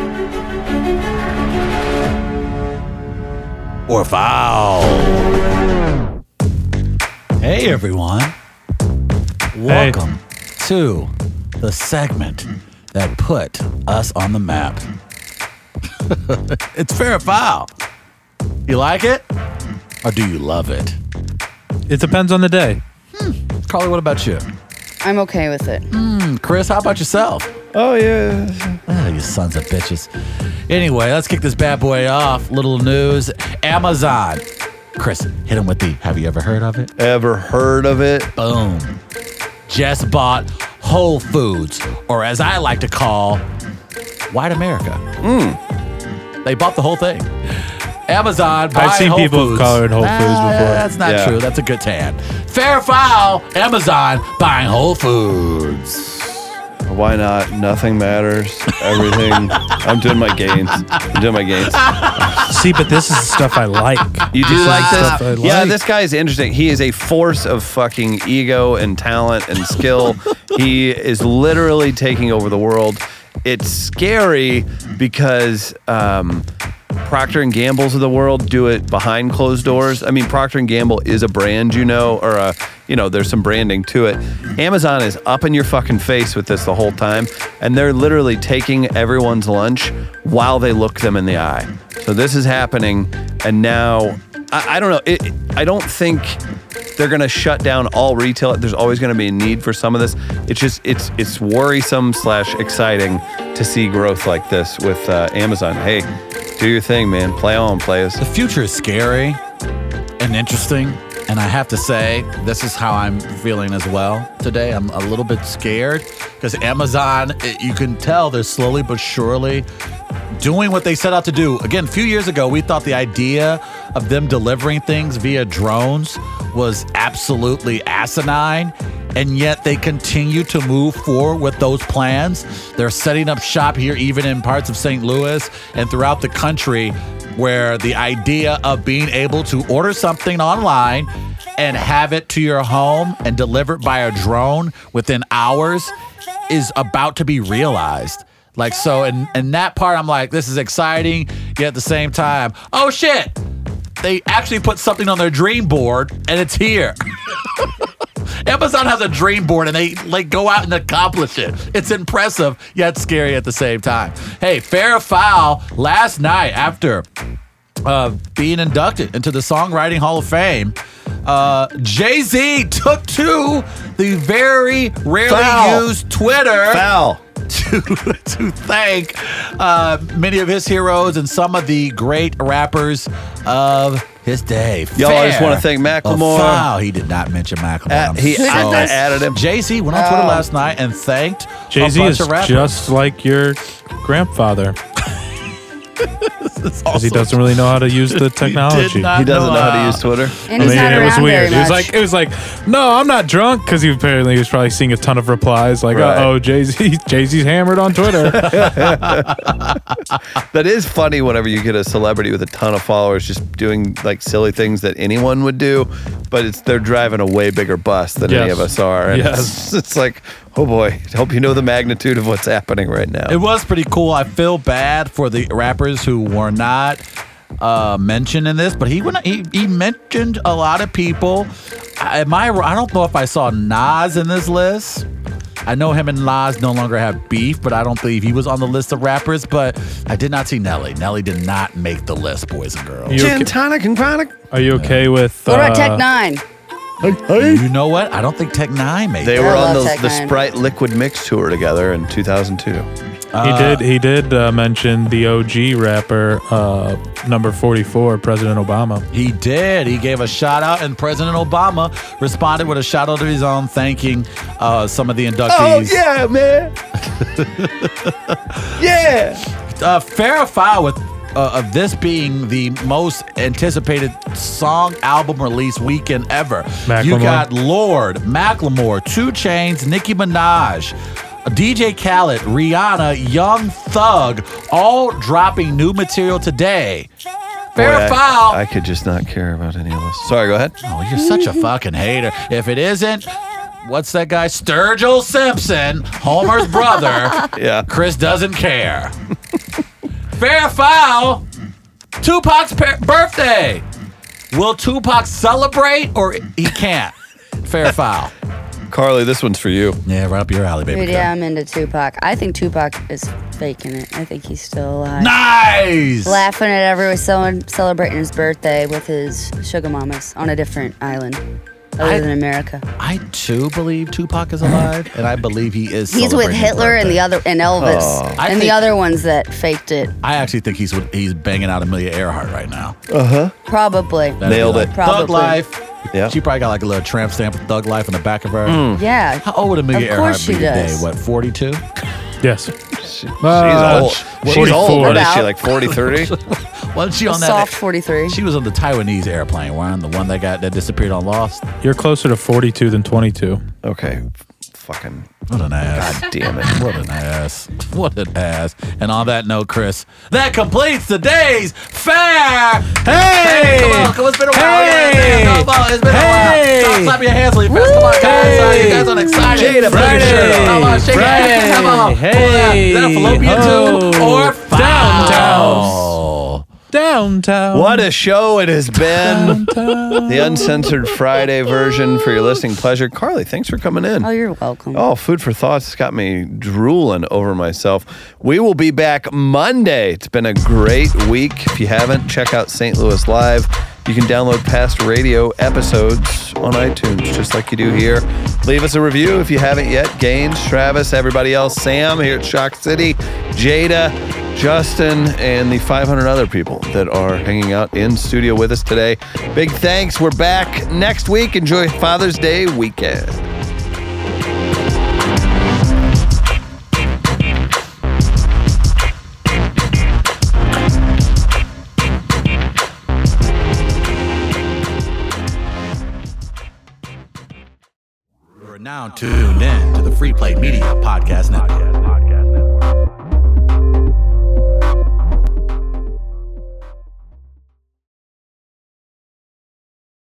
[SPEAKER 1] or foul. Hey, everyone. Welcome to the segment that put us on the map. it's fair or foul. You like it? Or do you love it?
[SPEAKER 4] It depends on the day.
[SPEAKER 1] Carly, what about you?
[SPEAKER 5] I'm okay with it.
[SPEAKER 1] Chris, how about yourself?
[SPEAKER 3] Oh yeah.
[SPEAKER 1] Ah, you sons of bitches. Anyway, let's kick this bad boy off. Little news Amazon. Chris, hit him with the have you ever heard of it?
[SPEAKER 3] Ever heard of it?
[SPEAKER 1] Boom. Just bought Whole Foods, or as I like to call, White America. They bought the whole thing. Amazon.
[SPEAKER 4] Hmm. I've
[SPEAKER 1] buy
[SPEAKER 4] seen
[SPEAKER 1] Whole
[SPEAKER 4] people
[SPEAKER 1] Foods.
[SPEAKER 4] call it Whole Foods
[SPEAKER 1] Ah,
[SPEAKER 4] before.
[SPEAKER 1] That's not
[SPEAKER 3] Yeah.
[SPEAKER 1] true. That's a good tan. Fair or foul. Amazon buying Whole Foods.
[SPEAKER 3] Why not? Nothing matters. Everything. I'm doing my gains. I'm doing my gains.
[SPEAKER 4] See, but this is the stuff I like.
[SPEAKER 3] You do
[SPEAKER 4] is
[SPEAKER 3] like this?
[SPEAKER 4] stuff I
[SPEAKER 3] Yeah,
[SPEAKER 4] like.
[SPEAKER 3] this guy is interesting. He is a force of fucking ego and talent and skill. he is literally taking over the world. It's scary because um, Procter and Gamble's of the world do it behind closed doors. I mean, Procter and Gamble is a brand, you know, or a, you know, there's some branding to it. Amazon is up in your fucking face with this the whole time, and they're literally taking everyone's lunch while they look them in the eye. So this is happening, and now I, I don't know. It, I don't think they're going to shut down all retail. There's always going to be a need for some of this. It's just it's it's worrisome slash exciting to see growth like this with uh, Amazon. Hey, do your thing, man. Play on, players.
[SPEAKER 1] The future is scary and interesting. And I have to say, this is how I'm feeling as well today. I'm a little bit scared because Amazon, i you can tell they're slowly but surely doing what they set out to do. Again, a few years ago, we thought the idea of them delivering things via drones was absolutely asinine. And yet they continue to move forward with those plans. They're setting up shop here, even in parts of St. Louis and throughout the country, where the idea of being able to order something online and have it to your home and delivered by a drone within hours is about to be realized. Like so, and and that part, I'm like, this is exciting. Yet at the same time, oh shit, they actually put something on their dream board, and it's here. Amazon has a dream board and they like go out and accomplish it. It's impressive yet scary at the same time. Hey, fair or foul last night after uh, being inducted into the Songwriting Hall of Fame. Uh, Jay Z took to the very rarely
[SPEAKER 3] Foul.
[SPEAKER 1] used Twitter
[SPEAKER 3] Foul.
[SPEAKER 1] to to thank uh, many of his heroes and some of the great rappers of his day.
[SPEAKER 3] Yo, I just
[SPEAKER 1] Fair
[SPEAKER 3] wanna thank Macklemore.
[SPEAKER 1] or foul. He did not mention Macklemore.
[SPEAKER 3] Uh,
[SPEAKER 1] I'm
[SPEAKER 3] he-
[SPEAKER 1] so-
[SPEAKER 3] I- I added him.
[SPEAKER 1] Jay-Z went on Twitter last night and thanked
[SPEAKER 4] Jay Z
[SPEAKER 1] a bunch
[SPEAKER 4] is
[SPEAKER 1] of rappers.
[SPEAKER 4] just like your grandfather. Because he doesn't really know how to use the technology.
[SPEAKER 1] not-
[SPEAKER 3] He doesn't know uh, how to
[SPEAKER 1] Nah.
[SPEAKER 3] use Twitter.
[SPEAKER 5] And he's not
[SPEAKER 4] it
[SPEAKER 5] around
[SPEAKER 4] was weird.
[SPEAKER 5] very
[SPEAKER 4] It was
[SPEAKER 5] much.
[SPEAKER 4] like it was like, no, I'm not drunk because he apparently was probably seeing a ton of replies like,
[SPEAKER 3] Right.
[SPEAKER 4] uh oh, Jay Z, Jay Z's hammered on Twitter.
[SPEAKER 3] That is funny whenever you get a celebrity with a ton of followers just doing like silly things that anyone would do, but it's they're driving a way bigger bus than any
[SPEAKER 4] Yes.
[SPEAKER 3] of us are. And
[SPEAKER 4] Yes.
[SPEAKER 3] it's, it's like, oh boy, hope you know the magnitude of what's happening right now.
[SPEAKER 1] It was pretty cool. I feel bad for the rappers who were not uh, mentioned in this, but he went, he, he mentioned a lot of people. I- Am I? I don't know if I saw Nas in this list. I know him and Nas no longer have beef, but I don't believe he was on the list of rappers. But I did not see Nelly. Nelly did not make the list, boys and girls.
[SPEAKER 4] You
[SPEAKER 1] You,
[SPEAKER 3] Gin,
[SPEAKER 4] okay-
[SPEAKER 3] tonic, and chronic.
[SPEAKER 4] Are you okay with?
[SPEAKER 5] What about
[SPEAKER 4] uh,
[SPEAKER 5] Tech Nine?
[SPEAKER 1] know what? I don't think Tech Nine made.
[SPEAKER 3] They
[SPEAKER 1] it.
[SPEAKER 3] were on
[SPEAKER 5] love
[SPEAKER 3] the,
[SPEAKER 5] Tech
[SPEAKER 3] the
[SPEAKER 5] Nine.
[SPEAKER 3] Sprite Liquid Mix tour together in 2002.
[SPEAKER 4] He did. He did uh, mention the OG rapper uh, number forty four, President Obama.
[SPEAKER 1] He did. He gave a shout out, and President Obama responded with a shout out of his own, thanking uh, some of the inductees.
[SPEAKER 3] Oh, yeah, man. yeah.
[SPEAKER 1] uh, fair or foul with uh, of this being the most anticipated song album release weekend ever. You
[SPEAKER 4] Macklemore.
[SPEAKER 1] got Lord, Macklemore, Two Chains, Nicki Minaj. DJ Khaled, Rihanna, Young Thug, all dropping new material today. Fair
[SPEAKER 3] Boy,
[SPEAKER 1] or
[SPEAKER 3] I-
[SPEAKER 1] foul?
[SPEAKER 3] I could just not care about any of this. Sorry, go ahead.
[SPEAKER 1] oh, you're such a fucking hater. If it isn't, what's that guy? Sturgill Simpson, Homer's brother.
[SPEAKER 3] Yeah.
[SPEAKER 1] Chris doesn't care. Fair or foul. Tupac's pa- birthday. Will Tupac celebrate or he can't? Fair or foul.
[SPEAKER 3] Carly, this one's for you.
[SPEAKER 1] Yeah, right up your alley, baby.
[SPEAKER 5] Dude,
[SPEAKER 1] girl.
[SPEAKER 5] yeah, I'm into Tupac. I think Tupac is faking it. I think he's still alive.
[SPEAKER 1] Nice.
[SPEAKER 5] Laughing at everyone cel- celebrating his birthday with his sugar mamas on a different island other
[SPEAKER 1] I-
[SPEAKER 5] than America.
[SPEAKER 1] I too believe Tupac is alive, and I believe he is.
[SPEAKER 5] He's with
[SPEAKER 1] celebrating his
[SPEAKER 5] Hitler
[SPEAKER 1] birthday.
[SPEAKER 5] and
[SPEAKER 1] Oh.
[SPEAKER 5] the other and Elvis
[SPEAKER 1] I
[SPEAKER 5] and
[SPEAKER 1] think-
[SPEAKER 5] the other ones that faked it.
[SPEAKER 1] I actually think he's with, he's banging out Amelia Earhart right now.
[SPEAKER 5] Probably.
[SPEAKER 1] That'd be
[SPEAKER 3] Nailed
[SPEAKER 1] like Thug
[SPEAKER 3] it.
[SPEAKER 5] Probably.
[SPEAKER 1] Life.
[SPEAKER 3] Yeah.
[SPEAKER 1] She probably got like a little tramp stamp of Thug Life on the back of her.
[SPEAKER 5] Yeah.
[SPEAKER 1] How old would Amelia
[SPEAKER 5] Of
[SPEAKER 1] Earhart
[SPEAKER 5] course
[SPEAKER 1] be
[SPEAKER 5] she
[SPEAKER 1] today?
[SPEAKER 5] does.
[SPEAKER 1] What, 42?
[SPEAKER 4] Yes.
[SPEAKER 3] She's
[SPEAKER 4] Uh,
[SPEAKER 3] old.
[SPEAKER 4] what-
[SPEAKER 3] She's old. What is she,
[SPEAKER 5] About.
[SPEAKER 3] like 40, 30?
[SPEAKER 1] Wasn't she on that?
[SPEAKER 5] Soft 43.
[SPEAKER 1] She was on the Taiwanese airplane, one the one that got that disappeared on Lost.
[SPEAKER 4] You're closer to forty two than twenty two.
[SPEAKER 3] okay. Fucking
[SPEAKER 1] What an ass!
[SPEAKER 3] damn it.
[SPEAKER 1] What an ass! What an ass! And on that note, Chris, that completes today's fair. Hey, come on, come on, it's been a while.
[SPEAKER 4] Hey!
[SPEAKER 1] Come on, it's been
[SPEAKER 4] Hey!
[SPEAKER 1] a while. Come on, Clap your hands, leave fast. Come on, guys, Uh, you guys are excited.
[SPEAKER 4] Jada,
[SPEAKER 1] Shake
[SPEAKER 4] Friday.
[SPEAKER 1] it. Come on, shake
[SPEAKER 4] Friday.
[SPEAKER 1] it. Come on.
[SPEAKER 4] Hey.
[SPEAKER 1] Is that a fallopian
[SPEAKER 4] Oh.
[SPEAKER 1] tube or foul?
[SPEAKER 4] Downtown. Downtown.
[SPEAKER 3] What a show it has been. the uncensored Friday version for your listening pleasure. Carly, thanks for coming in.
[SPEAKER 5] Oh, you're welcome.
[SPEAKER 3] Oh, food for thoughts has got me drooling over myself. We will be back Monday. It's been a great week. If you haven't, check out St. Louis Live. You can download past radio episodes on iTunes, just like you do here. Leave us a review if you haven't yet. Gaines, Travis, everybody else, Sam here at Shock City, Jada, Justin, and the 500 other people that are hanging out in studio with us today. Big thanks. We're back next week. Enjoy Father's Day weekend.
[SPEAKER 1] You're now tuned in to the Free Play Media Podcast Network.